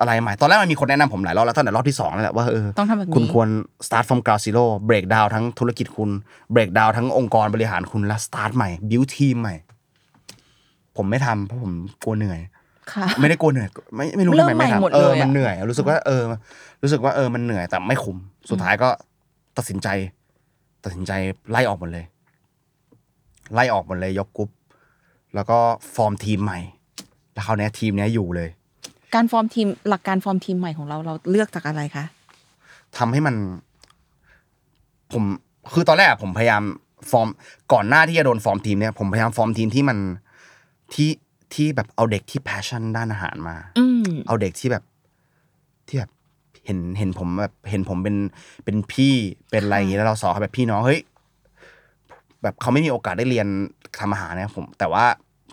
[SPEAKER 4] อะไรใหม่ ตอนแรกมันมีคนแนะนำผมหลายรอบแล้วตั้งแต่รอบที่สองนั่นแหละว่าเออ
[SPEAKER 3] ต้องทำแบบนี้
[SPEAKER 4] คุณควร start from ground zero break down ทั้งธุรกิจคุณ break down ทั้งองค์กรบริหารคุณแล้ว start ใหม่ build ทีมใหม่ ผมไม่ทำเพราะผมกลัวเหนื่อย
[SPEAKER 3] ค่ะ
[SPEAKER 4] ไม่ได้กลัวเหนื่อยไม่ไม่รู้
[SPEAKER 3] เริ่ม
[SPEAKER 4] ทำไมไม่
[SPEAKER 3] ใหม่หมด
[SPEAKER 4] ทำเอ
[SPEAKER 3] เล
[SPEAKER 4] อย
[SPEAKER 3] อะ
[SPEAKER 4] มันเหนื่อย รู้สึกว่าเออ รู้สึกว่าเออมันเหนื่อยแต่ไม่คุ้มสุดท้ายก็ตัดสินใจ ตัดสินใจไล่ออกหมดเลย ไล่ออกหมดเลยยกกรุ๊ปแล้วก็ฟอร์มทีมใหม่ แล้วคราวเนี้ยทีมเนี้ยอยู่เลย
[SPEAKER 3] การฟอร์มทีมหลักการฟอร์มทีมใหม่ของเราเราเลือกจากอะไรคะ
[SPEAKER 4] ทำให้มัน ผมคือตอนแรกอะผมพยายามฟอร์มก่อนหน้าที่จะโดนฟอร์มทีมเนี่ยผมพยายามฟอร์มทีมที่มันที่ที่แบบเอาเด็กที่แพชชั่นด้านอาหารมา
[SPEAKER 3] อืม
[SPEAKER 4] เอาเด็กที่แบบที่แบบเห็นเห็นผมแบบเห็นผมเป็นเป็นพี่เป็นอะไรอย่างนี้แล้วเราสอนเขาแบบพี่น้องเฮ้ยแบบเขาไม่มีโอกาสได้เรียนทำอาหารนะครับผม แต่ว่า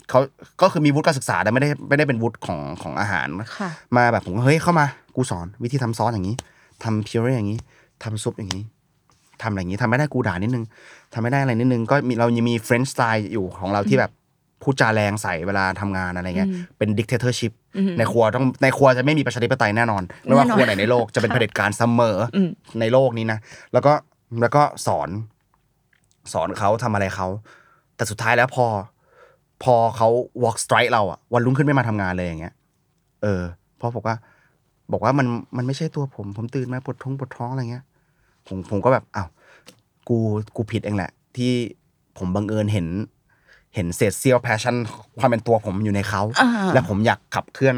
[SPEAKER 4] เขาก็คือมีวุฒิการศึกษาแต่ไม่ได้ไม่ได้เป็นวุฒิของของอาหาร
[SPEAKER 3] ค่ะ
[SPEAKER 4] มาแบบผมก็เฮ้ยเข้ามา กูสอนวิธีทำซอสอย่างนี้ทำพิเรอย่างนี้ทำซุปอย่างนี้ทำอะไรอย่างนี้ทำไม่ได้กูด่านิดนึงทำไม่ได้อะไรนิดนึงก็มีเรายังมีเฟรนช์สไตล์อยู่ของเราที่แบบพูดจาแรงใส่เวลาทำงานอะไรเงี้ยเป็นดิกเตอร์ชิพในครัวต้องในครัวจะไม่มีประชาธิปไตยแน่นอนไม่ว่า
[SPEAKER 3] แน่นอน
[SPEAKER 4] ครัวไหนในโลกจะ เป็นเผด็จการเสมออ
[SPEAKER 3] ม
[SPEAKER 4] ในโลกนี้นะแล้วก็แล้วก็สอน สอนเขาทำอะไรเขา แต่สุดท้ายแล้วพอ พอเขา walk strike เราอะวันรุ่งขึ้นไม่มาทำงานเลยอย่างเงี้ย เออเพราะบอกว่า บอกว่ามันมันไม่ใช่ตัวผม ผมตื่นมาปวดท้องปวดท้องอะไรเงี้ย ผมผมก็แบบอ้าวกูกูผิดเองแหละ ที่ผมบังเอิญเห็น เห็นเศษเสี้ยวแพชชั่นความเป็นตัวผมอยู่ในเขา
[SPEAKER 3] อ่า
[SPEAKER 4] และผมอยากขับเคลื่อน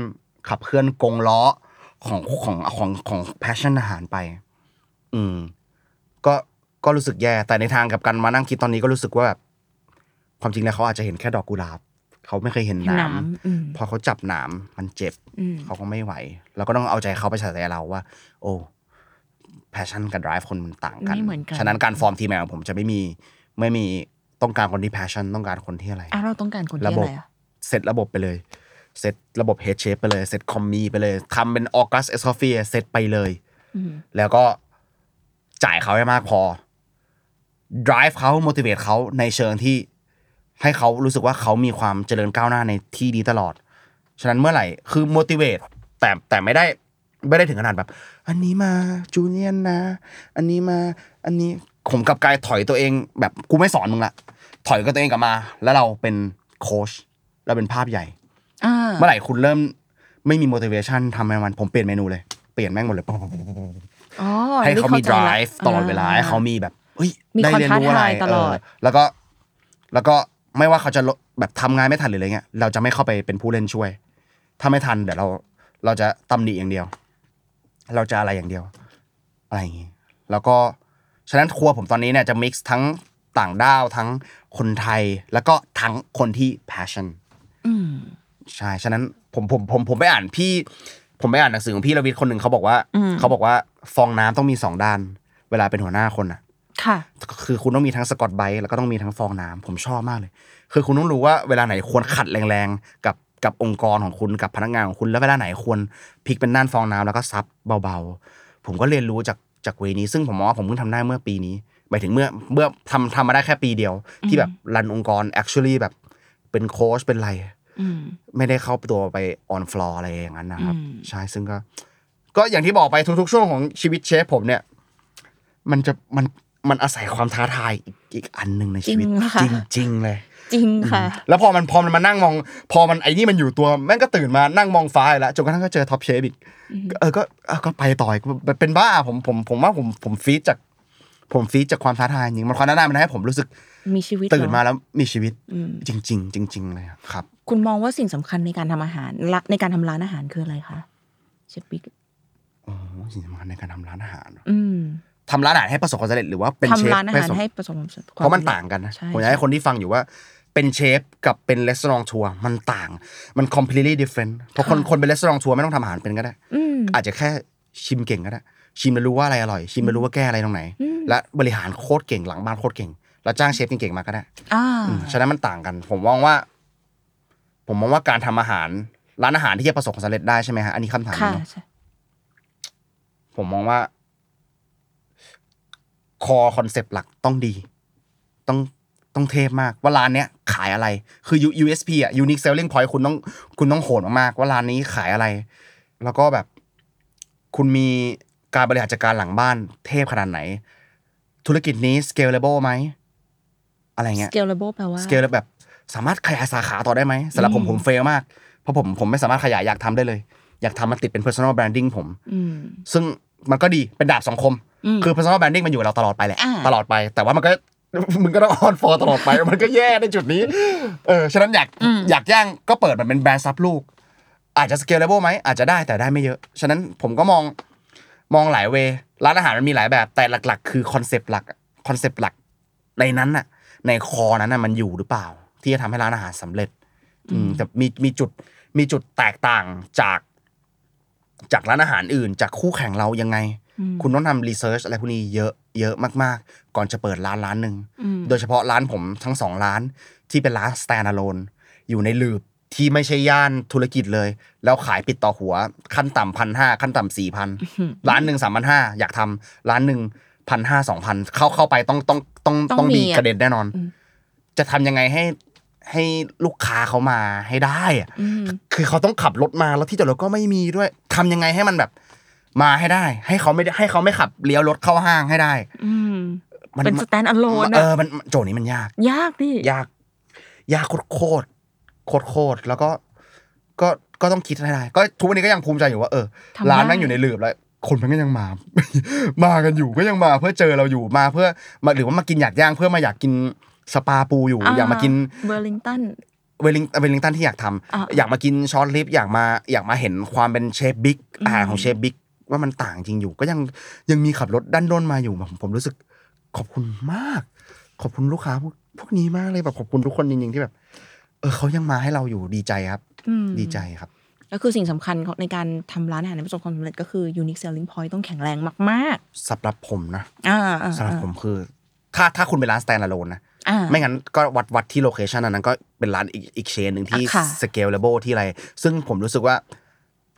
[SPEAKER 4] ขับเคลื่อนกงล้อของของของของแพชชั่นอาหารไป อืม ก็ก็รู้สึกแย่ แต่ในทางกลับกันมานั่งคิดตอนนี้ก็รู้สึกว่าแบบความจริงแล้วเขาอาจจะเห็นแค่ดอกกุหลาบ เขาไม่เคยเห็นหนาน
[SPEAKER 3] หาม มอืม
[SPEAKER 4] พอเขาจับหนามมันเจ็บ
[SPEAKER 3] อืม
[SPEAKER 4] เขาก็ไม่ไหว เราก็ต้องเอาใจเขาไปใส่ใจเราว่า โอ้ passion กับ drive คนมันต่างกัน
[SPEAKER 3] ไม่เหมือนกัน
[SPEAKER 4] ฉะนั้นการฟอร์มทีมของผมจะไม่มีไม่มีต้องการคนที่ passion ต้องการคนที่อะไร
[SPEAKER 3] อ่ะเราต้องการคนที่
[SPEAKER 4] ระ
[SPEAKER 3] อะ
[SPEAKER 4] บบ
[SPEAKER 3] ไรอ่ะ
[SPEAKER 4] เซตระบบไปเลยเซตระบบ head shape ไปเลยเซตคอมมีไปเลยทำเป็นออกัสเอสคอฟีเซตไปเลย
[SPEAKER 3] อืม
[SPEAKER 4] แล้วก็จ่ายเขาให้มากพอ drive เขา motivate เขาในเชิงที่ให้เขารู้สึกว่าเขามีความเจริญก้าวหน้าในที่นี้ตลอด ฉะนั้นเมื่อไหร่ คือ motivate แต่แต่ไม่ได้ไม่ได้ถึงขนาดแบบ อันนี้มาจูเนียนนะ อันนี้มา อันนี้ ผมกลับกลายถอยตัวเองแบบกูไม่สอนมึงละถอยกับตัวเองกลับมา แล้วเราเป็นโค้ชเราเป็นภาพใหญ่
[SPEAKER 3] อ่า
[SPEAKER 4] เมื่อไหร่คุณเริ่มไม่มี motivation ทำแมงวันผมเปลี่ยนเมนูเลยเปลี่ยนแม่งหมดเลย
[SPEAKER 3] อ๋อ
[SPEAKER 4] ให้เขามี
[SPEAKER 3] นี่ข้ใจละ
[SPEAKER 4] drive ตลอดเวลาให้เขามีแบบเฮ้ย
[SPEAKER 3] มี
[SPEAKER 4] ได้
[SPEAKER 3] ความ
[SPEAKER 4] เรียนรู้อะ
[SPEAKER 3] ท้า
[SPEAKER 4] ไร
[SPEAKER 3] ทายตลอด
[SPEAKER 4] เแล้วก็ แล้วก็ไม่ว่าเขาจะลดแบบทำงานไม่ทันหรืออะไรเงี้ยเราจะไม่เข้าไปเป็นผู้เล่นช่วย ถ้าไม่ทันเดี๋ยวเราเราจะตำหนิอย่างเดียว เราจะอะไรอย่างเดียว อะไรอย่างงี้แล้วก็ฉะนั้นครัวผมตอนนี้เนี่ยจะ mix ทั้งต่างด้าวทั้งคนไทย แล้วก็ทั้งคนที่ passion
[SPEAKER 3] อืม
[SPEAKER 4] ใช่ ฉะนั้นผมผมผมผมไปอ่านพี่ ผมไปอ่านหนังสือของพี่รวิทย์คนหนึ่งเขาบอกว่าเขาบอกว่าฟองน้ำต้องมีสองด้าน เวลาเป็นหัวหน้าคนอ่ะ
[SPEAKER 3] ค่ะ
[SPEAKER 4] คือคุณต้องมีทั้งสกอตไบรท์แล้วก็ต้องมีทั้งฟองน้ำผมชอบมากเลย คือคุณต้องรู้ว่าเวลาไหนควรขัดแรงๆ กับกับองค์กรของคุณกับพนักงานของคุณแล้วเวลาไหนควรพลิกเป็นด้านฟองน้ำแล้วก็ซับเบาๆ ผมก็เรียนรู้จากจากเวนี้ ซึ่งผมมองว่าผมเพิ่งทำได้เมื่อปีนี้หมายถึงเมื่อเมื่อทำทำมาได้แค่ปีเดียว ที่แบบรันองค์กร actually แบบเป็นโค้ชเป็นอะไร
[SPEAKER 3] อืม
[SPEAKER 4] ไม่ได้เข้าตัวไปออนฟลอร์อะไรอย่างนั้นนะครับ
[SPEAKER 3] อืม
[SPEAKER 4] ใช่ซึ่งก็ ก็อย่างที่บอกไปทุกๆ ช่วงของชีวิตเชฟผมเนี่ย มันจะมันมันอาศัยความท้าทายอีกอีกอันหนึ่งในชีวิต
[SPEAKER 3] จริงค่ะ
[SPEAKER 4] จริง ๆ เลย
[SPEAKER 3] จริงค่ะ
[SPEAKER 4] แล้วพอมันพอมันมานั่งมอง พอมันไอ้นี่มันอยู่ตัวแม่งก็ตื่นมานั่งมองฟ้าอีกแล้วจนกระทั่งก็เจอท็อปเชฟอีกเออก็เออก็ไปต่อยเป็นบ้าผมผมผมว่าผมผมฟีดจาก ผมฟีดจากความท้าทายจริงมันความท้าทายมันทำให้ผมรู้สึก
[SPEAKER 3] มีชีวิต
[SPEAKER 4] ตื่นมา
[SPEAKER 3] เหรอ
[SPEAKER 4] แล้วมีชีวิต
[SPEAKER 3] อืม
[SPEAKER 4] จริง ๆ จริง ๆ เลยครับ
[SPEAKER 3] คุณมองว่าสิ่งสำคัญในการทำอาหารละในการทำร้านอาหารคืออะไรคะเชฟบิ๊ก
[SPEAKER 4] โอ้โหสิ่งสำคัญในการทำร้านอาหารเหรอ
[SPEAKER 3] อืม
[SPEAKER 4] ทำร้านอาหารให้ประสบความสำเร็จหรือว่าเป็น
[SPEAKER 3] ทำ
[SPEAKER 4] เชฟ
[SPEAKER 3] ร้านอา
[SPEAKER 4] ปะ
[SPEAKER 3] หาร
[SPEAKER 4] สบ
[SPEAKER 3] ให้ประสบความสำเร็จ
[SPEAKER 4] เพราะมันต่างกันนะ
[SPEAKER 3] ใช่
[SPEAKER 4] ผมอยากให้คนที่ฟังอยู่ว่าเป็นเชฟกับเป็นรีสอร์ทัวร์มันต่างมัน completely different เพราะคนคนเป็นรีสอร์ทัวร์ไม่ต้องทำอาหารเป็นก็ได้
[SPEAKER 3] อืม
[SPEAKER 4] อาจจะแค่ชิมเก่งก็ได้ ชิมแล้วรู้ว่าอะไรอร่อย ชิมแล้วรู้ว่าแก้อะไรตรงไหน
[SPEAKER 3] อืม
[SPEAKER 4] และบริหารโคตรเก่งหลังบ้านโคตรเก่ง แล้วจ้างเชฟเก่งๆมาก็ได้
[SPEAKER 3] อ่า
[SPEAKER 4] อืมฉะนั้นมันต่างกัน ผมมองว่า ผมมองว่าการทำอาหารร้านอาหารที่จะประสบความสำเร็จได้ใช่ไหมฮะอันนี้คำถาม
[SPEAKER 3] ค่ะ
[SPEAKER 4] เนอะ
[SPEAKER 3] ใช่
[SPEAKER 4] ผมมองว่า คอคอนเซปต์หลักต้องดี ต้องต้องเทพมาก ว่าร้านเนี้ยขายอะไร คือ U- USP อ่ะ Unique Selling Point คุณต้องคุณต้องโหดมากๆว่าร้านนี้ขายอะไร แล้วก็แบบ คุณมีการบริหารจัดการหลังบ้านเทพขนาดไหน ธุรกิจนี้ scalable ไหม อะไร
[SPEAKER 3] ส
[SPEAKER 4] เงี้ย
[SPEAKER 3] เกลเลเบิลแปลว่า
[SPEAKER 4] สเกลแบบสามารถขยายสาขาต่อได้ไหมสำหรับผม
[SPEAKER 3] อืม
[SPEAKER 4] ผมเฟลมาก เพราะผมผมไม่สามารถขยายอยากทำได้เลย อยากทำมันติดเป็น personal branding ผม
[SPEAKER 3] อืม
[SPEAKER 4] ซึ่งมันก็ดีเป็นดาบสองคม
[SPEAKER 3] อืม
[SPEAKER 4] คือ personal branding มันอยู่กับเราตลอดไปแหละ
[SPEAKER 3] อ่า
[SPEAKER 4] ตลอดไป แต่ว่ามันก็ มึงก็ต้องออนฟอร์ตลอดไป มันก็แย่ในจุดนี้ เออ ฉะนั้นอยากอยากย่างก็เปิดมันเป็นแบรนด์ซับลูก อาจจะ scalable ไหม อาจจะได้แต่ได้ไม่เยอะ ฉะนั้นผมก็มองมองหลายเวย์ร้านอาหารมันมีหลายแบบ แต่หลัก ๆ คือคอนเซปต์หลักคอนเซปต์หลักในนั้นน่ะ ในคอนั้นน่ะมันอยู่หรือเปล่า ที่จะทำให้ร้านอาหารสำเร็จ อืมแต่มีมีจุดมีจุดแตกต่างจาก จากร้านอาหารอื่น จากคู่แข่งเรายังไง คุณต้องทำรีเสิร์ชอะไรพวกนี้เยอะเยอะมากๆ ก่อนจะเปิดร้านร้านหนึ่ง
[SPEAKER 3] อืม
[SPEAKER 4] โดยเฉพาะร้านผมทั้งสองร้านที่เป็นร้าน standalone อยู่ในหลืบที่ไม่ใช่ย่านธุรกิจเลย แล้วขายปิดต่อหัว ขั้นต่ำพันห้าขั้นต่ำสี่พันร้านหนึ่งสามพันห้าอยากทำร้านหนึ่งพันห้าสองพันเข้าเข้าไปต้องต้องต้อง
[SPEAKER 3] ต้อง
[SPEAKER 4] ต้อง
[SPEAKER 3] มี
[SPEAKER 4] ดี
[SPEAKER 3] อะ
[SPEAKER 4] กระเด็นแน่นอน
[SPEAKER 3] อืม
[SPEAKER 4] จะทำยังไงให้ให้ลูกค้าเขามาให้ได้อะ
[SPEAKER 3] อืม
[SPEAKER 4] คือเขาต้องขับรถมาแล้วที่จอดรถก็ไม่มีด้วยทำยังไงให้มันแบบมาให้ได้ ให้เขาไม่ได้ให้เขาไม่ขับเลี้ยวรถเข้าห้างให้ได้
[SPEAKER 3] อืม
[SPEAKER 4] มัน
[SPEAKER 3] เป็น
[SPEAKER 4] มัน
[SPEAKER 3] stand alone
[SPEAKER 4] เอ
[SPEAKER 3] อะ
[SPEAKER 4] อมันมันโจทย์นี้มันยาก
[SPEAKER 3] ยากดิ
[SPEAKER 4] ยาก ยากโคตรโคตรโคตรโคตรแล้วก็ก็ก็ต้องคิดให้ได้ ก็ทุกวันนี้ก็ยังภูมิใจอยู่ว่าเออ
[SPEAKER 3] ทำได้
[SPEAKER 4] ร้านแม่งอยู่ในหลืบแล้วคนมันก็ยังมา มากันอยู่ก็ยังมาเพื่อเจอเราอยู่มาเพื่อมาหรือว่ามากินอยากย่างเพื่อมาอยากกินสปาปูอยู่อยากมากิน
[SPEAKER 3] เบอร์ลิงตัน
[SPEAKER 4] เวลิงเวลิงตันที่อยากทำ
[SPEAKER 3] อ่า
[SPEAKER 4] อยากมากินช็อตลิฟต์อยากมาอยากมาเห็นความเป็นเชฟบิ๊ก
[SPEAKER 3] อืม
[SPEAKER 4] อาหารของเชฟบิ๊กว่ามันต่างจริงอยู่ ก็ยังยังมีขับรถด้านด้นมาอยู่ผมผมรู้สึกขอบคุณมาก ขอบคุณลูกค้าพวกพวกนี้มากเลยแบบขอบคุณทุกคนจริงๆที่แบบ เออเขายังมาให้เราอยู่ดีใจครับ
[SPEAKER 3] อืม
[SPEAKER 4] ดีใจครับ
[SPEAKER 3] ก็คือสิ่งสำคัญของในการทำร้านอาหารให้ประสบความสำเร็จก็คือ unique selling point ต้องแข็งแรงมาก
[SPEAKER 4] สำหรับผมนะ
[SPEAKER 3] ๆ อ่าอ่า
[SPEAKER 4] สำหรับผมคือ ถ้าถ้าคุณเป็นร้านสแตนด์อะโลนนะ
[SPEAKER 3] อ่า
[SPEAKER 4] ไม่งั้นก็วัดวัดที่โลเคชันอันนั้นก็เป็นร้านอีกอีกเชนหนึ่งที่
[SPEAKER 3] อ่ะค่ะ
[SPEAKER 4] สเกลเลเบลที่อะไร ซึ่งผมรู้สึกว่า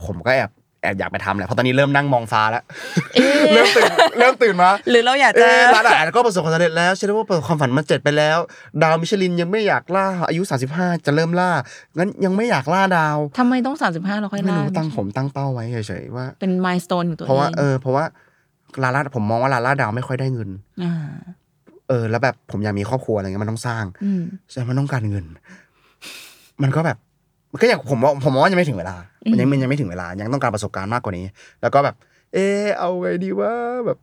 [SPEAKER 4] ผมก็แอบแอบอยากไปทำแหละ เพราะตอนนี้เริ่มนั่งมองฟ้าแล้ว เริ่มตื่นเริ่มตื่นมา
[SPEAKER 3] หรือเราอยากจะ
[SPEAKER 4] เร้านอาหารก็ประสบความสำเร็จแล้วเชื่อได้ว่าความฝันมันเจ็ดไปแล้ว ดาวมิชลินยังไม่อยากล่า อายุ 35 จะเริ่มล่า งั้นยังไม่อยากล่าดาว
[SPEAKER 3] ทำไมต้อง 35 เราค่อย
[SPEAKER 4] ไม่
[SPEAKER 3] ล่า
[SPEAKER 4] รู้ตั้งผมตั้งเป้าไว้เฉยๆว่า
[SPEAKER 3] เป็น milestone ของตัวเอง
[SPEAKER 4] เพราะว่าเออเพราะว่า ลาล่าผมมองว่าลาล่าดาวไม่ค่อยได้เงิน
[SPEAKER 3] อ่า
[SPEAKER 4] เออ แล้วแบบผมอยากมีครอบครัวอะไรเงี้ยมันต้องสร้าง
[SPEAKER 3] อืม
[SPEAKER 4] แสดงมันต้องการเงิน มันก็แบบมันก็อยากผมว่าผมว่ายังไม่ถึงเวลา มันยังมันยังไม่ถึงเวลา ยังต้องการประสบการณ์มากกว่านี้ แล้วก็แบบ เออเอาไงดีว่าแบบ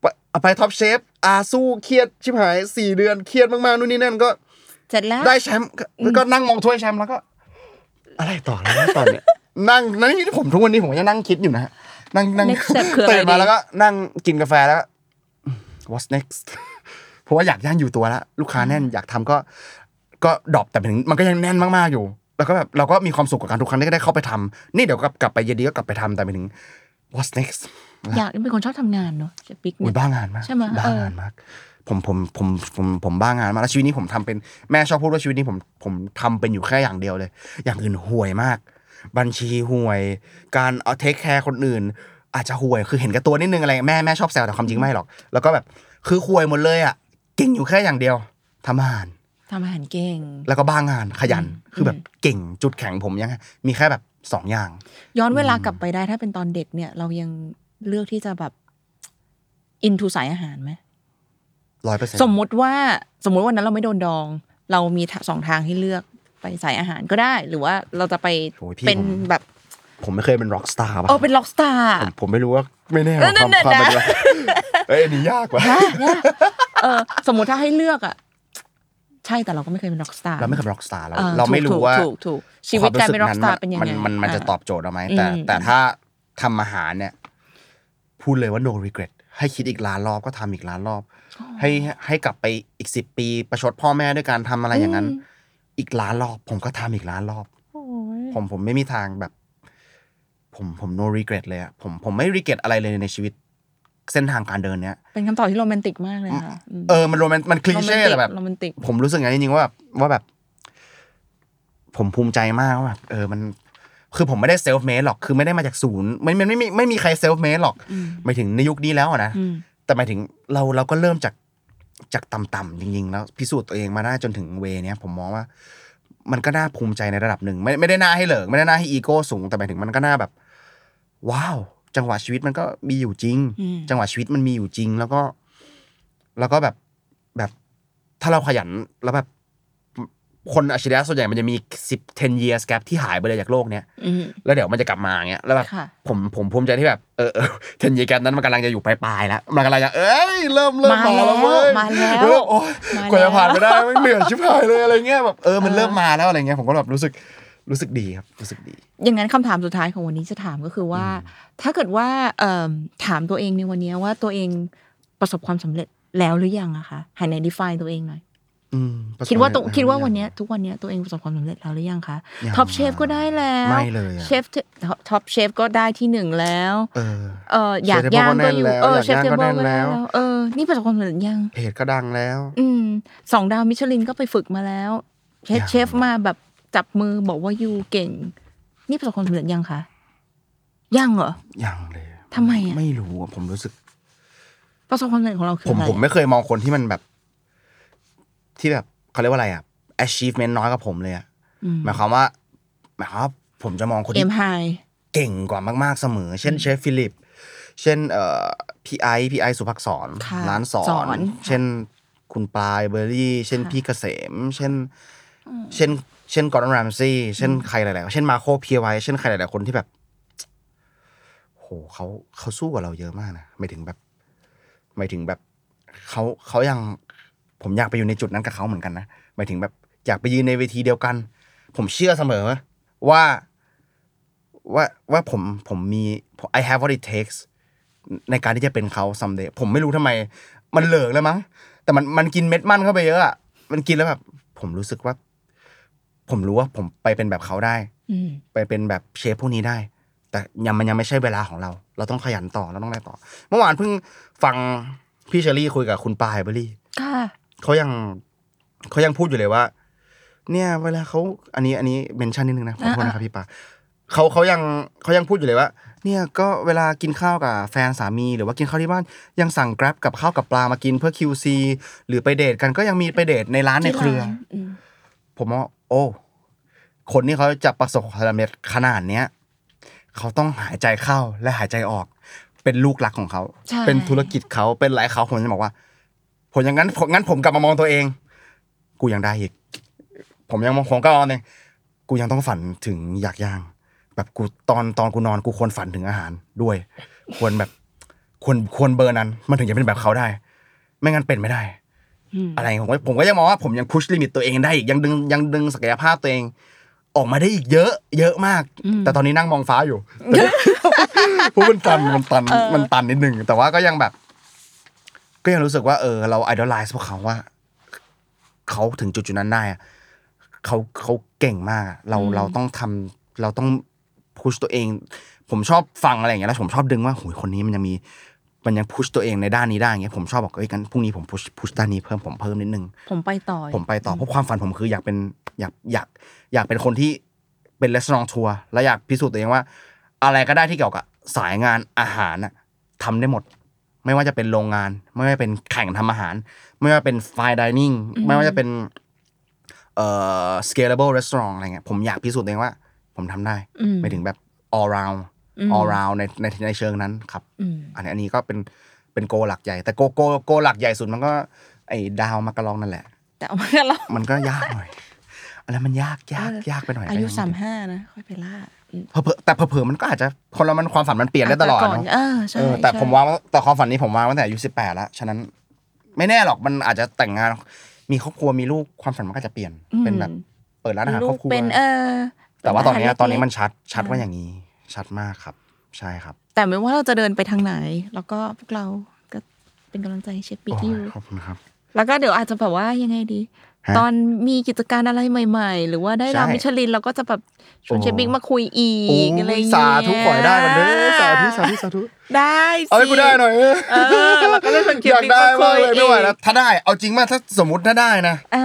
[SPEAKER 4] ไปเอาไปท็อปเชฟอาสู้เครียดชิบหายสี่เดือนเครียดมากๆนู่นนี่นั่นก็
[SPEAKER 3] เสร็จแล้ว
[SPEAKER 4] ได้แชมป์ก็ก็นั่งมองถ้วยแชมป์แล้วก็ อะไรต่อแล้วนะตอนเนี้ย นั่งนั่งนี่ผมทุกวันนี้ผมก็ยังนั่งคิดอยู่นะฮะนั่งนั่ง
[SPEAKER 3] Next step คืออะไร
[SPEAKER 4] ตื่นมา
[SPEAKER 3] ดี
[SPEAKER 4] แล้วก็นั่งกินกาแฟแล้วก็ what's next เพราะว่าอยากย่างอยู่ตัวแล้วลูกค้าแน่นอยากทำก็ ก็ดรอปแต่ถึงมันก็ยังแน่นมากๆอยู่ แล้วก็แบบเราก็มีความสุขกับการทุกครั้งที่ได้เข้าไปทำนี่เดี๋ยวกลับกลับไปเย็นดีก็กลับไปทำแต่ไปถึง what's next
[SPEAKER 3] อยากเป็นคนชอบทำงานเนอะเชฟปิ๊ก
[SPEAKER 4] อุ้
[SPEAKER 3] เนี่ย ย
[SPEAKER 4] บ้างานมาก
[SPEAKER 3] ใช่ไหม
[SPEAKER 4] บ้างานมาก ผมผมผมผมผมบ้างานมากแล้วชีวิตนี้ผมทำเป็นแม่ชอบพูดว่าชีวิตนี้ผมผมทำเป็นอยู่แค่อย่างเดียวเลย อย่างอื่นห่วยมาก บัญชีห่วย การเอาเทคแคร์คนอื่น อาจจะห่วยคือเห็นแกับตัวนิดนึงอะไรแม่แม่ชอบแซวแต่ความจริงไม่หรอก แล้วก็แบบคือห่วยหมดเลยอ่ะเก่งอยู่แค่อย่างเดียวทำอาหาร
[SPEAKER 3] ทำอาหารเก่ง
[SPEAKER 4] แล้วก็บ้างานขยัน
[SPEAKER 3] อืม
[SPEAKER 4] คือแบบเก่งจุดแข็งผมยังมีแค่แบบสองอย่าง
[SPEAKER 3] ย้อนเวลากลับไปได้ถ้าเป็นตอนเด็กเนี่ย เรายังเลือกที่จะแบบอินทูสายอาหารไหม
[SPEAKER 4] ร้อยเปอร์เซ็นต์
[SPEAKER 3] สมมุติว่าสมมุติวันนั้นเราไม่โดนดอง เรามีทะสองทางให้เลือกไปสายอาหารก็ได้ หรือว่าเราจะไป
[SPEAKER 4] โอ้ยพี่
[SPEAKER 3] เป็น
[SPEAKER 4] ผม
[SPEAKER 3] แบบ
[SPEAKER 4] ผมไม่เคยเป็นร็อกสตาร์ป่ะ
[SPEAKER 3] เออเป็นล็อกสตาร์
[SPEAKER 4] ผมผมไม่รู้ว่าไม่แน่
[SPEAKER 3] เอ
[SPEAKER 4] ว่า
[SPEAKER 3] อนั่
[SPEAKER 4] ค
[SPEAKER 3] นน่ะ
[SPEAKER 4] วามความเป็น
[SPEAKER 3] นะ
[SPEAKER 4] ว่าเอ้ยอันนี่ยากว่ะ
[SPEAKER 3] เออสมมุติถ้าให้เลือกอ่ะใช่แต่เราก็ไม่เคยเป็นล็อกสตาร์
[SPEAKER 4] เราไม่เคยร็อกสตาร์เรา
[SPEAKER 3] ออ
[SPEAKER 4] เราไม่รู้ว่า
[SPEAKER 3] ถูกถูกถูกชีวิตการเป็นร็อกสตาร์เป็นยัง
[SPEAKER 4] มั
[SPEAKER 3] ไง
[SPEAKER 4] มันมันจะ
[SPEAKER 3] อ่
[SPEAKER 4] ตอบโจทย์เราไหมแต่
[SPEAKER 3] อืม
[SPEAKER 4] แต่ถ้าทำอาหารเนี่ย พูดเลยว่า no regret ให้คิดอีกล้านรอบก็ทำอีกล้านรอบ ให้ให้กลับไปอีกสิบปีประชดพ่อแม่ด้วยการทำอะไรอย่างนั้น
[SPEAKER 3] อืม
[SPEAKER 4] อีกล้านรอบผมก็ทำอีกล้านรอบ
[SPEAKER 3] โอ้ย
[SPEAKER 4] ผมผมไม่มีทางแบบ ผมผม no regret เลยอะผมผมไม่ regret อะไรเลยในชีวิต เส้นทางการเดินเนี้ย
[SPEAKER 3] เป็นคำตอบที่โรแมนติกมากเลยค่ะม
[SPEAKER 4] เออมันโรแมนมันคลีเช่แต่แบบ
[SPEAKER 3] โรแมนติก
[SPEAKER 4] ผมรู้สึกไงจริงๆว่าแบบว่าแบบ ผมภูมิใจมากว่าแบบเออมัน คือผมไม่ได้เซลฟ์เมดหรอกคือไม่ได้มาจากศูนย์มันมันไม่มีไม่มีใครเซลฟ์เมดหรอก
[SPEAKER 3] อืม
[SPEAKER 4] หมายถึงในยุคนี้แล้วอะนะ
[SPEAKER 3] อืม
[SPEAKER 4] แต่หมายถึงเราเราก็เริ่มจากจากต่ำๆจริง ๆ แล้วพิสูจน์ตัวเองมาได้จนถึงเวเนี้ยผมมองว่า มันก็น่าภูมิใจในระดับหนึ่งไม่ไม่ได้น่าให้เหลิงไม่ได้น่าให้อีโก้สูงแต่หมายถึงมันก็น่าแบบ ว้าว จังหวะชีวิตมันก็มีอยู่จริง
[SPEAKER 3] อืม
[SPEAKER 4] จังหวะชีวิตมันมีอยู่จริง แล้วก็ แล้วก็แบบแบบถ้าเราขยันแล้วแบบคนอัจฉริยะส่วนใหญ่มันจะมีสิบ10 years gap ที่หายไปเลยจากโลกเนี้ย
[SPEAKER 3] อืม
[SPEAKER 4] แล้วเดี๋ยวมันจะกลับมาอย่างเงี้ยแล้วแบบ
[SPEAKER 3] ค่ะ
[SPEAKER 4] ผมผมภูมิใจที่แบบเออเออ เทนเยแกนนั้นมันกำลังจะอยู่ปลายๆแล้วมันกำลังจะเอ้ยเริ่มเริ่ม
[SPEAKER 3] มา
[SPEAKER 4] มา
[SPEAKER 3] แล้
[SPEAKER 4] แล้ว
[SPEAKER 3] ว
[SPEAKER 4] เว้ย
[SPEAKER 3] มาแล้ว
[SPEAKER 4] เริ่มโอ้ย
[SPEAKER 3] มาแล้ว
[SPEAKER 4] กว่าจะผ่านไปได้มันเหนื่อยชิบหายเลยอะไรเงี้ยแบบเออมันเริ่มมาแล้วอะไรเงี้ยผมก็แบบรู้สึกรู้สึกดีครับรู้สึกดี
[SPEAKER 3] อย่างนั้นคำถามสุดท้ายของวันนี้จะถามก็คือว่า ถ้าเกิดว่าเอิ่มถามตัวเองในวันนี้ว่าตัวเองประสบความสำเร็จแล้วหรือยังอะคะให้ใน define ตัวเองหน่อย
[SPEAKER 4] อืมประสบ
[SPEAKER 3] คิดว่า
[SPEAKER 4] เร็จ
[SPEAKER 3] ตัว
[SPEAKER 4] นะ
[SPEAKER 3] คิดว่า
[SPEAKER 4] ยัง
[SPEAKER 3] วันเนี้ยทุกวันเนี้ยตัวเองประสบความสำเร็จแล้วหรือยังคะ
[SPEAKER 4] ยัง
[SPEAKER 3] ท็อปเชฟก็ได้แล้ว
[SPEAKER 4] ไม่เลยอะ
[SPEAKER 3] เชฟท็อปเชฟก็ได้ที่หนึ่งแล้ว
[SPEAKER 4] เออ
[SPEAKER 3] เอออยาก
[SPEAKER 4] เชฟเทเบิ
[SPEAKER 3] ย่างก็
[SPEAKER 4] ล
[SPEAKER 3] อยู่
[SPEAKER 4] ก็แน่นแล้ว
[SPEAKER 3] เออ
[SPEAKER 4] อ
[SPEAKER 3] เชฟ
[SPEAKER 4] ยาก
[SPEAKER 3] เท
[SPEAKER 4] ย่างก็
[SPEAKER 3] เบิลก็
[SPEAKER 4] แน่นแล้
[SPEAKER 3] ได้
[SPEAKER 4] ว
[SPEAKER 3] แล้วเออนี่ประสบความสำเร็จยัง
[SPEAKER 4] เพจก็ดังแล้ว
[SPEAKER 3] อืมสองดาวมิชลินก็ไปฝึกมาแล้วเชฟ
[SPEAKER 4] ยัง
[SPEAKER 3] เชฟมาแบบจับมือบอกว่ายูเก่ง นี่ประสบความสำเร็จยังคะยังเหรอ
[SPEAKER 4] ยังเลย
[SPEAKER 3] ทำไมอะ
[SPEAKER 4] ไม่รู้อะผมรู้สึก
[SPEAKER 3] ประสบความสำเร็จของเราคือ
[SPEAKER 4] ผม
[SPEAKER 3] อะไร
[SPEAKER 4] ผมไม่เคยมองคนที่มันแบบ ที่แบบเขาเรียกว่าอะไรอ่ะ achievement น้อยกว่าผมเลยอ่ะหมายความว่าหมายความว่าผมจะมองคน
[SPEAKER 3] เอ็
[SPEAKER 4] ที่
[SPEAKER 3] มไฮ
[SPEAKER 4] เก่งกว่ามากๆเสมอ เช่นเชฟฟิลิป เช่นเอ่อพีไอพีไอสุภักษร
[SPEAKER 3] ค่ะ
[SPEAKER 4] ร้านสอ
[SPEAKER 3] สอน น
[SPEAKER 4] เช่นคุณปลายเบอร์รี่ เช่น
[SPEAKER 3] ค่ะ
[SPEAKER 4] พี่เกษม เช่น เช่น เช่นกอร์ดอนแรมซี่เช่นใครหลายๆเช่นมาโคเพียไวเช่นใครหลายๆคนที่แบบโหเขาเขาสู้กับเราเยอะมากนะหมายถึงแบบหมายถึงแบบเขาเขายังผมอยากไปอยู่ในจุดนั้นกับเขาเหมือนกันนะหมายถึงแบบอยากไปยืนในเวทีเดียวกัน ผมเชื่อเสมอว่า ว่าว่าผมผมมี I have what it takes ในการที่จะเป็นเขา someday ผมไม่รู้ทำไม มันเหลิกแล้วมั้ง แต่มันมันกินเม็ดมันเข้าไปเยอะอะมันกินแล้วแบบ ผมรู้สึกว่า ผมรู้ว่าผมไปเป็นแบบเขาได้
[SPEAKER 3] อืม
[SPEAKER 4] ไปเป็นแบบเชฟพวกนี้ได้ แต่ยังมันยังไม่ใช่เวลาของเรา เราต้องขยันต่อเราต้องอะไรต่อ เมื่อวานเพิ่งฟังพี่เชอรี่คุยกับคุณปายเบอร์รี่
[SPEAKER 3] ค่ะ
[SPEAKER 4] เขายังเขายังพูดอยู่เลยว่า เนี่ย เวลาเขาอันนี้อันนี้เมนชั่นนิดนึงนะขอโทษนะครับพี่ปาเขาเขายังเขายังพูดอยู่เลยว่า เนี่ยก็เวลากินข้าวกับแฟนสามี หรือว่ากินข้าวที่บ้าน ยังสั่ง grab กับข้าวกับปลามากินเพื่อ QC หรือไปเดทกันก็ยังมีไปเดทในร้านในเครือ ผมว่าโอ้ คนที่เขาจะประสบความสำเร็จขนาดเนี้ยเขาต้องหายใจเข้าและหายใจออก เป็นลูกรักของเขา
[SPEAKER 3] ใช่
[SPEAKER 4] เป็นธุรกิจเขาเป็นอะไรเขาผมจะบอกว่า ผมอย่างนั้นผมงั้นผมกลับมามองตัวเอง กูยังได้อีก ผมยังมองผมก็มองเองกูยังต้องฝันถึงอยากย่าง แบบกูตอนตอนกูนอนกูควรฝันถึงอาหารด้วย ควรแบบควรควรเบอร์นั้น มันถึงจะเป็นแบบเขาได้ ไม่งั้นเป็นไม่ได้ อะไรผมก็ผมก็ยังมองว่าผมยังพุชลิมิตตัวเองได้อีกยังดึงยังดึงศักยภาพตัวเอง ออกมาได้อีกเยอะ เยอะมาก แต่ตอนนี้นั่งมองฟ้าอยู่แต่ เพราะมันตันมันตันมันตันนิดนึงแต่ว่าก็ยังแบบ ก็ยังรู้สึกว่าเออเราไอดอลไลซ์พวกเขาว่า เขาถึงจุดจุดนั้นได้อะเขาเขาเก่งมากอะเราเราต้องทำเราต้องพุชตัวเอง ผมชอบฟังอะไรอย่างเงี้ยแล้วผมชอบดึงว่าโหยคนนี้มันยังมี มันยังพุชตัวเองในด้านนี้ได้อย่างเงี้ยผมชอบบอกเอ้ยงั้นพรุ่งนี้ผมพุชพุชด้านนี้เพิ่มผมเพิ่มนิดนึง
[SPEAKER 2] ผมไปต่อ
[SPEAKER 4] ผมไปต่อเพราะความฝันผมคืออยากเป็นอยากอยากอยากเป็นคนที่เป็นเลสซองทัวร์และอยากพิสูจน์ตัวเองว่า อะไรก็ได้ที่เกี่ยวกับสายงานอาหารน่ะทำได้หมด ไม่ว่าจะเป็นโรงงาน ไม่ว่าจะเป็นแข่งทำอาหาร ไม่ว่าเป็นไฟดิเนิ่งไม่ว่าจะเป็นเอ่อ scalable restaurant อะไรเงี้ยผมอยากพิสูจน์ตัวเองว่า ผมทำได้
[SPEAKER 2] อืม
[SPEAKER 4] ไม่ถึงแบบ all round all round ในในในเชิงนั้นครับ อันนี้อันนี้ก็เป็นเป็นโกหลักใหญ่ แต่โกโกโกหลักใหญ่สุดมันก็ ไอ้ดาวมากระลองนั่นแหละ
[SPEAKER 3] แต่เอามาแล้วเรา
[SPEAKER 4] มันก็ยากหน่อย อะไรมันยากยากยากไปหน่อย
[SPEAKER 3] อายุ
[SPEAKER 4] ไปหน่
[SPEAKER 3] สามห้านะ ค่อยไปล่าอืม
[SPEAKER 4] เผลอๆแต่เผลอๆมันก็อาจจะคนเรามันความฝันมันเปลี่ยนได้ตลอด
[SPEAKER 3] ก่น
[SPEAKER 4] เนาะ
[SPEAKER 3] เออใช่
[SPEAKER 4] เออแต่
[SPEAKER 3] ใช่
[SPEAKER 4] ผมวางว่าแต่ความฝันนี้ผมวางตั้งแต่อายุสิบแปดแล้วฉะนั้น ไม่แน่หรอกมันอาจจะแต่งงาน มีครอบครัวมีลูกความฝันมันก็อาจจะเปลี่ยน
[SPEAKER 3] อืม
[SPEAKER 4] เป็นแบบ เปิดร้านอาหารครอบครัว
[SPEAKER 2] เป็นเออ
[SPEAKER 4] แต่ว่าตอนเนี้ย
[SPEAKER 2] เป็ร้า
[SPEAKER 4] ตอนนี้มัน
[SPEAKER 2] เล็ก
[SPEAKER 4] ชัดชัดว่าอย่างนี้ ชัดมากครับ ใช่ครับ
[SPEAKER 2] ๆแต่ไม่ว่าเราจะเดินไปทางไหน แล้วก็พวกเราก็เป็นกำลังใจเชียร์ปีที่อ
[SPEAKER 4] โอ้
[SPEAKER 2] ยู่
[SPEAKER 4] ยขอบคุณครับ
[SPEAKER 2] แล้วก็เดี๋ยวอาจจะแบบว่ายังไงดี
[SPEAKER 4] ฮะ
[SPEAKER 2] ตอนมีกิจการอะไรใหม่ ๆ หรือว่าได้รับ
[SPEAKER 4] ใช่
[SPEAKER 2] มิชลินเราก็จะแบบชวน
[SPEAKER 4] โอ้
[SPEAKER 2] เชฟบิ๊กมาคุยอี
[SPEAKER 4] โอ้
[SPEAKER 2] กอะไรอย ย่างเงี้ย
[SPEAKER 4] สาธุขอให้ได้มันเด้อสาธุสาธุสาธุ
[SPEAKER 3] ได้สิ
[SPEAKER 4] เอาให้กูได้หน่อยเออ
[SPEAKER 3] เออเราก็เลยเป็นเกียร
[SPEAKER 4] อยาก
[SPEAKER 3] ติ
[SPEAKER 4] ได้มากเล
[SPEAKER 3] มาย คุย
[SPEAKER 4] ไม่ไหวแล้วถ้าได้ เอาจริงมากถ้าสมมติถ้าได้นะ
[SPEAKER 2] อ่า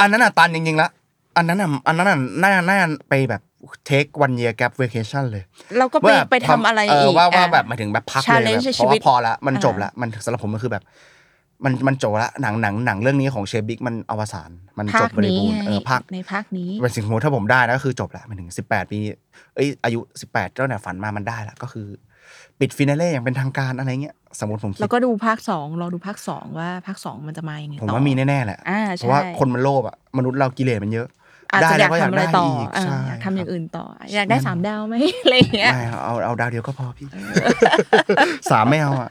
[SPEAKER 4] อันนั้นอ่ะตันจริงๆละอันนั้นอ่ะอันนั้นอ่ะน่าน่าไปแบบเทควันเยียแก p เว c a ชั่นเลย
[SPEAKER 2] เราก็ไป
[SPEAKER 4] ว่า
[SPEAKER 2] ไปทำอะไร
[SPEAKER 4] เ
[SPEAKER 2] อีก
[SPEAKER 4] ว่าว่า
[SPEAKER 2] อ่ะ
[SPEAKER 4] แบบหมายถึงแบบพักเลย
[SPEAKER 2] Challenge
[SPEAKER 4] แบ
[SPEAKER 2] ใน
[SPEAKER 4] บเพ
[SPEAKER 2] ชี
[SPEAKER 4] ราะ
[SPEAKER 2] วิ
[SPEAKER 4] ว่า
[SPEAKER 2] ต
[SPEAKER 4] พอละมัน
[SPEAKER 2] อ่า
[SPEAKER 4] จบละมันสำหรับผมมันคือแบบ มันมันจบละหนังหนังหนังเรื่องนี้ของเชฟบิ๊กมันอวสานมันจ
[SPEAKER 2] ภา
[SPEAKER 4] บ
[SPEAKER 2] ค
[SPEAKER 4] บริ
[SPEAKER 2] นี้
[SPEAKER 4] บูรณ์
[SPEAKER 2] ไง
[SPEAKER 4] เออภาค
[SPEAKER 2] ในภาคนี้
[SPEAKER 4] เป็นสิ่งสมมติถ้าผมได้นะก็คือจบละหมันถึงสิบแปดปีเอ้ยอายุสิบแปดตั้งแต่ฝันมามันได้ละก็คือ ปิดฟินาเล่อย่างเป็นทางการอะไรเงี้ยสมมติผมคิด
[SPEAKER 2] แล้วก็ดูภาคสองรอดูภาคสองว่าภาคสองมันจะมายังไง
[SPEAKER 4] ผม
[SPEAKER 2] ต่อ
[SPEAKER 4] ว่ามีแน่ๆแหละ
[SPEAKER 2] อ่า
[SPEAKER 4] เพราะว่า
[SPEAKER 2] ใช่
[SPEAKER 4] คนมันโลภอ่ะ มนุษย์เรากิเลสมันเยอะ
[SPEAKER 2] อาจ
[SPEAKER 4] ได้
[SPEAKER 2] จะอ
[SPEAKER 4] แล้
[SPEAKER 2] ยาว ก
[SPEAKER 4] ก็อยาก
[SPEAKER 2] ทำอะไร
[SPEAKER 4] ได้
[SPEAKER 2] ต่อ
[SPEAKER 4] อีก
[SPEAKER 2] อ่า
[SPEAKER 4] ใช่
[SPEAKER 2] อยาก
[SPEAKER 4] ครับ
[SPEAKER 2] ทำอย่างอื่นต่อ อยากได้สามดาว ไหม อะไรอย่างเงี้ย
[SPEAKER 4] ไม่เอาเอาเอาดาวเดียวก็พอพี่ สามไม่เอาอ่ะ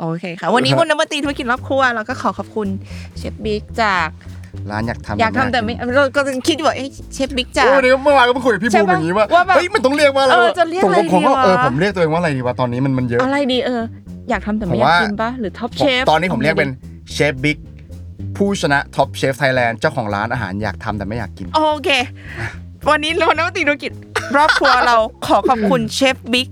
[SPEAKER 3] โอเคค่ะ วันนี้คุณนวัตตีธุรกิจรอบครัวเราก็ขอขอบคุณเชฟบิ๊กจาก
[SPEAKER 4] ร้านอยากทำ
[SPEAKER 3] อยากทำแต่ไม่เราก็คิดว่าเอ้ยเชฟบิ๊กจาก
[SPEAKER 4] โอ้วันนี้เมื่อวานก็มาคุยกับพี่
[SPEAKER 3] ใช่
[SPEAKER 4] บูม
[SPEAKER 3] ปะ
[SPEAKER 4] อย่างนี้ว่า
[SPEAKER 3] ว่าแบบ
[SPEAKER 4] เฮ้ยมันต้องเรียกว่าอะไร
[SPEAKER 3] เออ
[SPEAKER 4] ว
[SPEAKER 3] จะเรียก
[SPEAKER 4] ผม
[SPEAKER 3] อะไรดี
[SPEAKER 4] ผมก็
[SPEAKER 3] วะ
[SPEAKER 4] เออผมเรียกตัวเองว่าอะไรดีวะตอนนี้มันมันเยอะ
[SPEAKER 2] อะไรดีเออ อยากทำแต่ไม่อ
[SPEAKER 4] ผม
[SPEAKER 2] ยาก
[SPEAKER 4] ว่า
[SPEAKER 2] กินปะหรือท็อป
[SPEAKER 4] ผม
[SPEAKER 2] เชฟ
[SPEAKER 4] ตอนนี้ผมเรียกเป็นเชฟบิ๊กผู้ชนะท็อปเชฟไทยแลนด์เจ้าของร้านอาหารอยากทำแต่ไม่อยากกิน
[SPEAKER 3] โอเค วันนี้เรานวัตตีธุรกิจรอบครัวเราขอขอบคุณเชฟบิ๊ก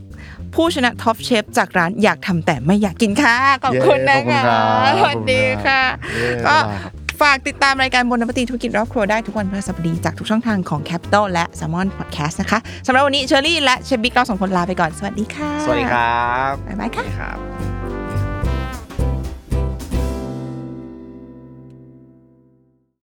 [SPEAKER 3] ผู้ชนะท็อปเชฟจากร้านอยากทำแต่ไม่อยากกินค่ะ ขอบคุณนะ
[SPEAKER 4] เย้ขอบคุณ
[SPEAKER 3] คะ
[SPEAKER 4] ครับ
[SPEAKER 3] สวัสดีค่ะ
[SPEAKER 4] ข
[SPEAKER 3] ก็
[SPEAKER 4] อบคุณครับ
[SPEAKER 3] ฝากติดตามรายการบนนวัตตีธุรกิจรอบครัวได้ทุกวันพฤหัสบดีจากทุกช่องทางของ Capital และ s ซ m o n Podcast นะคะสำหรับวันนี้เชอรี่และเชฟบิ๊กเราสองคนลาไปก่อนสวัสดีค่ะ
[SPEAKER 4] สวัสดีครับ
[SPEAKER 3] บ๊ายบายค่ะ
[SPEAKER 4] ครับ